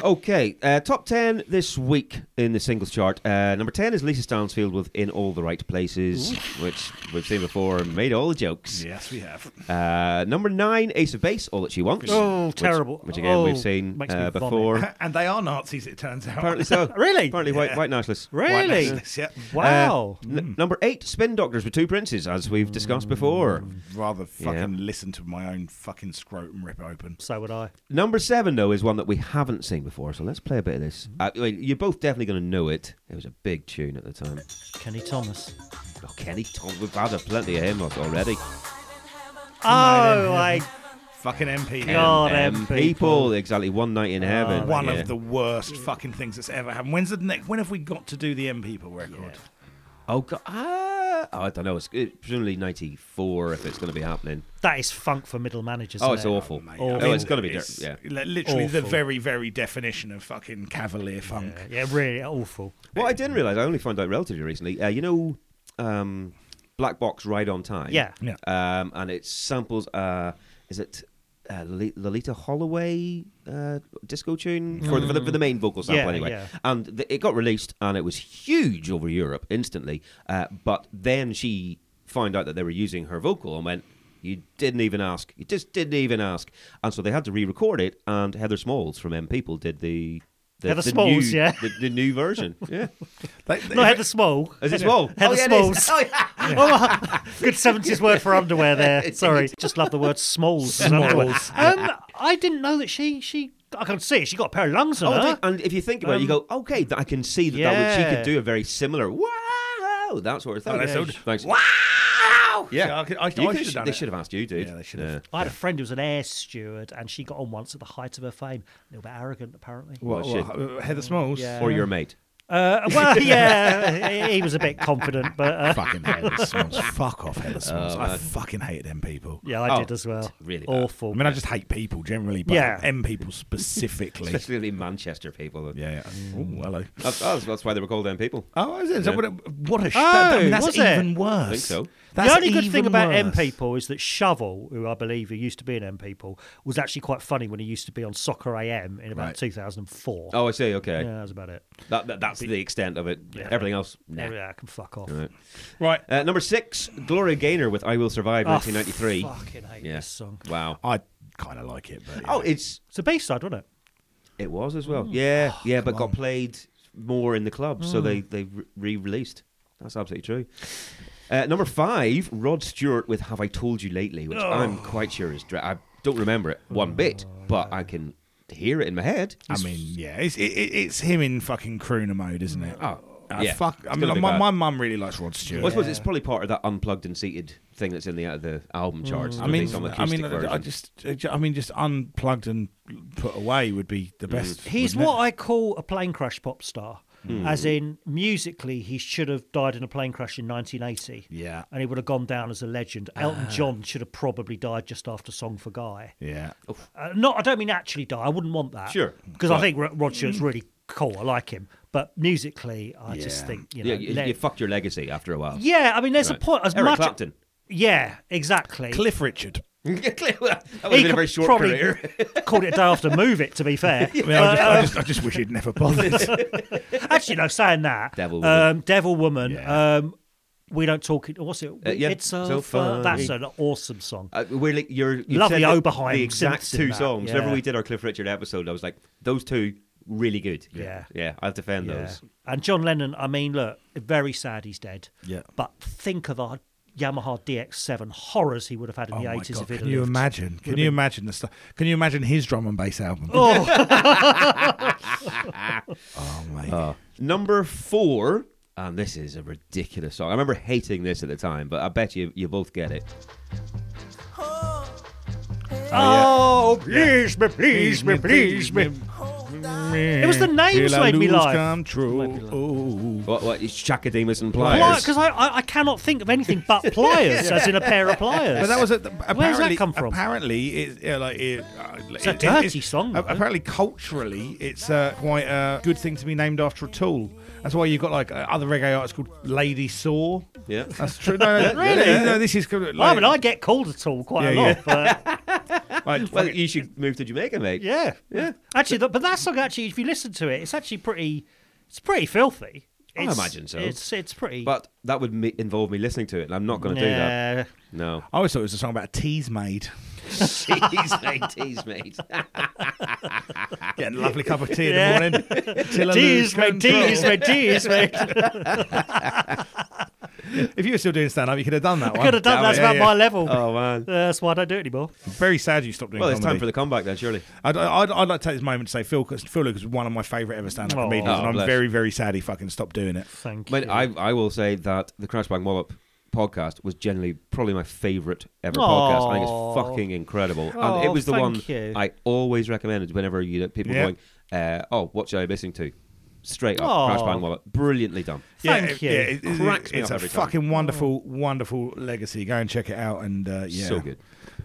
Speaker 2: Okay, uh, top 10 this week in the singles chart. Uh, number 10 is Lisa Stansfield with In All the Right Places, which we've seen before and made all the jokes.
Speaker 1: Yes, we have.
Speaker 2: Uh, number 9, Ace of Base, All That She Wants.
Speaker 3: Oh,
Speaker 2: which-
Speaker 3: terrible.
Speaker 2: Which, again,
Speaker 3: Oh,
Speaker 2: we've seen
Speaker 3: makes me
Speaker 2: uh,
Speaker 3: vomit.
Speaker 2: before.
Speaker 1: and they are Nazis, it turns out.
Speaker 2: Apparently so.
Speaker 3: Really?
Speaker 2: Apparently white, white nationalists.
Speaker 1: White
Speaker 3: Really?
Speaker 1: nationalists, yeah.
Speaker 3: Wow.
Speaker 2: Uh, n- number 8, Spin Doctors with Two Princes, as we've discussed before.
Speaker 1: Rather
Speaker 2: Yeah.
Speaker 1: fucking listen to my own fucking scrotum rip open.
Speaker 3: so would I.
Speaker 2: Number seven, though, is one that we haven't seen before, so let's play a bit of this. Uh, well, you're both definitely going to know it. It was a big tune at the time.
Speaker 3: Kenny Thomas.
Speaker 2: Oh, Kenny Tom, we've had a plenty of him already.
Speaker 3: Oh, I
Speaker 2: Oh,
Speaker 1: Fucking MP.
Speaker 3: Yeah. God, them
Speaker 2: people.
Speaker 3: people.
Speaker 2: exactly. One night in heaven.
Speaker 1: One
Speaker 2: yeah.
Speaker 1: of the worst fucking things that's ever happened. When's the next? When have we got to do the M People record?
Speaker 2: Oh god. ah, oh, I don't know. It's it, presumably '94 if it's going to be happening.
Speaker 3: that is funk for middle managers.
Speaker 2: Oh,
Speaker 3: isn't
Speaker 2: it's
Speaker 3: it?
Speaker 2: awful.
Speaker 1: Mate,
Speaker 2: Oh,
Speaker 1: I
Speaker 3: mean,
Speaker 2: it's going to be.
Speaker 1: it's
Speaker 2: Dirt. Yeah.
Speaker 1: li- Literally the
Speaker 3: Awful.
Speaker 1: very, very definition of fucking cavalier funk.
Speaker 3: Yeah, yeah, really awful.
Speaker 2: Well, I didn't realize. I only found out relatively recently. Uh, you know, um, Black Box Ride on Time.
Speaker 3: Yeah.
Speaker 1: Yeah.
Speaker 2: Um, and it samples. Uh, is it uh, Loli- Lolita Holloway uh, disco tune for, the, for the for the main vocal sample
Speaker 3: Yeah,
Speaker 2: anyway?
Speaker 3: yeah.
Speaker 2: And th- it got released, and it was huge over Europe instantly. Uh, but then she found out that they were using her vocal and went. You didn't even ask. You just didn't even ask, and so they had to re-record it. And Heather Smalls from M People did the, the
Speaker 3: Heather
Speaker 2: the
Speaker 3: Smalls,
Speaker 2: new-
Speaker 3: yeah.
Speaker 2: the, the new version. Yeah,
Speaker 1: They- they-
Speaker 3: No, Heather Small.
Speaker 2: is it small?
Speaker 3: Heather
Speaker 2: oh, yeah, it is.
Speaker 3: Smalls.
Speaker 2: Oh, yeah.
Speaker 3: Oh, my- good seventies word for underwear there. Sorry, just love the word smalls. as an underwear. Um, I didn't know that she she. I can see it. she got a pair of lungs on
Speaker 2: Oh,
Speaker 3: her.
Speaker 2: they- and if you think about it, you
Speaker 1: Um,
Speaker 2: go, okay, th- I can see that, that would, she
Speaker 3: Yeah.
Speaker 2: could do a very similar wow, that sort of thing.
Speaker 1: Oh, that's so-
Speaker 2: Thanks.
Speaker 1: Wow!
Speaker 2: Yeah,
Speaker 1: I, could- I, I
Speaker 2: You could-
Speaker 1: should have done
Speaker 2: They
Speaker 1: it.
Speaker 2: should have asked you, dude.
Speaker 1: Yeah, they should have.
Speaker 3: I had a friend who was an air steward, and she got on once at the height of her fame. A little bit arrogant, apparently.
Speaker 2: What, shit?
Speaker 1: Well, uh, Heather Smalls.
Speaker 3: Yeah.
Speaker 2: Or your mate.
Speaker 3: Uh, well, yeah, he was a bit confident, but uh,
Speaker 1: Fucking Heather Smalls. Oh, Fuck off, Heather Smalls. I
Speaker 2: man.
Speaker 1: fucking hate them people.
Speaker 3: yeah, I
Speaker 2: Oh,
Speaker 3: did as well.
Speaker 2: really bad.
Speaker 3: awful.
Speaker 1: I mean, I just hate people generally, but
Speaker 3: Yeah.
Speaker 1: M people specifically.
Speaker 2: Especially Manchester people.
Speaker 1: yeah, yeah. Ooh, hello.
Speaker 2: That's, that's- that's why they were called them people.
Speaker 1: Oh, is it? Is that
Speaker 2: Yeah.
Speaker 1: what, it- what a sh- that- I
Speaker 3: Oh,
Speaker 1: mean, that's
Speaker 3: was it?
Speaker 1: even worse.
Speaker 2: I think so.
Speaker 1: That's
Speaker 3: the only good thing
Speaker 1: even
Speaker 3: about
Speaker 1: worse.
Speaker 3: M people is that Shovel, who I believe who used to be an M people, was actually quite funny when he used to be on Soccer AM in about
Speaker 1: Right.
Speaker 3: 2004.
Speaker 2: Oh, I see. Okay,
Speaker 3: Yeah, that's about it.
Speaker 2: that, that, that's the extent of it.
Speaker 3: Yeah.
Speaker 2: Everything else, nah.
Speaker 3: Yeah, I can fuck off.
Speaker 2: Right.
Speaker 1: Right.
Speaker 2: Uh, number six, Gloria Gaynor with "I Will Survive"
Speaker 3: Oh,
Speaker 2: 1993.
Speaker 3: fucking hate
Speaker 2: Yeah.
Speaker 3: this song.
Speaker 2: Wow.
Speaker 1: I kind of like it, but yeah.
Speaker 2: Oh, it's
Speaker 3: It's a B side, wasn't it?
Speaker 2: It was as well.
Speaker 1: Mm.
Speaker 2: Yeah,
Speaker 1: Oh,
Speaker 2: yeah, but got played more in the club, so they
Speaker 1: Mm.
Speaker 2: they re-released. That's absolutely true. Uh, number five, Rod Stewart with "Have I Told You Lately,"
Speaker 1: Oh.
Speaker 2: which I'm quite sure is. Dra- I don't remember it one bit, but I can hear it in my head.
Speaker 1: I mean, yeah, it's it, it- it's him in fucking crooner mode, isn't it?
Speaker 2: Oh,
Speaker 1: Uh,
Speaker 2: yeah.
Speaker 1: Fuck.
Speaker 2: It's
Speaker 1: I
Speaker 2: gonna
Speaker 1: mean,
Speaker 2: be
Speaker 1: my,
Speaker 2: bad.
Speaker 1: my mum really likes Rod Stewart.
Speaker 2: Well, I suppose it's probably part of that unplugged and seated thing that's in the uh, the album charts.
Speaker 1: Mm. I mean,
Speaker 2: some
Speaker 1: I mean,
Speaker 2: acoustic
Speaker 1: I- I
Speaker 2: version.
Speaker 1: just, I mean, just unplugged and put away would be the best.
Speaker 3: He's
Speaker 1: wouldn't
Speaker 3: what I call a plane crash pop star. As in, musically, he should have died in a plane crash in 1980.
Speaker 1: it? Yeah,
Speaker 3: And he would have gone down as a legend.
Speaker 2: Ah.
Speaker 3: Elton John should have probably died just after Song for Guy.
Speaker 1: yeah.
Speaker 2: Oh,
Speaker 3: Uh, not, I don't mean actually die. I wouldn't want that.
Speaker 2: Sure.
Speaker 3: Because I
Speaker 2: Right.
Speaker 3: think Ro- Rod Stewart's really cool. I like him. But musically, I just
Speaker 1: Yeah.
Speaker 3: think, you know.
Speaker 2: yeah, you,
Speaker 3: let-
Speaker 2: you fucked your legacy after a while.
Speaker 3: Yeah, I mean, there's
Speaker 2: Right.
Speaker 3: a point. As
Speaker 2: Eric
Speaker 3: much,
Speaker 2: Clapton.
Speaker 3: Yeah, exactly.
Speaker 1: Cliff Richard.
Speaker 2: that would have been a very short
Speaker 3: probably
Speaker 2: career.
Speaker 3: called it a day after move it, to be fair. Uh,
Speaker 1: I, mean, I, just, I, just, I just wish he'd never bothered.
Speaker 3: Actually, no, saying that.
Speaker 2: Devil Woman.
Speaker 3: Um, Devil Woman.
Speaker 1: Yeah.
Speaker 3: Um, we don't talk. it- What's it?
Speaker 2: Uh, yeah,
Speaker 3: It's so,
Speaker 2: so
Speaker 3: fun. That's
Speaker 2: funny.
Speaker 3: an awesome song.
Speaker 2: Uh, we're like, you're, you
Speaker 3: Lovely
Speaker 2: said that
Speaker 3: Oberheim
Speaker 2: The exact
Speaker 3: synths in
Speaker 2: two
Speaker 3: that,
Speaker 2: songs.
Speaker 3: yeah.
Speaker 2: Whenever we did our Cliff Richard episode, I was like, those two really good.
Speaker 3: Yeah.
Speaker 2: yeah. I'll defend
Speaker 3: Yeah.
Speaker 2: those.
Speaker 3: And John Lennon, I mean, look, very sad he's dead.
Speaker 1: Yeah.
Speaker 3: But think of our Yamaha DX7 horrors he would have had in
Speaker 1: Oh
Speaker 3: the
Speaker 1: my
Speaker 3: 80s
Speaker 1: God,
Speaker 3: if he'd
Speaker 1: can
Speaker 3: have
Speaker 1: you
Speaker 3: lived.
Speaker 1: imagine? Can you imagine the stuff? Can you imagine his drum and bass album?
Speaker 3: Oh,
Speaker 1: Oh, mate.
Speaker 2: Uh, Number four, and this is a ridiculous song. I remember hating this at the time, but I bet you you both get it.
Speaker 3: oh please me, please me, please me. It was the names
Speaker 1: Till I
Speaker 3: made me
Speaker 1: lose
Speaker 3: laugh.
Speaker 1: Come true.
Speaker 2: What? What? It's Chakademus and Pliers.
Speaker 3: Because I, I, I cannot think of anything but pliers, as in a pair of pliers.
Speaker 1: But that was a,
Speaker 3: Where's
Speaker 1: apparently-
Speaker 3: that come from?
Speaker 1: Apparently, it's yeah, like it, uh,
Speaker 3: a
Speaker 1: it-
Speaker 3: dirty
Speaker 1: it's-
Speaker 3: song,
Speaker 1: a-
Speaker 3: though.
Speaker 1: Apparently, culturally, it's uh, quite a good thing to be named after a tool. That's why you've got like uh, other reggae artists called Lady Saw.
Speaker 2: Yeah.
Speaker 1: That's true. No, no,
Speaker 3: Really?
Speaker 1: No, this is. called,
Speaker 3: I
Speaker 1: Like,
Speaker 3: mean, I get called at all quite a
Speaker 1: Yeah,
Speaker 3: lot, but
Speaker 1: Like,
Speaker 2: Well,
Speaker 1: fucking-
Speaker 2: you should move to Jamaica, mate.
Speaker 3: Yeah, yeah. Actually, th- but that song actually, if you listen to it, it's actually pretty. It's pretty filthy.
Speaker 2: I
Speaker 3: It's-
Speaker 2: imagine so.
Speaker 3: It's it's pretty.
Speaker 2: But that would me- involve me listening to it, and I'm not going to
Speaker 3: yeah.
Speaker 2: do that. No.
Speaker 1: I always thought it was a song about a tease made.
Speaker 2: Jeez, mate, tease, mate.
Speaker 1: Getting a lovely cup of tea
Speaker 3: Yeah.
Speaker 1: in the morning. till I lose
Speaker 3: D's, mate,
Speaker 1: control.
Speaker 3: D's, mate, D's, mate.
Speaker 1: If you were still doing stand up, you could have done that one.
Speaker 3: Could have done that's
Speaker 1: Yeah,
Speaker 3: about
Speaker 1: yeah.
Speaker 3: my level. Uh,
Speaker 2: Oh, man.
Speaker 3: That's why I don't do it anymore.
Speaker 1: Very sad you stopped doing
Speaker 2: Well, it's
Speaker 1: comedy.
Speaker 2: time for the comeback then, surely.
Speaker 1: I'd, I'd, I'd like to take this moment to say Phil, Phil Lucas is one of my favourite ever stand up
Speaker 3: Oh.
Speaker 1: comedians,
Speaker 2: Oh,
Speaker 1: and I'm
Speaker 2: bless.
Speaker 1: very, very sad he fucking stopped doing it.
Speaker 3: Thank
Speaker 2: But
Speaker 3: you.
Speaker 2: I, I will say that the Crash Bang Wallop podcast was generally probably my favourite ever
Speaker 3: Aw.
Speaker 2: podcast. I think it's fucking incredible. and
Speaker 3: Aw,
Speaker 2: it was the
Speaker 3: thank
Speaker 2: one
Speaker 3: you.
Speaker 2: I always recommended whenever you know, people
Speaker 1: Yeah.
Speaker 2: going, uh, oh, what should I be listening to? Straight up,
Speaker 3: Aw.
Speaker 2: Crash Bang Wallop. Brilliantly done.
Speaker 3: Thank
Speaker 1: yeah,
Speaker 3: you.
Speaker 1: it- it-
Speaker 2: Cracks me
Speaker 1: it's a
Speaker 2: up every time.
Speaker 1: fucking
Speaker 3: Oh.
Speaker 1: wonderful, wonderful legacy. Go and check it out, and uh, yeah,
Speaker 2: So good.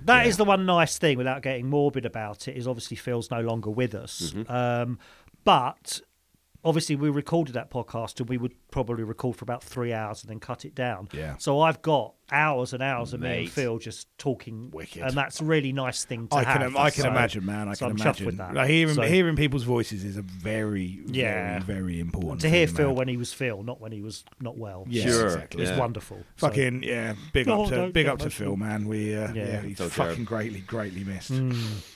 Speaker 3: That is the one nice thing without getting morbid about it is obviously Phil's no longer with us.
Speaker 1: Mm-hmm.
Speaker 3: Um, but obviously we recorded that podcast and we would probably record for about three hours and then cut it down.
Speaker 1: Yeah.
Speaker 3: So I've got hours and hours of me and
Speaker 2: Mate.
Speaker 3: Phil just talking.
Speaker 1: Wicked.
Speaker 3: And that's a really nice thing to
Speaker 1: I
Speaker 3: have.
Speaker 1: can, I can
Speaker 3: So-
Speaker 1: imagine, man. I
Speaker 3: so
Speaker 1: can
Speaker 3: I'm chuffed
Speaker 1: imagine.
Speaker 3: with that.
Speaker 1: Like, hearing,
Speaker 3: So-
Speaker 1: hearing people's voices is a very,
Speaker 3: Yeah.
Speaker 1: very, very important
Speaker 3: to hear
Speaker 1: thing,
Speaker 3: Phil
Speaker 1: man.
Speaker 3: when he was Phil, not when he was not well.
Speaker 1: Yeah,
Speaker 2: Sure.
Speaker 1: exactly.
Speaker 3: It was
Speaker 2: Yeah.
Speaker 3: wonderful. So-
Speaker 1: Fucking yeah, big
Speaker 3: No,
Speaker 1: up to
Speaker 3: don't
Speaker 1: big
Speaker 3: get
Speaker 1: up to
Speaker 3: emotional.
Speaker 1: Phil, man. We uh, yeah,
Speaker 3: Yeah. Mm.
Speaker 1: he's
Speaker 2: So
Speaker 1: fucking
Speaker 2: Jared.
Speaker 1: greatly, greatly missed.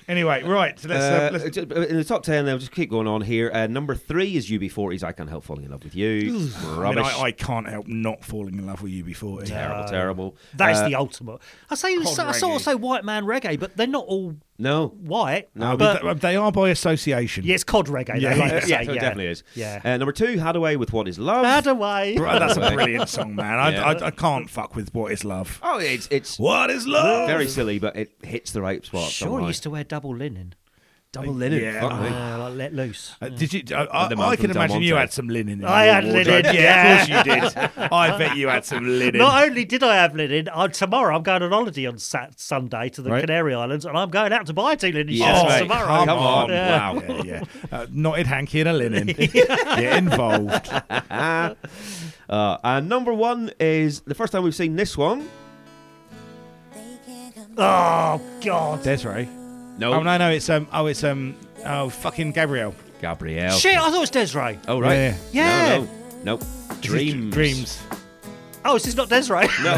Speaker 1: Anyway, right, so let's, uh,
Speaker 2: Uh,
Speaker 1: let's
Speaker 2: ju- in the top ten, they'll just keep going on here. Uh, number three is UB40's "I Can't Help Falling in Love with You."
Speaker 1: I, mean,
Speaker 2: Rubbish,
Speaker 1: I, I can't help not falling in love with you before.
Speaker 2: terrible,
Speaker 3: No.
Speaker 2: terrible.
Speaker 3: That is
Speaker 2: Uh,
Speaker 3: the ultimate. I say
Speaker 1: Cod
Speaker 3: I saw
Speaker 1: reggae.
Speaker 3: also white man reggae, but they're not all
Speaker 2: no.
Speaker 3: white.
Speaker 2: No,
Speaker 3: but
Speaker 1: Th- They are by association.
Speaker 3: yeah, it's cod reggae.
Speaker 1: Yeah.
Speaker 3: Yeah, like to
Speaker 2: Uh, yeah,
Speaker 3: say,
Speaker 2: so it definitely is.
Speaker 3: Yeah.
Speaker 2: Uh, number two, Hadaway with "What Is Love."
Speaker 3: Bad away.
Speaker 1: Bro, that's a brilliant song, man. I,
Speaker 2: Yeah.
Speaker 1: I, I can't fuck with what is love.
Speaker 2: oh, it's it's
Speaker 1: What is love? Uh,
Speaker 2: very silly, but it hits the right spot.
Speaker 3: Sure, he used to wear double linen.
Speaker 2: double linen.
Speaker 1: Yeah.
Speaker 2: Fuck me.
Speaker 3: Yeah, like let loose.
Speaker 1: Uh, did you? I, I,
Speaker 2: The man
Speaker 1: I
Speaker 2: from
Speaker 1: can
Speaker 2: Del
Speaker 1: imagine you
Speaker 2: Monte.
Speaker 1: had some linen. in
Speaker 3: I
Speaker 1: your
Speaker 3: had
Speaker 1: wardrobe.
Speaker 3: linen,
Speaker 1: yeah, of course you did. I bet you had some linen.
Speaker 3: Not only did I have linen, i tomorrow I'm going on holiday on Sat- Sunday to the
Speaker 1: Right.
Speaker 3: Canary Islands, and I'm going out to buy two linen
Speaker 1: Oh,
Speaker 2: Yes,
Speaker 3: shirts
Speaker 2: mate.
Speaker 3: tomorrow.
Speaker 2: Come on,
Speaker 3: Yeah.
Speaker 2: wow.
Speaker 1: Yeah, yeah. Uh, knotted hanky and a linen. Get involved.
Speaker 2: Uh, and number one is the first time we've seen this one.
Speaker 3: Oh God!
Speaker 1: Desiree.
Speaker 2: No,
Speaker 1: Oh no, no, it's um, oh, it's um, oh, fucking Gabrielle.
Speaker 2: Gabrielle.
Speaker 3: Shit! I thought it was Desiree.
Speaker 2: Oh right.
Speaker 3: Yeah.
Speaker 2: No, no, no. Dreams.
Speaker 1: dreams.
Speaker 3: Oh, is this not Desiree?
Speaker 1: no,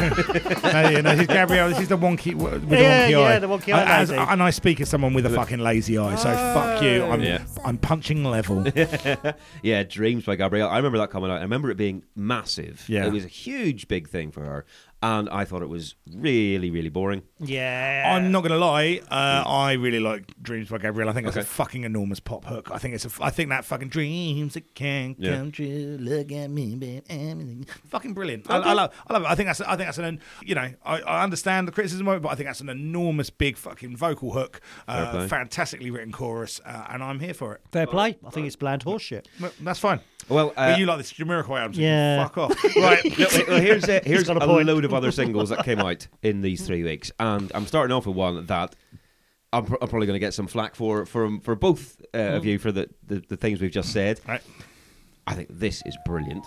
Speaker 1: yeah, no, this is Gabrielle. This is the wonky with the
Speaker 3: Yeah,
Speaker 1: wonky
Speaker 3: yeah,
Speaker 1: eye.
Speaker 3: the wonky eye
Speaker 1: I- as-
Speaker 3: lady. Oh.
Speaker 1: and I speak as someone with a fucking lazy eye, so fuck you. I'm,
Speaker 2: Yeah.
Speaker 1: I'm punching level.
Speaker 2: Yeah, Dreams by Gabrielle. I remember that coming out. I remember it being massive.
Speaker 1: Yeah.
Speaker 2: It was a huge, big thing for her. And I thought it was really, really boring.
Speaker 3: yeah.
Speaker 1: I'm not gonna lie. Uh, I really like Dreams by Gabrielle. I think it's a
Speaker 2: Okay.
Speaker 1: fucking enormous pop hook. I think it's a. f- I think that fucking dreams that can
Speaker 2: Yeah.
Speaker 1: come true. Look at me, but I'm fucking brilliant. I, I love. I love it. I think that's. I think that's an. You know, I, I understand the criticism of it, but I think that's an enormous, big fucking vocal hook. Uh,
Speaker 2: play.
Speaker 1: fantastically written chorus, uh, and I'm here for it.
Speaker 3: Fair play. I think it's bland horseshit.
Speaker 1: Well, That's fine.
Speaker 2: Well, uh,
Speaker 1: but you like this Jamiroquai album? so
Speaker 3: Yeah.
Speaker 1: Fuck off. right.
Speaker 2: no, well, here's a, here's a,
Speaker 3: got a point.
Speaker 2: load of other singles that came out in these three weeks, and I'm starting off with one that I'm, pr- I'm probably going to get some flack for from for both uh, of you for the, the, the things we've just said.
Speaker 1: Right.
Speaker 2: I think this is brilliant.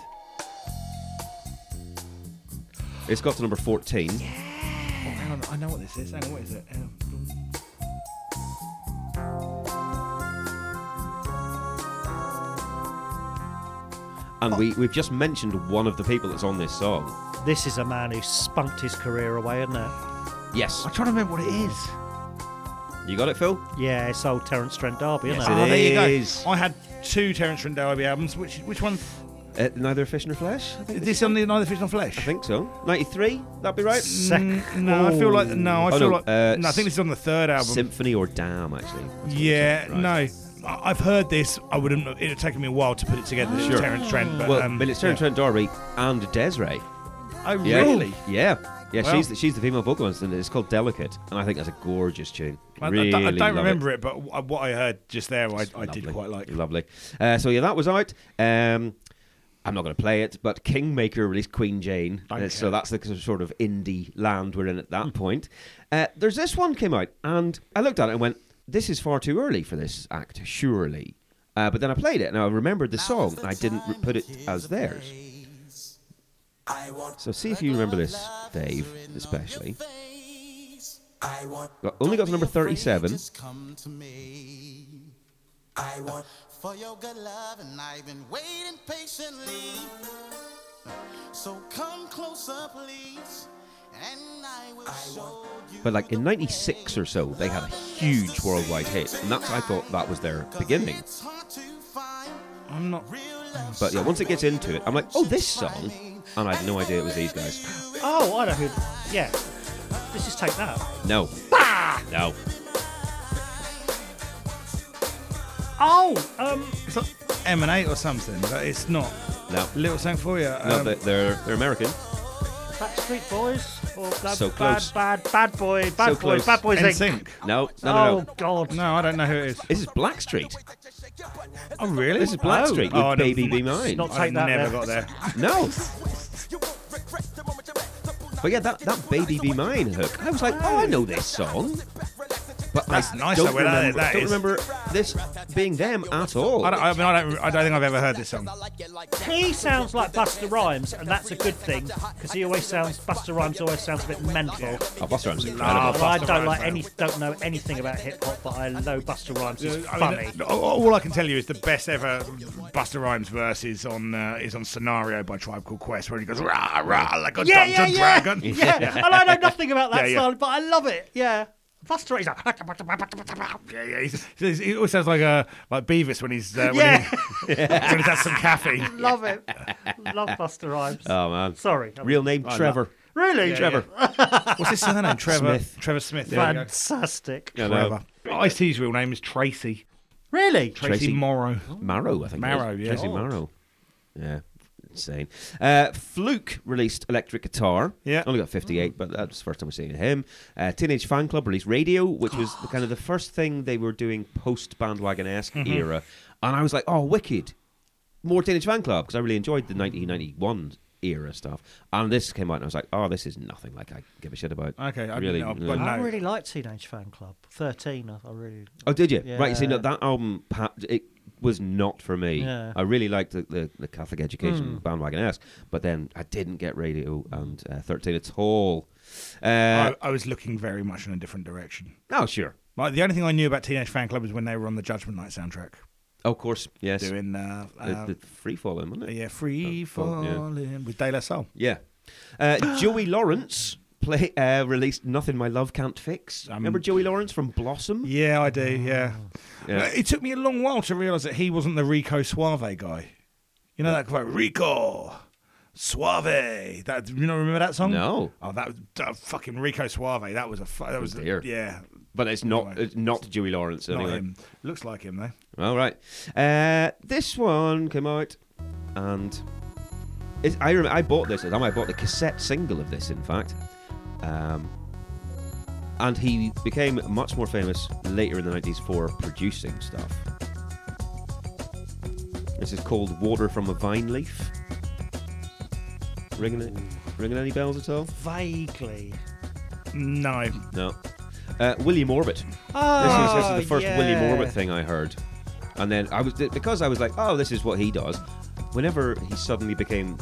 Speaker 2: It's got to number fourteen.
Speaker 1: Hang on. I know what this is. Hang on. What is it? Um, Hang on.
Speaker 2: And we, we've just mentioned one of the people that's on this song.
Speaker 3: This is a man who spunked his career away, isn't it?
Speaker 2: Yes.
Speaker 1: I'm trying to remember what it is.
Speaker 2: You got it, Phil?
Speaker 3: Yeah, it's old Terence Trent D'Arby,
Speaker 2: Yes,
Speaker 3: isn't
Speaker 2: it
Speaker 3: it?
Speaker 1: Ah, there you
Speaker 2: is.
Speaker 1: go. I had two Terence Rendowie albums. Which which one?
Speaker 2: Uh, neither Fish nor Flesh? I think,
Speaker 1: Is this on the Neither Fish Nor Flesh?
Speaker 2: I think so. 93? That'd be right?
Speaker 3: Sec-
Speaker 1: No, I feel like no. I feel
Speaker 2: Oh, no,
Speaker 1: like
Speaker 2: uh,
Speaker 1: no. I think this is on the third album.
Speaker 2: Symphony or Damn, actually. That's what it
Speaker 1: yeah,
Speaker 2: said, right.
Speaker 1: no. I- I've heard this. I wouldn't. It would taken me a while to put it together. This
Speaker 2: Sure.
Speaker 1: Terence Trent, but
Speaker 2: Well,
Speaker 1: um,
Speaker 2: but it's Terence
Speaker 1: yeah.
Speaker 2: Trent D'Arby and Desiree.
Speaker 1: Oh,
Speaker 2: Yeah.
Speaker 1: really?
Speaker 2: Yeah. Yeah,
Speaker 1: Wow.
Speaker 2: she's the, she's the female vocalist, and it's called Delicate, and I think that's a gorgeous tune.
Speaker 1: I, I
Speaker 2: really
Speaker 1: don't- I don't
Speaker 2: love
Speaker 1: remember it. but wh- what I heard just there, I, I did
Speaker 2: Lovely.
Speaker 1: quite like.
Speaker 2: Lovely. Uh, so yeah, that was out. Um, I'm not going to play it, but Kingmaker released Queen Jane.
Speaker 1: Don't
Speaker 2: Uh, so
Speaker 1: care.
Speaker 2: that's the sort of indie land we're in at
Speaker 1: Hmm.
Speaker 2: that point. Uh, there's this one came out, and I looked at it and went, "This is far too early for this act, surely." Uh, but then I played it, and I remembered the song. and I didn't re- put it as theirs. So see if you remember this, Dave, especially.
Speaker 5: Face. I want
Speaker 2: Got- only got to number 37.
Speaker 5: Just come to me. I want for your good love, and I've been waiting patiently. So come closer, please, and I will show you.
Speaker 2: But like in '96 or so, they had a huge worldwide hit, and that's I thought that was their beginning.
Speaker 5: It's hard to find
Speaker 1: I'm not.
Speaker 5: real love.
Speaker 2: But yeah, once it gets into it, I'm like, oh, this song, and I had no idea it was these guys.
Speaker 3: Oh, I know who. Yeah. Let's just take that.
Speaker 2: No,
Speaker 1: Ah!
Speaker 2: no,
Speaker 3: Oh, um,
Speaker 1: It's like M&A or something, but it's not.
Speaker 2: no,
Speaker 1: Little something for you. um,
Speaker 2: no. they- They're they're American.
Speaker 3: Backstreet Boys or bad,
Speaker 2: So close.
Speaker 3: bad, bad, bad boy, bad boy,
Speaker 2: close.
Speaker 3: bad boy Inc.
Speaker 1: NSYNC.
Speaker 2: No, no, no,
Speaker 3: Oh
Speaker 2: no.
Speaker 3: God.
Speaker 1: No, I don't know who it is.
Speaker 2: This is Blackstreet.
Speaker 1: Oh, really?
Speaker 2: This is Blackstreet
Speaker 1: Oh, I don't-
Speaker 2: with "Baby Be Mine."
Speaker 3: Not-
Speaker 1: I
Speaker 3: Take that
Speaker 1: never
Speaker 3: there.
Speaker 1: got there.
Speaker 2: No. But yeah, that, that "Baby Be Mine" hook. I was like, oh, I know this song. But
Speaker 1: That's
Speaker 2: I
Speaker 1: nice
Speaker 2: don't
Speaker 1: though, that-
Speaker 2: remember,
Speaker 1: that
Speaker 2: don't
Speaker 1: is-
Speaker 2: remember this being them at all.
Speaker 1: I don't, I, mean, I, don't, I don't think I've ever heard this song.
Speaker 3: He sounds like Buster Rhymes, and that's a good thing because he always sounds Buster Rhymes always sounds a bit mental.
Speaker 2: Oh, Buster Rhymes is
Speaker 1: Oh,
Speaker 2: incredible.
Speaker 3: and I
Speaker 1: Busta
Speaker 3: don't
Speaker 1: Rhymes,
Speaker 3: like
Speaker 1: man.
Speaker 3: any, don't know anything about hip hop, but I know Buster Rhymes is
Speaker 1: I
Speaker 3: funny.
Speaker 1: mean, all, all I can tell you is the best ever Buster Rhymes verse is on uh, is on Scenario by Tribe Called Quest, where he goes rah rah like a
Speaker 3: yeah, yeah,
Speaker 1: dungeon
Speaker 3: yeah,
Speaker 1: dragon.
Speaker 3: yeah. And I know nothing about that
Speaker 1: Yeah, yeah.
Speaker 3: style, but I love it. Yeah, Buster Rhymes. Like,
Speaker 1: Yeah, yeah. He's, he's, he always sounds like a like Beavis when he's uh, when,
Speaker 3: Yeah.
Speaker 1: he, when he's had some caffeine.
Speaker 3: love it. love Buster Rhymes.
Speaker 2: Oh man.
Speaker 3: Sorry.
Speaker 2: Real name
Speaker 1: Oh,
Speaker 2: Trevor.
Speaker 3: Really?
Speaker 2: Trevor.
Speaker 1: What's his surname? Trevor
Speaker 2: Smith.
Speaker 1: Trevor Smith. There we go.
Speaker 3: Fantastic.
Speaker 2: Yeah, no.
Speaker 1: Trevor. Ice T's real name is Tracy.
Speaker 3: Really?
Speaker 1: Tracy,
Speaker 2: Tracy-
Speaker 1: Morrow.
Speaker 2: Marrow, I think. it is.
Speaker 1: Marrow, yeah.
Speaker 2: Tracy
Speaker 1: Oh.
Speaker 2: Marrow. Yeah, insane. Uh, Fluke released Electric Guitar.
Speaker 1: Yeah.
Speaker 2: only got fifty-eight, but that's the first time we've seen him. Uh, Teenage Fan Club released Radio, which was the, kind of the first thing they were doing post bandwagon esque
Speaker 1: Mm-hmm.
Speaker 2: era, and I was like, oh, wicked. More Teenage Fan Club because I really enjoyed the nineteen ninety-one era stuff, and this came out, and I was like, oh, this is nothing like I give a shit about.
Speaker 1: Okay, I-
Speaker 2: really.
Speaker 1: I've
Speaker 2: no.
Speaker 1: got
Speaker 3: I
Speaker 1: No.
Speaker 3: really like Teenage Fan Club. Thirteen, I, I really.
Speaker 2: Oh, did you? Right. You see,
Speaker 3: Yeah.
Speaker 2: no, that album pa- it was not for me.
Speaker 3: Yeah. Hmm.
Speaker 2: I really liked the, the, the Catholic Education bandwagon esque, but then I didn't get Radio and uh, Thirteen at all. Uh,
Speaker 1: I, I was looking very much in a different direction.
Speaker 2: oh, sure.
Speaker 1: Like the only thing I knew about Teenage Fan Club is when they were on the Judgment Night soundtrack,
Speaker 2: Oh, of course, yes.
Speaker 1: doing uh, uh,
Speaker 2: the, the free falling, wasn't it?
Speaker 1: yeah, Free
Speaker 2: Oh, yeah.
Speaker 1: Falling with De La Soul.
Speaker 2: Yeah. Uh, Joey Lawrence play uh, released "Nothing My Love Can't Fix."
Speaker 1: Um,
Speaker 2: Remember Joey Lawrence from Blossom?
Speaker 1: Yeah, I do. Yeah.
Speaker 2: Ah. Yeah.
Speaker 1: Uh, It took me a long while to realise that he wasn't the Rico Suave guy. You know that quote, Rico Suave. That you know, remember that song?
Speaker 2: No.
Speaker 1: Oh, that was that fucking Rico Suave. That was a fu- that was a,
Speaker 2: dear.
Speaker 1: yeah.
Speaker 2: But it's not it's not Joey Lawrence
Speaker 1: Not
Speaker 2: anyway.
Speaker 1: him. Looks like him though.
Speaker 2: All right. Uh, this one came out, and it's, I remember I bought this. I might have bought the cassette single of this, in fact. Um, and he became much more famous later in the 90s for producing stuff. This is called Water from a Vine Leaf. Ringing, it, ringing any bells at all?
Speaker 3: Vaguely.
Speaker 1: No.
Speaker 2: No. Uh, William Orbit.
Speaker 3: Oh,
Speaker 2: This is, this is the first
Speaker 3: yeah.
Speaker 2: William Orbit thing I heard, and then I was because I was like, oh, this is what he does. Whenever he suddenly became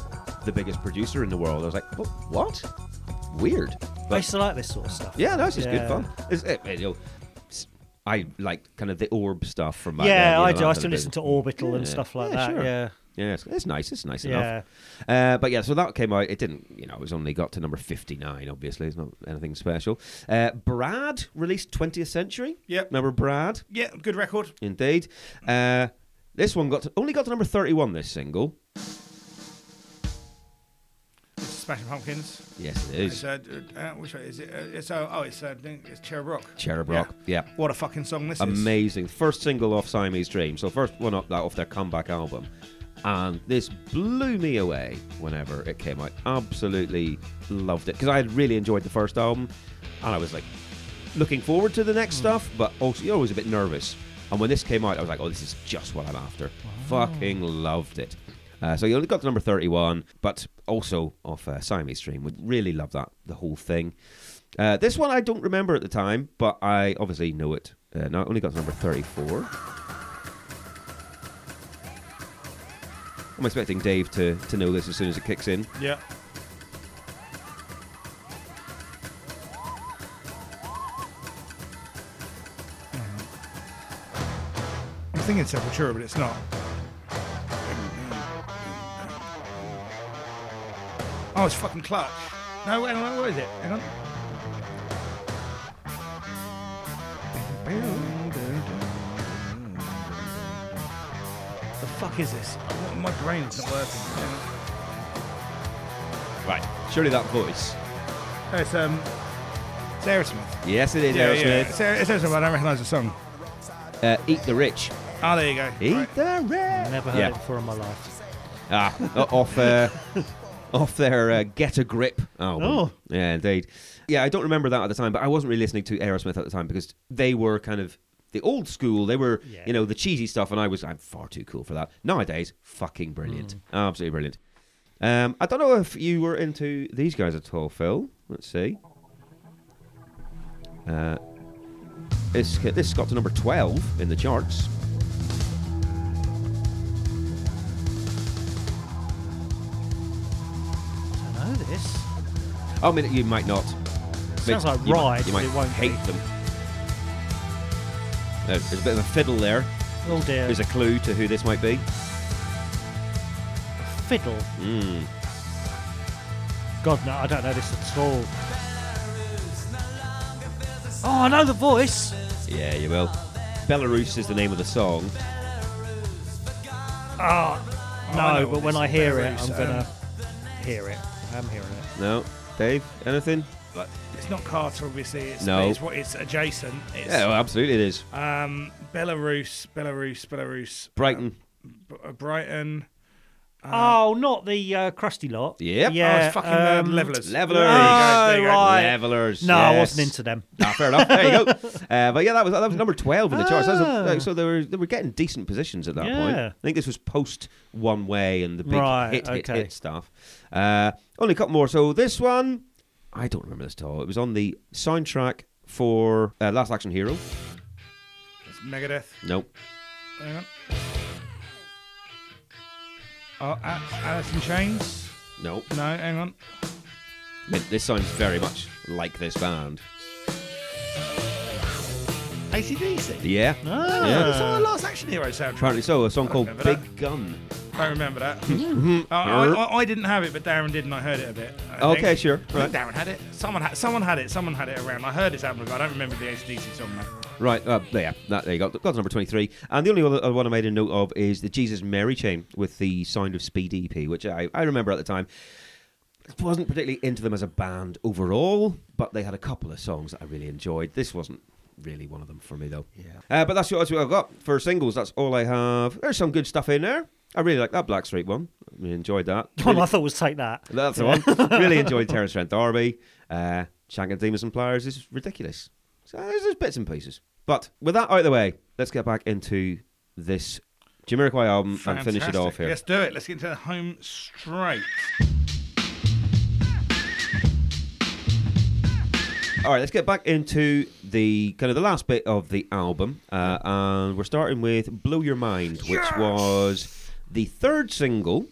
Speaker 2: the biggest producer in the world, I was like, "Wha- what? Weird.
Speaker 3: I
Speaker 2: But
Speaker 3: used to like this sort of stuff.
Speaker 2: yeah, no, it's just
Speaker 3: Yeah.
Speaker 2: good fun. It's, it, you know, s- I like kind of the orb stuff from back then,
Speaker 3: yeah,
Speaker 2: you
Speaker 3: I
Speaker 2: know,
Speaker 3: do.
Speaker 2: that
Speaker 3: I
Speaker 2: kind
Speaker 3: still
Speaker 2: of
Speaker 3: listen to
Speaker 2: thing.
Speaker 3: Orbital and
Speaker 2: Yeah.
Speaker 3: stuff like
Speaker 2: Yeah,
Speaker 3: that.
Speaker 2: sure.
Speaker 3: Yeah.
Speaker 2: Yeah, it's, it's nice. It's nice
Speaker 3: Yeah.
Speaker 2: enough. Uh, but yeah, so that came out. It didn't, you know, it was only got to number 59, obviously. It's not anything special. Uh, Brad released 20th Century.
Speaker 1: Yep.
Speaker 2: Remember Brad?
Speaker 1: Yeah, good record.
Speaker 2: Indeed. Uh, this one got to, only got to number 31, this single.
Speaker 1: Smashing Pumpkins.
Speaker 2: Yes, it
Speaker 1: It's
Speaker 2: is.
Speaker 1: uh, uh, which one is it? Uh, it's uh, oh, it's uh, it's Cherub Rock.
Speaker 2: Cherub Rock, yeah.
Speaker 1: What a fucking song this is.
Speaker 2: Amazing. First single off Siamese Dream. So, first one up that off their comeback album. And this blew me away whenever it came out. Absolutely loved it. Because I had really enjoyed the first album. And I was like, looking forward to the next stuff, but also you're always a bit nervous. And when this came out, I was like, oh, this is just what I'm after. Fucking loved it. Uh, so you only got to number 31, but also off uh, Siamese Stream. Would really love that, the whole thing. Uh, this one I don't remember at the time, but I obviously know it. Uh, now I only got to number 34. I'm expecting Dave to, to know this as soon as it kicks in.
Speaker 1: Yeah. Mm-hmm. thinking Sepultura, but it's not. Oh, it's fucking clutch. No, hang on, what is it? Hang on.
Speaker 3: The fuck is this?
Speaker 1: My brain's not working. Hang on.
Speaker 2: Right. Surely that voice.
Speaker 1: No, It's um, it's Aerosmith.
Speaker 2: Yes, it is,
Speaker 1: It's, Aer- it's Aerosmith. but I don't recognise the song.
Speaker 2: Uh, eat the rich.
Speaker 1: Oh, there you go.
Speaker 2: Eat
Speaker 1: Right.
Speaker 2: the rich.
Speaker 3: Never heard
Speaker 2: Yeah.
Speaker 3: it before in my life.
Speaker 2: Ah, o- off uh, off their uh, Get a Grip album.
Speaker 3: Oh.
Speaker 2: Yeah, indeed. Yeah, I don't remember that at the time, but I wasn't really listening to Aerosmith at the time because they were kind of the old school. They were,
Speaker 3: Yeah.
Speaker 2: you know, the cheesy stuff, and I was, I'm far too cool for that. Nowadays, fucking brilliant.
Speaker 3: Mm.
Speaker 2: Absolutely brilliant. Um, I don't know if you were into these guys at all, Phil. Let's see. Uh, this, this got to number 12 in the charts.
Speaker 3: I don't know this.
Speaker 2: I mean, you might not.
Speaker 3: Sounds like
Speaker 2: you might-
Speaker 3: Ride,
Speaker 2: You
Speaker 3: but
Speaker 2: might
Speaker 3: it won't
Speaker 2: hate them. There- There's a bit of a fiddle there.
Speaker 3: Oh dear.
Speaker 2: There's a clue to who this might be.
Speaker 3: fiddle. Hmm. God, no, I don't know this at all. Oh, I know the voice.
Speaker 2: Yeah, you will. Belarus is the name of the song.
Speaker 1: I
Speaker 3: No,
Speaker 1: know
Speaker 3: but
Speaker 1: what
Speaker 3: when
Speaker 1: this
Speaker 3: I
Speaker 1: is,
Speaker 3: hear
Speaker 1: there
Speaker 3: it,
Speaker 1: is,
Speaker 3: I'm gonna hear it. I'm hearing it.
Speaker 2: No, Dave. Anything?
Speaker 1: But it's not Carter, obviously. It's,
Speaker 2: No.
Speaker 1: It's what it's adjacent. It's,
Speaker 2: Yeah, well, absolutely it is.
Speaker 3: Uh,
Speaker 1: Um, Belarus, Belarus, Belarus.
Speaker 2: Brighton.
Speaker 1: B- uh, Brighton.
Speaker 3: Oh, not the uh, crusty lot.
Speaker 2: Yep.
Speaker 1: oh,
Speaker 3: Yeah.
Speaker 1: it's fucking
Speaker 3: um,
Speaker 1: uh, levelers.
Speaker 2: Levelers.
Speaker 1: There you go, there you go.
Speaker 3: Oh, right.
Speaker 2: Levelers.
Speaker 3: No, I wasn't
Speaker 2: yes.
Speaker 3: into them.
Speaker 2: Ah, fair enough. There you go. Uh, but yeah, that was that was number twelve in the charts. That was a-
Speaker 3: Ah.
Speaker 2: so they were they were getting decent positions at that point.
Speaker 3: Yeah.
Speaker 2: I think this was post One Way and the big
Speaker 3: Right,
Speaker 2: hit, hit
Speaker 3: okay.
Speaker 2: hit stuff. Uh, only a couple more. So this one, I don't remember this at all. It was on the soundtrack for uh, Last Action Hero.
Speaker 1: It's Megadeth.
Speaker 2: Nope.
Speaker 1: Hang on. Oh, A- Alice in Chains.
Speaker 2: Nope.
Speaker 1: No, hang
Speaker 3: Uh,
Speaker 1: on.
Speaker 2: I mean, This sounds very much like this band.
Speaker 1: ACDC.
Speaker 2: Yeah.
Speaker 3: Ah.
Speaker 1: It's
Speaker 2: yeah.
Speaker 1: on the Last Action Hero soundtrack.
Speaker 2: Apparently so. A song called
Speaker 1: remember
Speaker 2: Big
Speaker 1: that.
Speaker 2: Gun.
Speaker 1: Don't remember that.
Speaker 2: Mm-hmm.
Speaker 1: Oh, I, I, I didn't have it, but Darren did, and I heard it a bit. I
Speaker 2: Okay,
Speaker 1: think.
Speaker 2: sure.
Speaker 1: I think Darren had it. Someone had, someone had it. Someone had it around. I heard this album, but I don't remember the ACDC song. though.
Speaker 2: Right, uh, yeah, that, there you go. God's number 23. And the only other other one I made a note of is the Jesus Mary chain with the Sound of Speed EP, which I, I remember at the time. I wasn't particularly into them as a band overall, but they had a couple of songs that I really enjoyed. This wasn't really one of them for me, though. Yeah. Uh, but that's what, that's what I've got for singles. That's all I have. There's some good stuff in there. I really like that Blackstreet one. I enjoyed that.
Speaker 3: One I thought was take that.
Speaker 2: That's the one. really enjoyed Terence Trent D'Arby. Uh, Shank and Demons and Pliers is ridiculous. So there's, there's bits and pieces. But with that out of the way, let's get back into this Jamiroquai album and finish it
Speaker 1: Fantastic.
Speaker 2: off here.
Speaker 1: Let's do it. Let's get into the home straight.
Speaker 2: All right, let's get back into the kind of the last bit of the album, uh, and we're starting with "Blow Your Mind," which was the third single,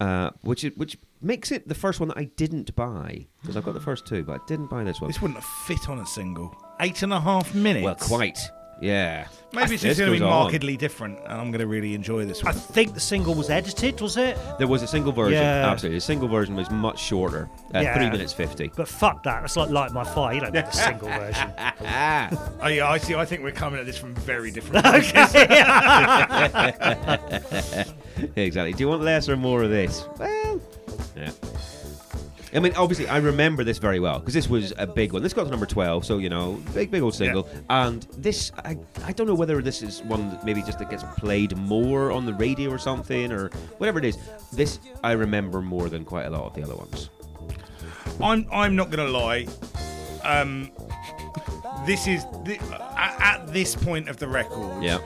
Speaker 2: uh, which is, which makes it the first one that I didn't buy because I've got the first two, but I didn't buy this one.
Speaker 1: This wouldn't have fit on a single. Eight and a half minutes.
Speaker 2: well, quite, yeah.
Speaker 1: Maybe it's
Speaker 2: This
Speaker 1: just going to be
Speaker 2: goes on.
Speaker 1: markedly different, and I'm going to really enjoy this
Speaker 3: I
Speaker 1: one.
Speaker 3: think the single was edited, was it?
Speaker 2: There was a single version.
Speaker 3: Yeah.
Speaker 2: Absolutely. The single version was much shorter. Uh,
Speaker 3: Yeah.
Speaker 2: 3 minutes 50.
Speaker 3: But fuck that. That's like Light My Fire. You don't need the single version.
Speaker 2: Ah.
Speaker 1: Oh, yeah, I see. I think we're coming at this from very different.
Speaker 2: exactly. Do you want less or more of this? Well, yeah. I mean, obviously, I remember this very well because this was a big one. This got to number 12, so, you know, big, big old single. And this, I, I don't know whether this is one that maybe just that gets played more on the radio or something or whatever it is. This, I remember more than quite a lot of the other ones.
Speaker 1: I'm I'm not gonna lie. Um, this is the, at, at this point of the record.
Speaker 2: Yeah.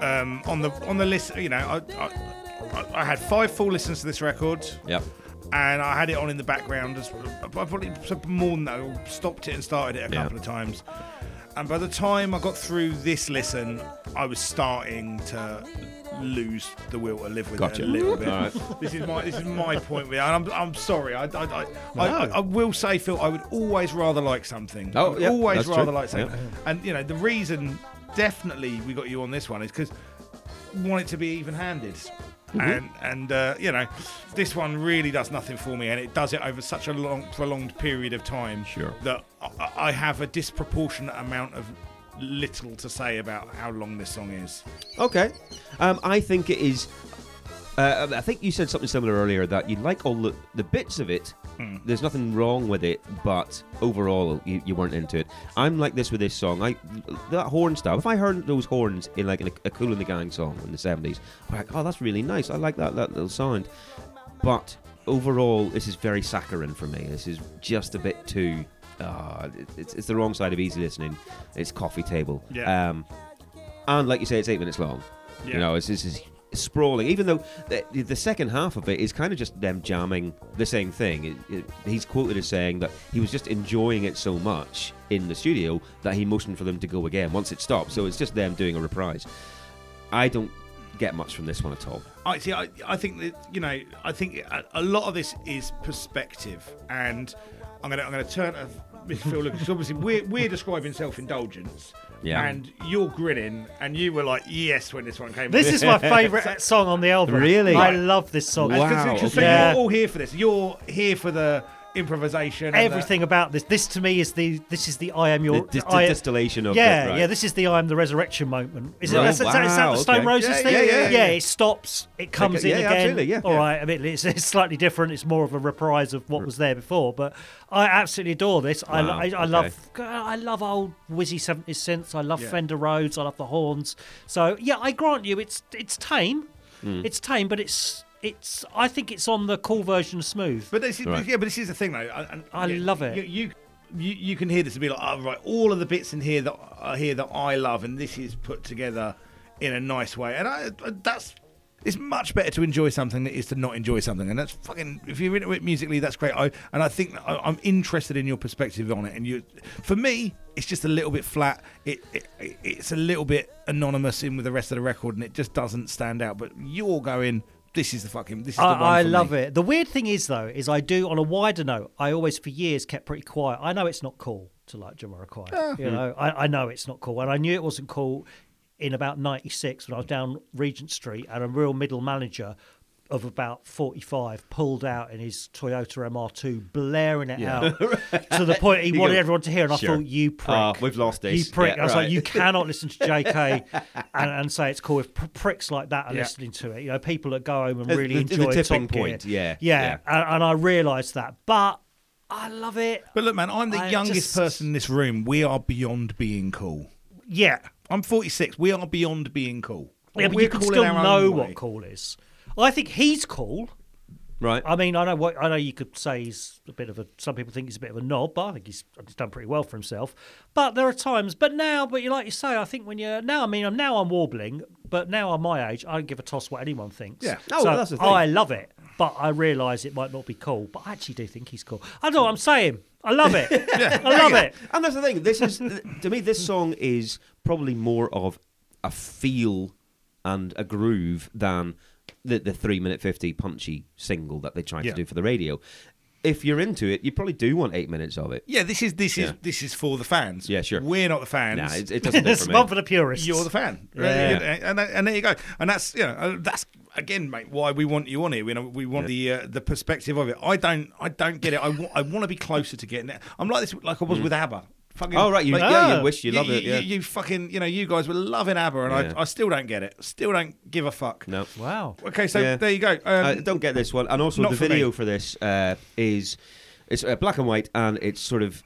Speaker 1: Um, on the on the list, you know, I, I I- I had five full listens to this record,
Speaker 2: Yep.
Speaker 1: and I had it on in the background. As I probably more than that, I stopped it and started it a
Speaker 2: Yeah.
Speaker 1: couple of times. And by the time I got through this listen, I was starting to lose the will to live with
Speaker 2: Gotcha.
Speaker 1: it a little bit.
Speaker 2: All right.
Speaker 1: This is my this is my point with it, and I'm, I'm sorry. I, I, I, I, I, I will say, Phil, I would always rather like something.
Speaker 2: Oh,
Speaker 1: I would
Speaker 2: yeah,
Speaker 1: always
Speaker 2: that's
Speaker 1: rather
Speaker 2: true.
Speaker 1: like something. And you know, the reason definitely we got you on this one is because want it to be even-handed.
Speaker 2: Mm-hmm.
Speaker 1: And and uh, you know, this one really does nothing for me, and it does it over such a long, prolonged period of time
Speaker 2: Sure.
Speaker 1: that I, I have a disproportionate amount of little to say about how long this song is.
Speaker 2: Okay. Um, I think it is. Uh, I think you said something similar earlier that you like all the, the bits of it. There's nothing wrong with it, but overall you, you weren't into it. I'm like this with this song. I that horn stuff. If I heard those horns in like an, a Cool in the Gang song in the '70s, I'm like, oh, that's really nice. I like that that little sound. But overall, this is very saccharine for me. This is just a bit too. Uh, it's, it's the wrong side of easy listening. It's coffee table.
Speaker 1: Yeah.
Speaker 2: Um, and like you say, it's eight minutes long.
Speaker 1: Yeah.
Speaker 2: You know, it's, it's, it's sprawling. Even though the, the second half of it is kind of just them jamming the same thing. It, it, he's quoted as saying that he was just enjoying it so much in the studio that he motioned for them to go again once it stopped. So it's just them doing a reprise. I don't get much from this one at all.
Speaker 1: I see. I, I think that you know. I think a, a lot of this is perspective, and I'm gonna I'm gonna turn to Miss Phil Lucas. 'cause Obviously, we're we're describing self-indulgence.
Speaker 2: Yeah.
Speaker 1: And you're grinning, and you were like, "Yes," when this one came.
Speaker 3: This
Speaker 1: on.
Speaker 3: is my favourite song on the album.
Speaker 2: Really?
Speaker 3: I love this song.
Speaker 2: Wow.
Speaker 1: Because- 'cause so
Speaker 2: okay.
Speaker 3: Yeah.
Speaker 1: you're all here for this. You're here for the improvisation. and the-
Speaker 3: Everything about this. This to me is the. This is the I am your.
Speaker 2: The dis-
Speaker 3: I-
Speaker 2: distillation of
Speaker 3: Yeah,
Speaker 2: it, right.
Speaker 3: yeah. This is the I am the resurrection moment. Is, it,
Speaker 2: Right.
Speaker 3: that's- is that- is that
Speaker 2: Wow,
Speaker 3: the Stone
Speaker 2: okay.
Speaker 3: Roses
Speaker 2: Yeah,
Speaker 3: thing?
Speaker 2: yeah, yeah, yeah.
Speaker 3: It stops. It comes
Speaker 2: Okay,
Speaker 3: in
Speaker 2: yeah,
Speaker 3: again.
Speaker 2: absolutely, yeah,
Speaker 3: All
Speaker 2: yeah.
Speaker 3: right. I mean, it's, it's slightly different. It's more of a reprise of what was there before. But I absolutely adore this. I, lo-
Speaker 2: Wow,
Speaker 3: I, I
Speaker 2: okay.
Speaker 3: love. God, I love old whizzy seventies synths. I love
Speaker 1: Yeah.
Speaker 3: Fender Rhodes. I love the horns. So yeah, I grant you, it's it's tame.
Speaker 2: Hmm.
Speaker 3: It's tame, but it's it's. I think it's on the cool version of smooth.
Speaker 1: But this is,
Speaker 2: Right.
Speaker 1: yeah, but this is the thing though. And,
Speaker 3: I
Speaker 1: yeah,
Speaker 3: love it.
Speaker 1: You, you you you can hear this and be like, oh, right, all of the bits in here that are here that I love, and this is put together in a nice way, and I that's. It's much better to enjoy something than it is to not enjoy something, and that's fucking. If you're into it musically, that's great. I and I think I, I'm interested in your perspective on it. And you, for me, it's just a little bit flat. It, it it- it's a little bit anonymous in with the rest of the record, and it just doesn't stand out. But you're going, this is the fucking. This is the one.
Speaker 3: I, I
Speaker 1: for
Speaker 3: love
Speaker 1: me.
Speaker 3: it. The weird thing is, though, is I do on a wider note. I always, for years, kept pretty quiet. I know it's not cool to like Jamiroquai. You know,
Speaker 2: Hmm.
Speaker 3: I, I know it's not cool, and I knew it wasn't cool in about '96 when I was down Regent Street and a real middle manager of about 45 pulled out in his Toyota MR2 blaring it out to the point he
Speaker 2: You
Speaker 3: wanted
Speaker 2: go,
Speaker 3: everyone to hear and I
Speaker 2: "Sure.
Speaker 3: thought you prick
Speaker 2: Ah, we've lost
Speaker 3: you
Speaker 2: this."
Speaker 3: prick
Speaker 2: Yeah,
Speaker 3: I was like
Speaker 2: right.
Speaker 3: you cannot listen to JK and, and say it's cool if pr- pricks like that are
Speaker 1: Yeah.
Speaker 3: listening to it you know people that go home and
Speaker 2: Uh,
Speaker 3: really
Speaker 2: the- the
Speaker 3: enjoy
Speaker 2: tipping
Speaker 3: Top Gear.
Speaker 2: point, yeah,
Speaker 3: yeah, And, and I realised that, but I love it.
Speaker 1: But look, man, I'm the
Speaker 3: I
Speaker 1: youngest
Speaker 3: just-
Speaker 1: person in this room. We are beyond being cool.
Speaker 3: Yeah,
Speaker 1: I'm 46. We are beyond being cool.
Speaker 3: yeah, but
Speaker 1: We're
Speaker 3: you can
Speaker 1: cool in
Speaker 3: still
Speaker 1: our own
Speaker 3: know
Speaker 1: way.
Speaker 3: what cool is. I think he's cool.
Speaker 2: Right.
Speaker 3: I mean, I know what I know. You could say he's a bit of a. Some people think he's a bit of a knob, but I think he's, he's done pretty well for himself. But there are times, but now, but you like you say, I think when you're now, I mean, I'm now I'm warbling, but now I'm my age, I don't give a toss what anyone thinks.
Speaker 1: Yeah.
Speaker 2: Oh,
Speaker 3: so
Speaker 2: well, that's the thing.
Speaker 3: I love it, but I realise it might not be cool. But I actually do think he's cool. I know what I'm saying. I love it. I love it.
Speaker 2: And that's the thing. This is to me. This song is probably more of a feel and a groove than the, the three minute fifty punchy single that they tried
Speaker 1: Yeah.
Speaker 2: to do for the radio. If you're into it, you probably do want eight minutes of it.
Speaker 1: Yeah, this is this is
Speaker 2: Yeah.
Speaker 1: this is for the fans.
Speaker 2: Yeah, sure.
Speaker 1: We're not the fans.
Speaker 2: Nah, it, it doesn't do it
Speaker 3: It's
Speaker 2: for
Speaker 3: one
Speaker 2: me.
Speaker 3: for the purists.
Speaker 1: You're the fan.
Speaker 2: Yeah.
Speaker 1: And, and and there you go. And that's you know uh, that's again, mate, why we want you on here. We know we want the uh, the perspective of it. I don't I don't get it. I want to be closer to getting it. I'm like this like I was with ABBA. Fucking,
Speaker 2: Mm. Oh right, you,
Speaker 1: like-
Speaker 2: yeah,
Speaker 3: Ah.
Speaker 2: you wish you, loved
Speaker 1: you,
Speaker 2: it. Yeah.
Speaker 1: You, you fucking, you know, you guys were loving ABBA, and
Speaker 2: Yeah.
Speaker 1: I, I still don't get it. Still don't give a fuck.
Speaker 2: no.
Speaker 3: wow.
Speaker 1: Okay, so
Speaker 2: Yeah.
Speaker 1: there you go. Um,
Speaker 2: I Uh, don't get this one. And also,
Speaker 1: not
Speaker 2: the
Speaker 1: for me.
Speaker 2: video for this uh, is it's uh, black and white, and it's sort of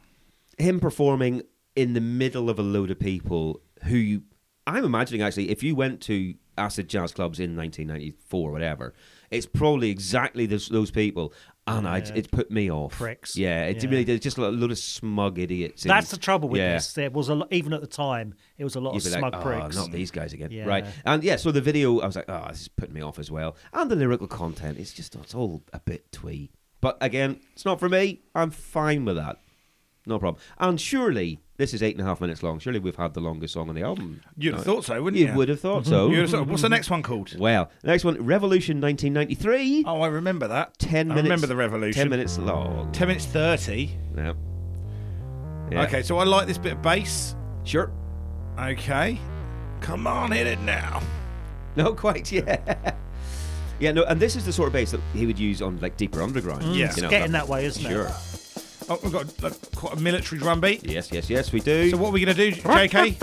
Speaker 2: him performing in the middle of a load of people who you, I'm imagining actually, if you went to acid jazz clubs in 1994 or whatever, it's probably exactly this, those people. And I, it put me off.
Speaker 3: Pricks.
Speaker 2: Yeah, it
Speaker 3: Yeah.
Speaker 2: really did. Just a lot of smug idiots. in-
Speaker 3: That's the trouble with
Speaker 2: Yeah.
Speaker 3: this. There was a lot, even at the time, it was a lot
Speaker 2: You'd
Speaker 3: of
Speaker 2: be
Speaker 3: smug
Speaker 2: like, "Oh,
Speaker 3: pricks.
Speaker 2: not these guys again.
Speaker 3: Yeah.
Speaker 2: Right. And yeah, so the video, I was like, oh, this is putting me off as well. And the lyrical content, it's just, it's all a bit twee. But again, it's not for me. I'm fine with that. No problem. And surely, this is eight and a half minutes long. Surely we've had the longest song on the album.
Speaker 1: You'd have thought so, wouldn't Mm-hmm.
Speaker 2: You
Speaker 1: you?
Speaker 2: would have thought so.
Speaker 1: You'd have thought, What's the next one called?
Speaker 2: Well, the next one, Revolution 1993.
Speaker 1: Oh, I remember that.
Speaker 2: 10
Speaker 1: I
Speaker 2: minutes.
Speaker 1: remember the revolution.
Speaker 2: 10 minutes long.
Speaker 1: 10 minutes 30.
Speaker 2: Yeah. Yeah.
Speaker 1: Okay, so I like this bit of bass.
Speaker 2: Sure.
Speaker 1: Okay. Come on, hit it now.
Speaker 2: No, quite. Yeah. Yeah, no, and this is the sort of bass that he would use on like deeper underground.
Speaker 1: Yeah.
Speaker 2: you
Speaker 1: It's
Speaker 2: know,
Speaker 3: getting that way, isn't it?
Speaker 2: sure.
Speaker 1: Oh, we've got like, quite a military drum beat.
Speaker 2: Yes, yes, yes, we do.
Speaker 1: So what are we going to do, JK?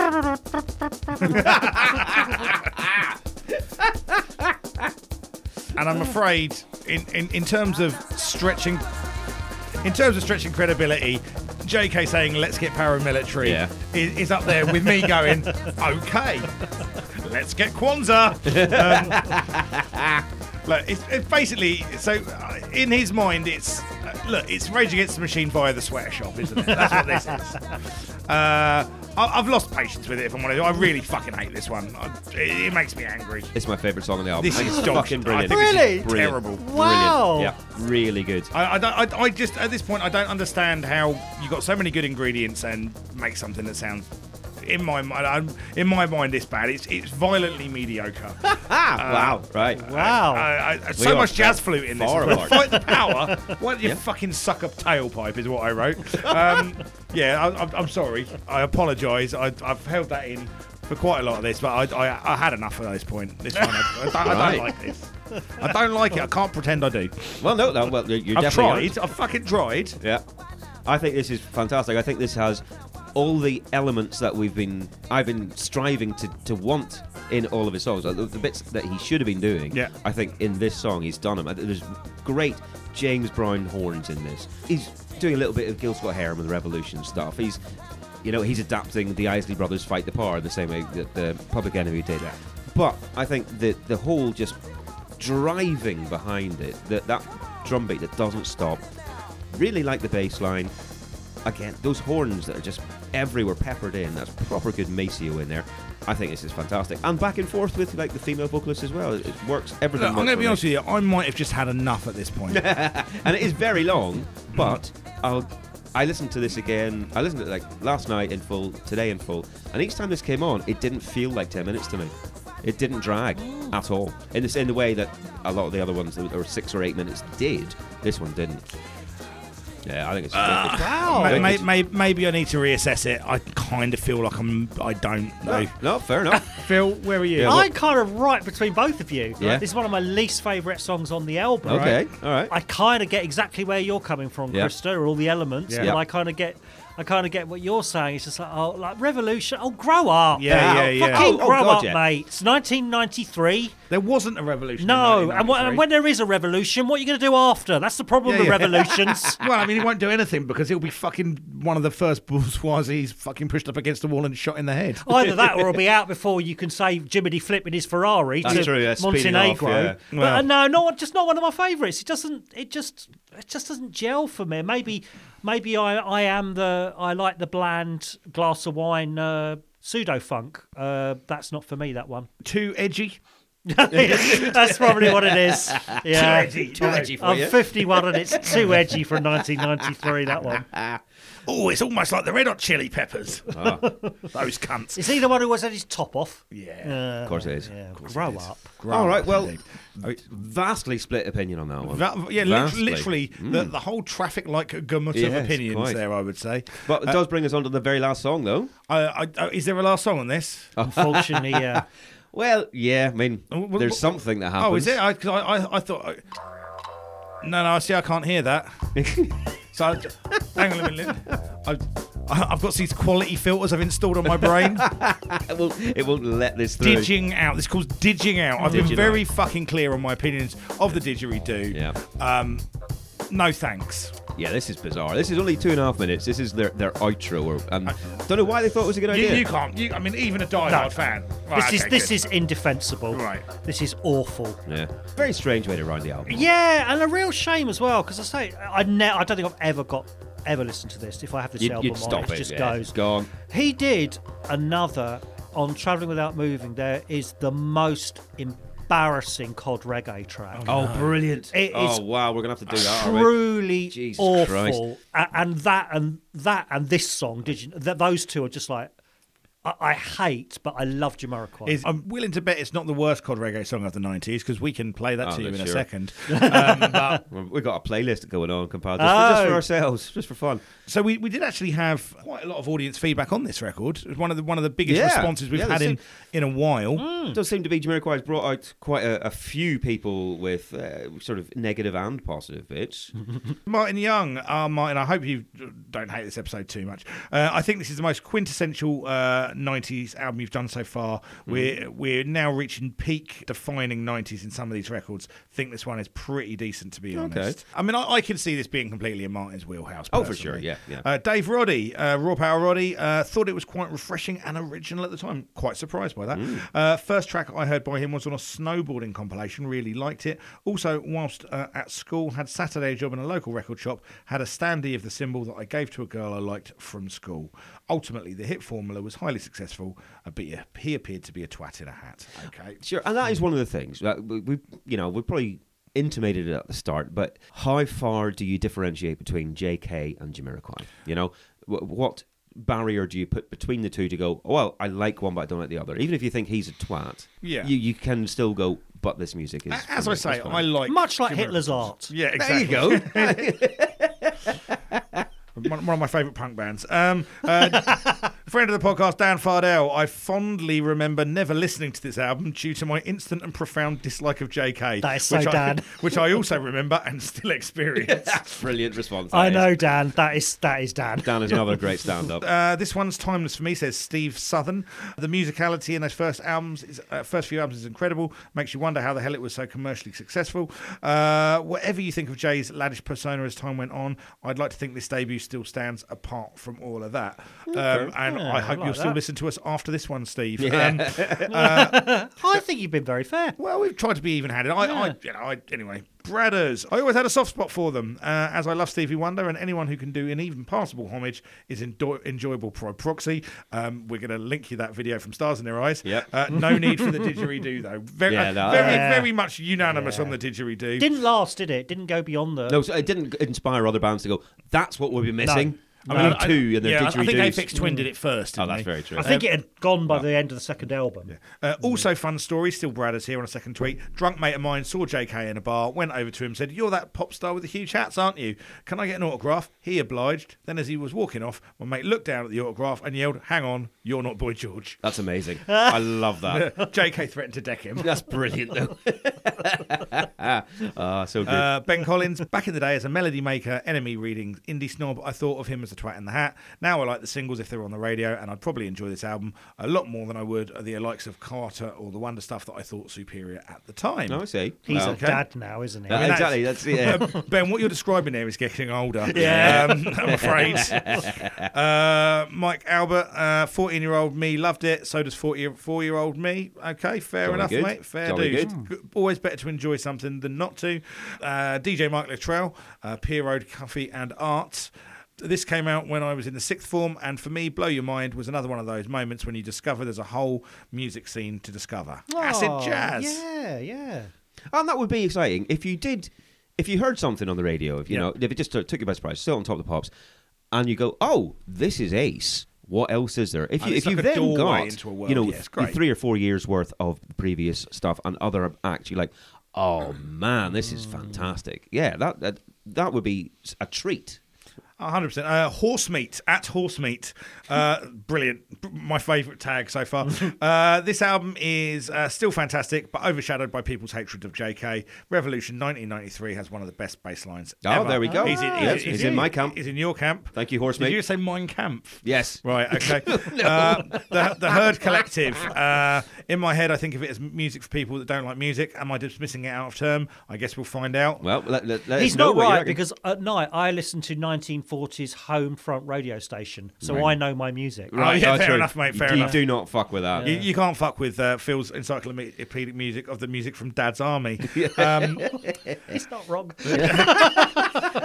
Speaker 1: and I'm afraid, in, in, in terms of stretching, in terms of stretching credibility, JK saying "Let's get paramilitary"
Speaker 2: Yeah.
Speaker 1: i- is, up there with me going, "Okay, let's get Kwanzaa." Um, look, it's, it's basically so uh, in his mind, it's uh, look, it's Rage Against the Machine via the sweatshop, isn't it? That's what this is. Uh, I- I've lost patience with it. If I'm honest, I really fucking hate this one. I, it, it makes me angry.
Speaker 2: It's my favourite song on the album.
Speaker 1: This
Speaker 2: I think
Speaker 1: is
Speaker 2: it's
Speaker 1: dog
Speaker 2: fucking
Speaker 1: shit.
Speaker 2: brilliant.
Speaker 1: I think this is
Speaker 2: Brilliant.
Speaker 1: terrible.
Speaker 2: Brilliant.
Speaker 3: Wow.
Speaker 2: Yeah, really good.
Speaker 1: I, I, don't- I, I just at this point I don't understand how you got so many good ingredients and make something that sounds in my mind I'm, in my mind this bad. It's it's violently mediocre.
Speaker 2: Ah,
Speaker 1: uh,
Speaker 2: wow. Right.
Speaker 3: Wow.
Speaker 1: I, I,
Speaker 2: Oh. We
Speaker 1: so
Speaker 2: are
Speaker 1: much jazz flute in this.
Speaker 2: far
Speaker 1: Well,
Speaker 2: apart.
Speaker 1: Fight the power. Why don't you
Speaker 2: Yeah.
Speaker 1: fucking suck up tailpipe? Is what I wrote. Um, yeah, I, I'm, I'm sorry. I apologise. I- I've held that in for quite a lot of this, but I, I, I had enough at this point. This one, I, I don't, I
Speaker 2: Right.
Speaker 1: don't like this. I don't like it. I can't pretend I do.
Speaker 2: Well, no, no well, you're you're
Speaker 1: I've
Speaker 2: definitely
Speaker 1: tried. I've fucking tried.
Speaker 2: right. Yeah. I think this is fantastic. I think this has all the elements that we've been I've been striving to, to want in all of his songs. Like, The, the bits that he should have been doing.
Speaker 1: Yeah.
Speaker 2: I think in this song he's done them. And There's great James Brown horns in this. He's doing a little bit of Gil Scott Heron with Revolution stuff. He's you know, he's adapting the Isley Brothers Fight the Power the same way that the Public Enemy did. But I think that the whole just driving behind it, that that drum beat that doesn't stop, really like the bass line. Again, those horns that are just everywhere peppered in, that's proper good Maceo in there. I think this is fantastic. And back and forth with like the female vocalist as well. It, it works everything.
Speaker 1: Look, I'm going
Speaker 2: works
Speaker 1: to
Speaker 2: for
Speaker 1: be
Speaker 2: me.
Speaker 1: honest with you. I might have just had enough at this point.
Speaker 2: and it is very long, but I'll. I listened to this again. I listened to it like last night in full, today in full, and each time this came on, it didn't feel like ten minutes to me. It didn't drag at all. In the in the way that a lot of the other ones that were six or eight minutes did, this one didn't. Yeah, I think it's.
Speaker 1: Ma-
Speaker 2: Wicked.
Speaker 1: may- may- maybe I need to reassess it. I kind of feel like I'm. I don't though.
Speaker 2: no, no, fair enough.
Speaker 1: Phil, where are you?
Speaker 2: Yeah,
Speaker 3: I'm kind of right between both of you.
Speaker 2: Yeah.
Speaker 3: This is one of my least favourite songs on the album.
Speaker 2: okay, all right.
Speaker 3: I kind of get exactly where you're coming from,
Speaker 2: Yeah.
Speaker 3: Krista, or all the elements,
Speaker 1: Yeah.
Speaker 3: and
Speaker 2: Yeah.
Speaker 3: I kind of get, I kind of get what you're saying. It's just like, oh, like revolution. Oh, grow up.
Speaker 1: Yeah,
Speaker 2: Yeah,
Speaker 1: yeah, yeah.
Speaker 3: Fucking
Speaker 2: Oh, oh,
Speaker 3: grow
Speaker 2: God,
Speaker 3: up,
Speaker 2: yeah.
Speaker 3: mate. It's 1993.
Speaker 1: There wasn't a revolution. in
Speaker 3: No, and, wh-
Speaker 1: 1993.
Speaker 3: and when there is a revolution, what are you going to do after? That's the problem
Speaker 1: Yeah,
Speaker 3: with
Speaker 1: yeah.
Speaker 3: revolutions.
Speaker 1: well, I mean, he won't do anything because he'll be fucking one of the first bourgeoisies fucking pushed up against the wall and shot in the head.
Speaker 3: Either that, or it'll be out before you can say Jiminy Flip in his Ferrari
Speaker 2: That's
Speaker 3: to
Speaker 2: true, yeah, speeding
Speaker 3: Montenegro.
Speaker 2: off, yeah.
Speaker 3: But
Speaker 1: Well-
Speaker 3: uh, no, not just not one of my favourites. It doesn't. It just it just doesn't gel for me. Maybe maybe I I am the I like the bland glass of wine uh, pseudo funk. Uh, that's not for me. That one.
Speaker 1: Too edgy.
Speaker 3: that's probably what it is. Yeah.
Speaker 2: Too edgy for
Speaker 3: I'm
Speaker 2: you.
Speaker 3: 51 and it's too edgy from 1993. That one.
Speaker 1: Oh, it's almost like the Red Hot Chili Peppers. Those cunts.
Speaker 3: Is he the one who always had his top off? Uh,
Speaker 1: yeah.
Speaker 2: of course it is.
Speaker 3: Yeah, grow up.
Speaker 2: All right, well,
Speaker 1: Indeed.
Speaker 2: vastly split opinion on that one.
Speaker 1: That- yeah, lit-
Speaker 2: Vastly.
Speaker 1: literally, the, the whole traffic like gamut of
Speaker 2: Yes,
Speaker 1: opinions
Speaker 2: quite.
Speaker 1: there, I would say.
Speaker 2: But it does bring us on to the very last song, though.
Speaker 1: I, I, oh, is there a last song on this?
Speaker 3: Unfortunately, yeah.
Speaker 2: Well, yeah, I mean,
Speaker 1: Oh, well,
Speaker 2: there's
Speaker 1: well-
Speaker 2: something that happens.
Speaker 1: Oh, is it? I, 'cause I, I, I thought. I... No, no. I See, I can't hear that. so, I, hang on a minute. I, I, I've got these quality filters I've installed on my brain,
Speaker 2: It won't, it won't let this through.
Speaker 1: didging out. This calls didging out. I've
Speaker 2: Didging
Speaker 1: been very fucking clear on my opinions of the didgeridoo.
Speaker 2: Yeah.
Speaker 1: Um, no thanks.
Speaker 2: Yeah, this is bizarre. This is only two and a half minutes. This is their, their outro. Or, um, don't know why they thought it was a good
Speaker 1: You,
Speaker 2: idea.
Speaker 1: you can't. You, I mean, even a diehard fan. Right,
Speaker 3: This is
Speaker 1: okay,
Speaker 3: this
Speaker 1: good.
Speaker 3: is indefensible.
Speaker 1: Right.
Speaker 3: This is awful.
Speaker 2: Yeah. Very strange way to round the album.
Speaker 3: Yeah, and a real shame as well because I say I ne- I don't think I've ever got ever listened to this. If I have this
Speaker 2: You'd,
Speaker 3: album
Speaker 2: you'd
Speaker 3: on,
Speaker 2: stop
Speaker 3: it,
Speaker 2: it.
Speaker 3: just
Speaker 2: yeah,
Speaker 3: goes.
Speaker 2: It's gone.
Speaker 3: He did another on Traveling Without Moving. There is the most embarrassing cod reggae track.
Speaker 2: Oh, brilliant.
Speaker 3: It is
Speaker 2: oh, wow. We're going to have to do that. aren't we?
Speaker 3: truly
Speaker 2: Jesus
Speaker 3: awful. A- And that and that and this song, did you? That those two are just like I, I hate, but I love Jamiroquai.
Speaker 1: Is, I'm willing to bet it's not the worst cod reggae song of the 90s because we can play that
Speaker 2: Oh,
Speaker 1: to you in
Speaker 2: no,
Speaker 1: a
Speaker 2: sure.
Speaker 1: second. um, but,
Speaker 2: Well, We've got a playlist going on, compadre. Just, just for
Speaker 3: Oh.
Speaker 2: ourselves, just for fun.
Speaker 1: so we, we did actually have quite a lot of audience feedback on this record. It was one of the one of the biggest
Speaker 2: Yeah.
Speaker 1: responses we've
Speaker 2: Yeah,
Speaker 1: had
Speaker 2: they
Speaker 1: in, in a while.
Speaker 2: It does seem to be Jamiroquai has brought out quite a, a few people with uh, sort of negative and positive bits.
Speaker 1: Martin Young, uh, Martin, I hope you don't hate this episode too much. Uh, I think this is the most quintessential uh, '90s album you've done so far.
Speaker 2: Mm-hmm.
Speaker 1: We're we're now reaching peak defining '90s in some of these records. think this one is pretty decent, to be
Speaker 2: Okay.
Speaker 1: honest. I mean, I, I can see this being completely in Martin's wheelhouse.
Speaker 2: Oh, for sure,
Speaker 1: personally.
Speaker 2: yeah, yeah.
Speaker 1: Uh, Dave Roddy, uh, Raw Power Roddy, uh, thought it was quite refreshing and original at the time. Quite surprised by that.
Speaker 2: Mm.
Speaker 1: Uh, first track I heard by him was on a snowboarding compilation. Really liked it. Also, whilst uh, at school, had Saturday job in a local record shop. Had a standee of the symbol that I gave to a girl I liked from school. Ultimately, the hit formula was highly successful. uh, But yeah, he appeared to be a twat in a hat. Okay.
Speaker 2: Sure, and that is one of the things that we, we you know, we probably intimated it at the start, but how far do you differentiate between J.K. and Jamiroquai? You know, Wh- what barrier do you put between the two to go? Well, I like one, but I don't like the other. Even if you think he's a twat,
Speaker 1: Yeah.
Speaker 2: you, you can still go. But this music is,
Speaker 1: As I
Speaker 2: for me, it's
Speaker 1: say,
Speaker 2: fine."
Speaker 1: I like
Speaker 3: Much like
Speaker 1: Jamiroquai.
Speaker 3: Hitler's art.
Speaker 1: Yeah, exactly.
Speaker 2: There you go.
Speaker 1: one, one of my favourite punk bands. Um, uh, friend of the podcast, Dan Fardell. I fondly remember never listening to this album due to my instant and profound dislike of JK.
Speaker 3: That is so
Speaker 1: which I,
Speaker 3: Dan.
Speaker 1: Which I also remember and still experience.
Speaker 2: Brilliant response.
Speaker 3: I
Speaker 2: that
Speaker 3: know,
Speaker 2: is.
Speaker 3: Dan. That is that is Dan.
Speaker 2: Dan is another great stand-up.
Speaker 1: Uh, this one's timeless for me, says Steve Southern. The musicality in those first albums, is, uh, first few albums, is incredible. Makes you wonder how the hell it was so commercially successful. Uh, whatever you think of Jay's laddish persona as time went on, I'd like to think this debut still stands apart from all of that. Um, and
Speaker 3: Yeah,
Speaker 1: I
Speaker 3: I
Speaker 1: hope
Speaker 3: like
Speaker 1: you'll still
Speaker 3: that.
Speaker 1: listen to us after this one, Steve.
Speaker 2: Yeah.
Speaker 1: Um,
Speaker 3: I think you've been very fair.
Speaker 1: well, we've tried to be even-handed. I, I, you know, I anyway. Bradders, I always had a soft spot for them, uh, as I love Stevie Wonder, and anyone who can do an even passable homage is endo- enjoyable by proxy. Um, we're going to link you that video from Stars in Their Eyes.
Speaker 2: Yep.
Speaker 1: Uh, no need for the didgeridoo though. Very, uh,
Speaker 2: Yeah, no,
Speaker 1: very,
Speaker 3: yeah.
Speaker 1: very much unanimous on the didgeridoo.
Speaker 3: Didn't last, did it? Didn't go beyond the.
Speaker 2: No, so it didn't inspire other bands to go. That's what we'll be missing. I mean, two and their
Speaker 1: Uh, yeah, I think
Speaker 2: didgeridoos."
Speaker 1: Aphex Twin did it first.
Speaker 2: Oh,
Speaker 1: didn't
Speaker 2: that's
Speaker 1: they?
Speaker 2: very true.
Speaker 3: I think it had gone by the end of the second album.
Speaker 1: Uh, also, fun story. Still, Brad is here on a second tweet. Drunk mate of mine saw JK in a bar, went over to him, said, "You're that pop star with the huge hats, aren't you? Can I get an autograph?" He obliged. Then, as he was walking off, my mate looked down at the autograph and yelled, "Hang on, you're not Boy George."
Speaker 2: That's amazing. I love that.
Speaker 1: JK threatened to deck him.
Speaker 2: That's brilliant, though. Ah, so good.
Speaker 1: Uh, ben Collins, back in the day as a melody maker, enemy reading, indie snob, I thought of him as a twat in the hat. Now I like the singles if they're on the radio, and I'd probably enjoy this album a lot more than I would the likes of Carter or the Wonder stuff that I thought superior at the time.
Speaker 2: no, I see.
Speaker 3: He's
Speaker 2: Well,
Speaker 1: Okay.
Speaker 3: a dad now, isn't he?
Speaker 2: that-
Speaker 1: mean,
Speaker 2: exactly. That's yeah.
Speaker 1: Uh, ben, what you're describing there is getting older.
Speaker 3: Yeah.
Speaker 1: Um, I'm afraid. uh, Mike Albert, 14 year old me loved it. So does 44 year old me. Okay, fair
Speaker 2: Jolly
Speaker 1: enough,
Speaker 2: good.
Speaker 1: mate. Fair
Speaker 2: Jolly
Speaker 1: dues.
Speaker 2: good.
Speaker 1: G- Always better to enjoy something than not to. Uh, DJ Mike Luttrell, uh, Pierrot, Cuffy, and Art. This came out when I was in the sixth form, and for me, Blow Your Mind was another one of those moments when you discover there's a whole music scene to discover. Acid
Speaker 3: Oh,
Speaker 1: jazz.
Speaker 3: Yeah, yeah.
Speaker 2: and that would be exciting if you did, if you heard something on the radio, if you know, if it just took you by surprise, still on top of the pops, and you go, "Oh, this is ace." What else is there? If
Speaker 1: And
Speaker 2: you
Speaker 1: it's
Speaker 2: if
Speaker 1: like
Speaker 2: you've
Speaker 1: a
Speaker 2: then
Speaker 1: doorway
Speaker 2: got
Speaker 1: into a world,
Speaker 2: you know
Speaker 1: yeah, it's great.
Speaker 2: three or four years worth of previous stuff and other acts, you're like, "Oh man, this is fantastic." Yeah, that that, that would be a treat.
Speaker 1: 100%. Uh, horse meat at horse meat. Uh, brilliant. B- My favourite tag so far. uh, this album is uh, still fantastic, but overshadowed by people's hatred of JK. Revolution 1993 has one of the best bass lines
Speaker 2: Oh,
Speaker 1: ever.
Speaker 2: there we go.
Speaker 1: He's in,
Speaker 2: Ah,
Speaker 1: he's-
Speaker 2: yes,
Speaker 1: he's
Speaker 2: he's in my camp.
Speaker 1: He's in your camp.
Speaker 2: Thank you, horse
Speaker 1: Did
Speaker 2: meat.
Speaker 1: you say mine camp?
Speaker 2: Yes.
Speaker 1: Right, okay. uh, the, the Herd Collective. Uh, in my head, I think of it as music for people that don't like music. Am I dismissing it out of term? I guess we'll find out.
Speaker 2: Well, let, let, let
Speaker 3: He's
Speaker 2: us know
Speaker 3: not
Speaker 2: what you
Speaker 3: right
Speaker 2: reckon.
Speaker 3: because at night I listen to 1940s home front radio station, so
Speaker 2: Right. oh,
Speaker 3: I know my music.
Speaker 1: Right. Oh, yeah, fair
Speaker 2: true.
Speaker 1: enough, mate,
Speaker 2: You-
Speaker 1: fair
Speaker 2: you
Speaker 1: enough.
Speaker 2: do not fuck with that.
Speaker 1: You, you can't fuck with uh, Phil's encyclopedic music of the music from Dad's Army. Um,
Speaker 3: It's not wrong.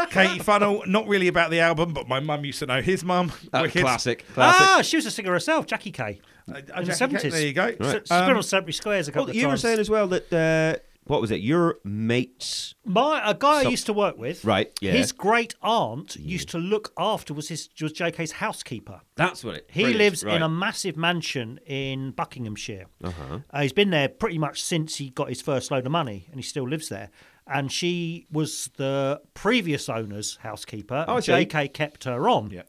Speaker 1: Katie Funnel, not really about the album, but my mum used to know his mum.
Speaker 2: That
Speaker 1: Wicked.
Speaker 2: classic, classic.
Speaker 3: ah, she was a singer herself, Jackie K.
Speaker 1: Uh,
Speaker 3: in the
Speaker 1: Jackie Kay,
Speaker 3: seventies.
Speaker 1: there you go.
Speaker 3: She's
Speaker 1: Um,
Speaker 3: been on Century Squares a couple
Speaker 2: well,
Speaker 3: of
Speaker 2: Oh, you
Speaker 3: times.
Speaker 2: were saying as well that uh, what was it? Your mates,
Speaker 3: My a guy I
Speaker 2: Some-
Speaker 3: used to work with.
Speaker 2: Right, yeah.
Speaker 3: His great aunt used to look after was his was JK's housekeeper.
Speaker 2: that's what it.
Speaker 3: He
Speaker 2: brilliant,
Speaker 3: lives
Speaker 2: right.
Speaker 3: in a massive mansion in Buckinghamshire.
Speaker 2: Uh-huh.
Speaker 3: Uh, he's been there pretty much since he got his first load of money, and he still lives there. And she was the previous owner's housekeeper.
Speaker 2: Oh, I
Speaker 3: and
Speaker 2: see.
Speaker 3: JK kept her on.
Speaker 1: Yeah.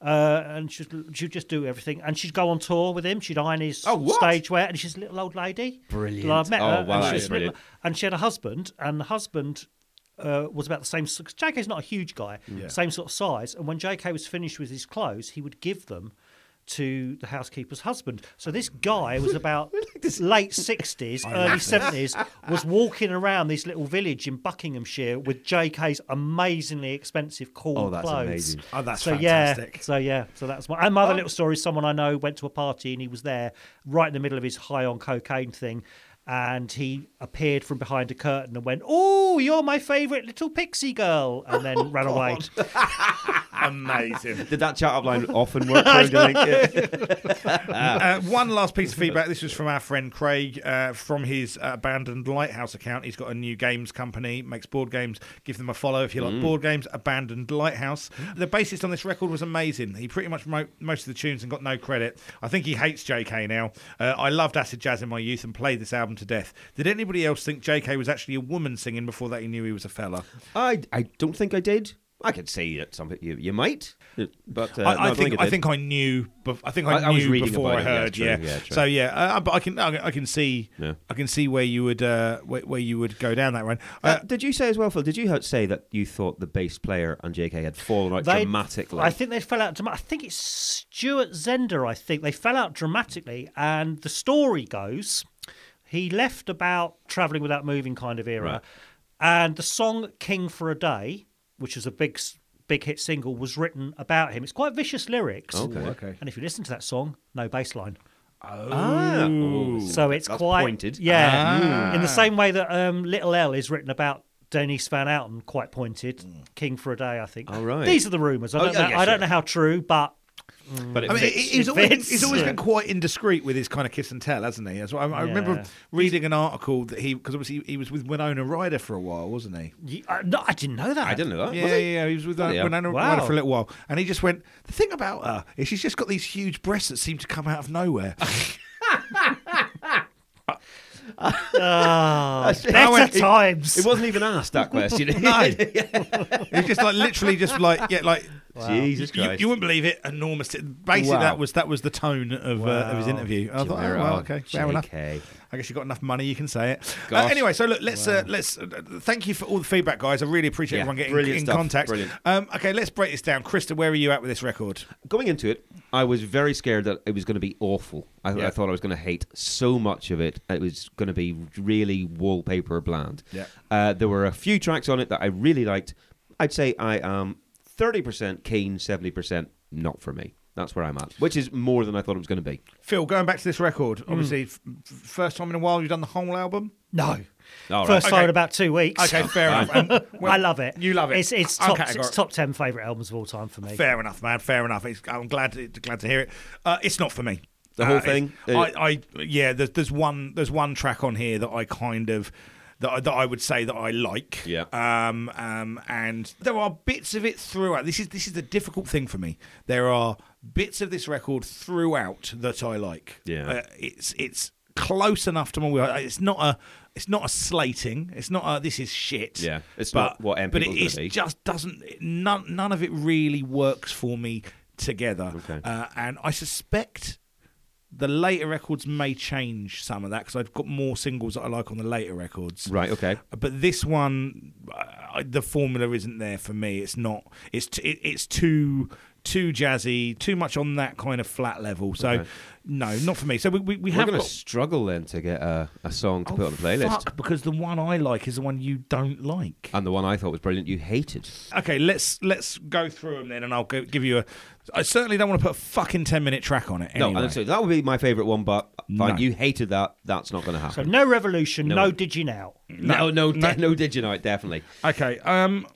Speaker 3: Uh, and she'd, she'd just do everything. And she'd go on tour with him. She'd iron his
Speaker 2: Oh, what?
Speaker 3: stage wear. And she's a little old lady.
Speaker 2: Brilliant.
Speaker 3: Well, I've met
Speaker 2: Oh,
Speaker 3: her.
Speaker 2: wow,
Speaker 3: and
Speaker 2: that
Speaker 3: she's
Speaker 2: is
Speaker 3: a little-
Speaker 2: brilliant.
Speaker 3: And she had a husband. And the husband uh, was about the same. s- 'cause JK's not a huge guy,
Speaker 2: Mm.
Speaker 3: same sort of size. And when JK was finished with his clothes, he would give them to the housekeeper's husband. So this guy was about late 60s, early 70s, was walking around this little village in Buckinghamshire with JK's amazingly expensive cool
Speaker 2: Oh, that's
Speaker 3: clothes.
Speaker 2: amazing.
Speaker 1: Oh, that's
Speaker 3: so
Speaker 1: fantastic. Oh.
Speaker 3: yeah, so yeah, so that's my. And my other little story is someone I know went to a party and he was there right in the middle of his high on cocaine thing, and he appeared from behind a curtain and went, "Oh, you're my favourite little pixie girl," and
Speaker 1: Oh,
Speaker 3: then ran away.
Speaker 1: Amazing.
Speaker 2: Did that chat up line often work? for him, do you think? Yeah.
Speaker 1: Uh, one last piece of feedback. This was from our friend Craig uh, from his uh, Abandoned Lighthouse account. He's got a new games company, makes board games. Give them a follow if you like board games. Abandoned Lighthouse. The bassist on this record was amazing. He pretty much wrote most of the tunes and got no credit. I think he hates JK now. Uh, I loved acid jazz in my youth and played this album to death. Did anybody else think JK was actually a woman singing before that he knew he was a fella?
Speaker 2: I I don't think I did. I could say that something you you might, but uh, no,
Speaker 1: I, I
Speaker 2: don't
Speaker 1: think I
Speaker 2: did.
Speaker 1: think I knew. Bef- I think I,
Speaker 2: I-
Speaker 1: knew
Speaker 2: I was reading
Speaker 1: before
Speaker 2: about
Speaker 1: I
Speaker 2: it, yeah,
Speaker 1: heard.
Speaker 2: true,
Speaker 1: Yeah.
Speaker 2: yeah, true.
Speaker 1: so yeah, uh, but I can I, I can see
Speaker 2: Yeah.
Speaker 1: I can see where you would uh, where, where you would go down that road. Uh,
Speaker 2: Uh, did you say as well, Phil? Did you ha- say that you thought the bass player and JK had fallen out
Speaker 3: They-
Speaker 2: dramatically?
Speaker 3: I think they fell out. dram- I think it's Stuart Zender. I think they fell out dramatically, and the story goes, he left about traveling without moving kind of era, and the song "King for a Day," which is a big, s- big hit single, was written about him. It's quite vicious lyrics.
Speaker 2: Okay.
Speaker 1: okay.
Speaker 3: And if you listen to that song, no bass line.
Speaker 2: Ah, oh,
Speaker 3: So it's
Speaker 2: that's
Speaker 3: quite
Speaker 2: pointed. Ah.
Speaker 3: Yeah, in the same way that um, Little L is written about Denise Van Outen, quite pointed. King for a day, I think.
Speaker 2: All Hmm. right.
Speaker 3: These are the rumours. I
Speaker 2: Oh,
Speaker 3: don't,
Speaker 2: yeah,
Speaker 3: know,
Speaker 2: yeah,
Speaker 3: I don't
Speaker 2: sure.
Speaker 3: know how true, but
Speaker 2: But it
Speaker 1: I mean,
Speaker 2: fits.
Speaker 1: he- he's
Speaker 3: it
Speaker 1: always,
Speaker 3: fits.
Speaker 1: he's always
Speaker 3: Yeah.
Speaker 1: been quite indiscreet with his kind of kiss and tell, hasn't he? That's what I, I remember
Speaker 3: Yeah.
Speaker 1: reading an article that he because obviously he was with Winona Ryder for a while, wasn't he?
Speaker 3: you, I, no, I didn't know that.
Speaker 2: I didn't know that.
Speaker 1: Yeah,
Speaker 2: was
Speaker 1: yeah,
Speaker 2: it?
Speaker 1: yeah, he was with uh,
Speaker 2: Bloody hell.
Speaker 1: Winona
Speaker 3: Wow.
Speaker 1: Ryder for a little while, and he just went. The thing about her is she's just got these huge breasts that seem to come out of nowhere.
Speaker 3: Oh, better
Speaker 1: went-
Speaker 3: times.
Speaker 2: It wasn't even asked that question.
Speaker 1: no, it's just like literally just like yeah, like
Speaker 2: Jesus
Speaker 1: You- You,
Speaker 2: Christ.
Speaker 1: wouldn't believe it. Enormous. Basically,
Speaker 2: Wow.
Speaker 1: that was that was the tone of, uh, of his
Speaker 3: Wow.
Speaker 1: interview. I thought, oh,
Speaker 2: Chimera,
Speaker 1: well, okay, fair enough.
Speaker 2: JK.
Speaker 1: I guess you got enough money, you can say it. Uh,
Speaker 2: Gosh.
Speaker 1: anyway, so look, let's uh, let's uh, thank you for all the feedback, guys. I really appreciate
Speaker 2: Yeah,
Speaker 1: everyone getting
Speaker 2: brilliant
Speaker 1: in
Speaker 2: stuff,
Speaker 1: contact.
Speaker 2: brilliant.
Speaker 1: Um, okay, let's break this down. Krista, where are you at with this record?
Speaker 2: Going into it, I was very scared that it was going to be awful. I,
Speaker 1: Yeah.
Speaker 2: I thought I was going to hate so much of it. It was going to be really wallpaper bland.
Speaker 1: Yeah.
Speaker 2: Uh, there were a few tracks on it that I really liked. I'd say I am 30% keen, 70% not for me. That's where I'm at, which is more than I thought it was going to be.
Speaker 1: Phil, going back to this record,
Speaker 2: Mm.
Speaker 1: obviously, f- f- first time in a while you've done the whole album.
Speaker 3: No.
Speaker 2: All
Speaker 3: First
Speaker 2: right.
Speaker 3: time
Speaker 1: Okay.
Speaker 3: in about two weeks.
Speaker 1: Okay, fair enough. Um, well,
Speaker 3: I love it.
Speaker 1: You love it.
Speaker 3: It's, it's,
Speaker 1: I'm
Speaker 3: top,
Speaker 1: categor-
Speaker 3: it's top 10 favourite albums of all time for me.
Speaker 1: Fair enough, man. Fair enough. It's, I'm glad to, glad to hear it. Uh, it's not for me.
Speaker 2: The whole
Speaker 1: Uh, it's-
Speaker 2: thing? Uh,
Speaker 1: I, I yeah. There's there's one there's one track on here that I kind of. That I, that I would say that I like,
Speaker 2: Yeah.
Speaker 1: Um, um, and there are bits of it throughout. This is this is the difficult thing for me. There are bits of this record throughout that I like.
Speaker 2: Yeah.
Speaker 1: Uh, it's it's close enough to my wheel. It's not a it's not a slating. It's not a this is shit.
Speaker 2: Yeah. It's not what M
Speaker 1: But it
Speaker 2: people's gonna
Speaker 1: is
Speaker 2: be.
Speaker 1: just doesn't none none of it really works for me together.
Speaker 2: Okay.
Speaker 1: Uh, and I suspect the later records may change some of that because I've got more singles that I like on the later records.
Speaker 2: Right, okay.
Speaker 1: But this one, I, I- the formula isn't there for me. It's not. It's t- it, it's too too jazzy, too much on that kind of flat level. So no, not for me. So we we, we
Speaker 2: We're
Speaker 1: have
Speaker 2: going to
Speaker 1: got
Speaker 2: struggle then to get a, a song to
Speaker 1: Oh,
Speaker 2: put on the playlist.
Speaker 1: fuck, because the one I like is the one you don't like.
Speaker 2: And the one I thought was brilliant, you hated.
Speaker 1: Okay, let's let's go through them then, and I'll go, give you a. I certainly don't want to put a fucking ten minute track on it. Anyway.
Speaker 2: No, and so that would be my favourite one, but fine,
Speaker 1: No.
Speaker 2: you hated that. That's not going to happen.
Speaker 3: So no revolution,
Speaker 2: No.
Speaker 3: no, did you now?
Speaker 2: No, no, no, no Diginite, definitely.
Speaker 1: okay. Um,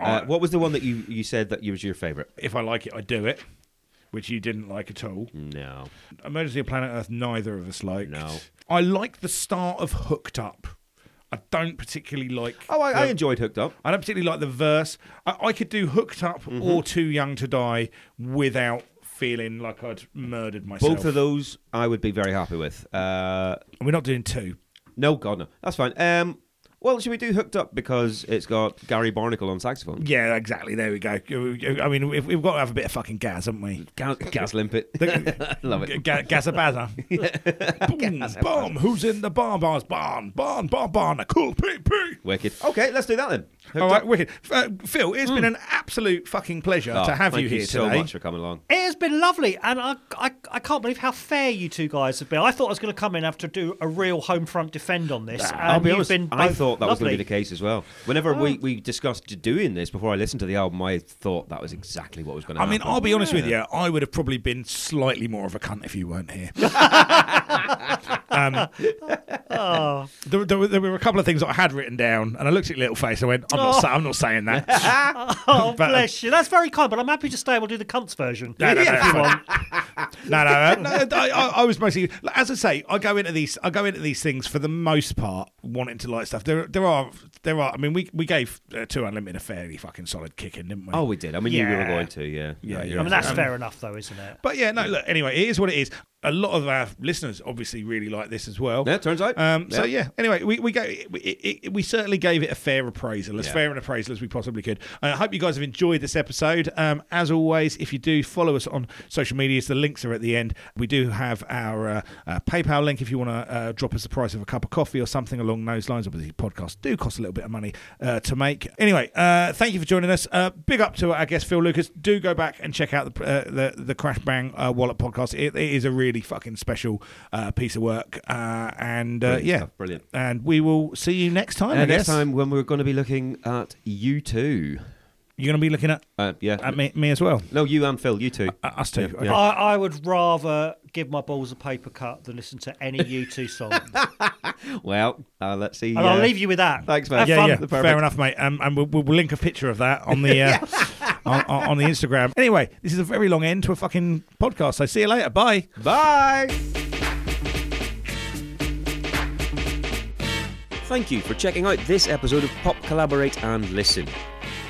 Speaker 2: Uh, what was the one that you, you said that was your favourite?
Speaker 1: if I like it, I do it, which you didn't like at all.
Speaker 2: No.
Speaker 1: Emergency of Planet Earth, neither of us liked.
Speaker 2: No.
Speaker 1: I like the start of Hooked Up. I don't particularly like.
Speaker 2: Oh, I, I
Speaker 1: the-
Speaker 2: enjoyed Hooked Up.
Speaker 1: I don't particularly like the verse. I, I could do Hooked Up
Speaker 2: Mm-hmm.
Speaker 1: or Too Young to Die without feeling like I'd murdered myself.
Speaker 2: Both of those I would be very happy with. Uh,
Speaker 1: We're not doing two.
Speaker 2: no, God, no. That's fine. Um, well, should we do Hooked Up because it's got Gary Barnacle on saxophone?
Speaker 1: Yeah, exactly. There we go. I mean, we've, we've got to have a bit of fucking gas, haven't we?
Speaker 2: Gas, gas limpet. Love it.
Speaker 1: Ga- Gazabaza. Boom, bomb. Who's in the bomb? Bars, barn, barn, barn, barn. A cool PP.
Speaker 2: Wicked. Okay, let's do that then. Hooked
Speaker 1: All right,
Speaker 2: Up.
Speaker 1: wicked. Uh, Phil, it's been an absolute fucking pleasure
Speaker 2: Oh,
Speaker 1: to have
Speaker 2: thank
Speaker 1: you here
Speaker 2: so
Speaker 1: today.
Speaker 2: much for coming along.
Speaker 3: It has been lovely, and I, I, I can't believe how fair you two guys have been. I thought I was going to come in and have to do a real home front defend on this. and
Speaker 2: I'll be
Speaker 3: you've
Speaker 2: honest.
Speaker 3: been
Speaker 2: I
Speaker 3: both
Speaker 2: thought that was going to
Speaker 3: lovely.
Speaker 2: be the case as well. Whenever we, we discussed doing this before I listened to the album, I thought that was exactly what was going to
Speaker 1: I
Speaker 2: happen.
Speaker 1: mean, I'll be honest with you. I would have probably been slightly more of a cunt if you weren't here. um, there, there, were, there were a couple of things that I had written down, and I looked at your little face. I went, "I'm, not, sa- I'm not saying that."
Speaker 3: Oh,
Speaker 2: uh,
Speaker 1: But, um,
Speaker 3: bless you. That's very kind, but I'm happy to stay. We'll do the cunts version.
Speaker 1: No, no, no,
Speaker 3: If you
Speaker 1: fine.
Speaker 3: want.
Speaker 1: no, no, no. no I, I, I was mostly, as I say, I go into these, I go into these things for the most part wanting to like stuff. There, there are, there are. I mean, we we gave uh, Two Unlimited a fairly fucking solid kicking, didn't we?
Speaker 2: Oh, we did. I mean, you were
Speaker 1: Yeah.
Speaker 2: going to, yeah.
Speaker 1: Yeah,
Speaker 2: No,
Speaker 1: yeah.
Speaker 2: you're
Speaker 3: I mean, that's
Speaker 2: absolutely
Speaker 3: fair enough, though, isn't it?
Speaker 1: But yeah, no, look, anyway, it is what it is. A lot of our listeners obviously really like this as well.
Speaker 2: Yeah, turns out.
Speaker 1: Um, So
Speaker 2: Yeah.
Speaker 1: yeah, anyway, we we, go, we, it, it, we certainly gave it a fair appraisal, as
Speaker 2: Yeah.
Speaker 1: fair an appraisal as we possibly could. And I hope you guys have enjoyed this episode. Um, as always, if you do follow us on social medias, the links are at the end. We do have our uh, uh, PayPal link if you want to uh, drop us the price of a cup of coffee or something along those lines. Obviously, podcasts do cost a little bit of money uh, to make. Anyway, uh, thank you for joining us. Uh, big up to our guest Phil Lucas. Do go back and check out the uh, the, the Crash Bang uh, Wallet podcast. It, it is a really fucking special uh, piece of work. Uh, and uh,
Speaker 2: Brilliant
Speaker 1: yeah,
Speaker 2: stuff, brilliant.
Speaker 1: And we will see you next time.
Speaker 2: Uh,
Speaker 1: I
Speaker 2: next
Speaker 1: guess.
Speaker 2: time when we're going to be looking at you two.
Speaker 1: you're going to be looking at,
Speaker 2: Uh, yeah.
Speaker 1: at me, me as well.
Speaker 2: no, you and Phil, you two.
Speaker 1: Um, Uh, us too. Okay.
Speaker 2: Oh,
Speaker 3: I, I would rather give my balls a paper cut than listen to any U2 song. and
Speaker 2: well, uh, let's see.
Speaker 3: I'll
Speaker 2: uh,
Speaker 3: leave you with that.
Speaker 2: Thanks, man.
Speaker 3: Have
Speaker 1: Yeah,
Speaker 3: fun.
Speaker 1: yeah,
Speaker 2: Perfect.
Speaker 1: fair enough, mate. Um, and we'll, we'll link a picture of that on the uh, on, on on the Instagram. Anyway, this is a very long end to a fucking podcast. So see you later. Bye.
Speaker 2: Bye. Thank you for checking out this episode of Pop Collaborate and Listen.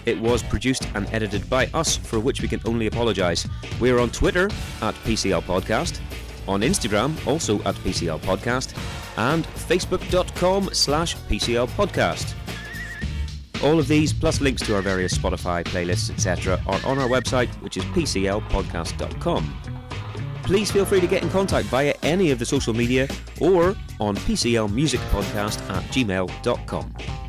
Speaker 2: It was produced and edited by us, for which we can only apologise. We are on Twitter at PCL Podcast, on Instagram also at PCL Podcast, and Facebook.com slash PCL Podcast. All of these, plus links to our various Spotify playlists, etc., are on our website, which is PCLpodcast.com please feel free to get in contact via any of the social media or on PCLmusicpodcast at gmail.com.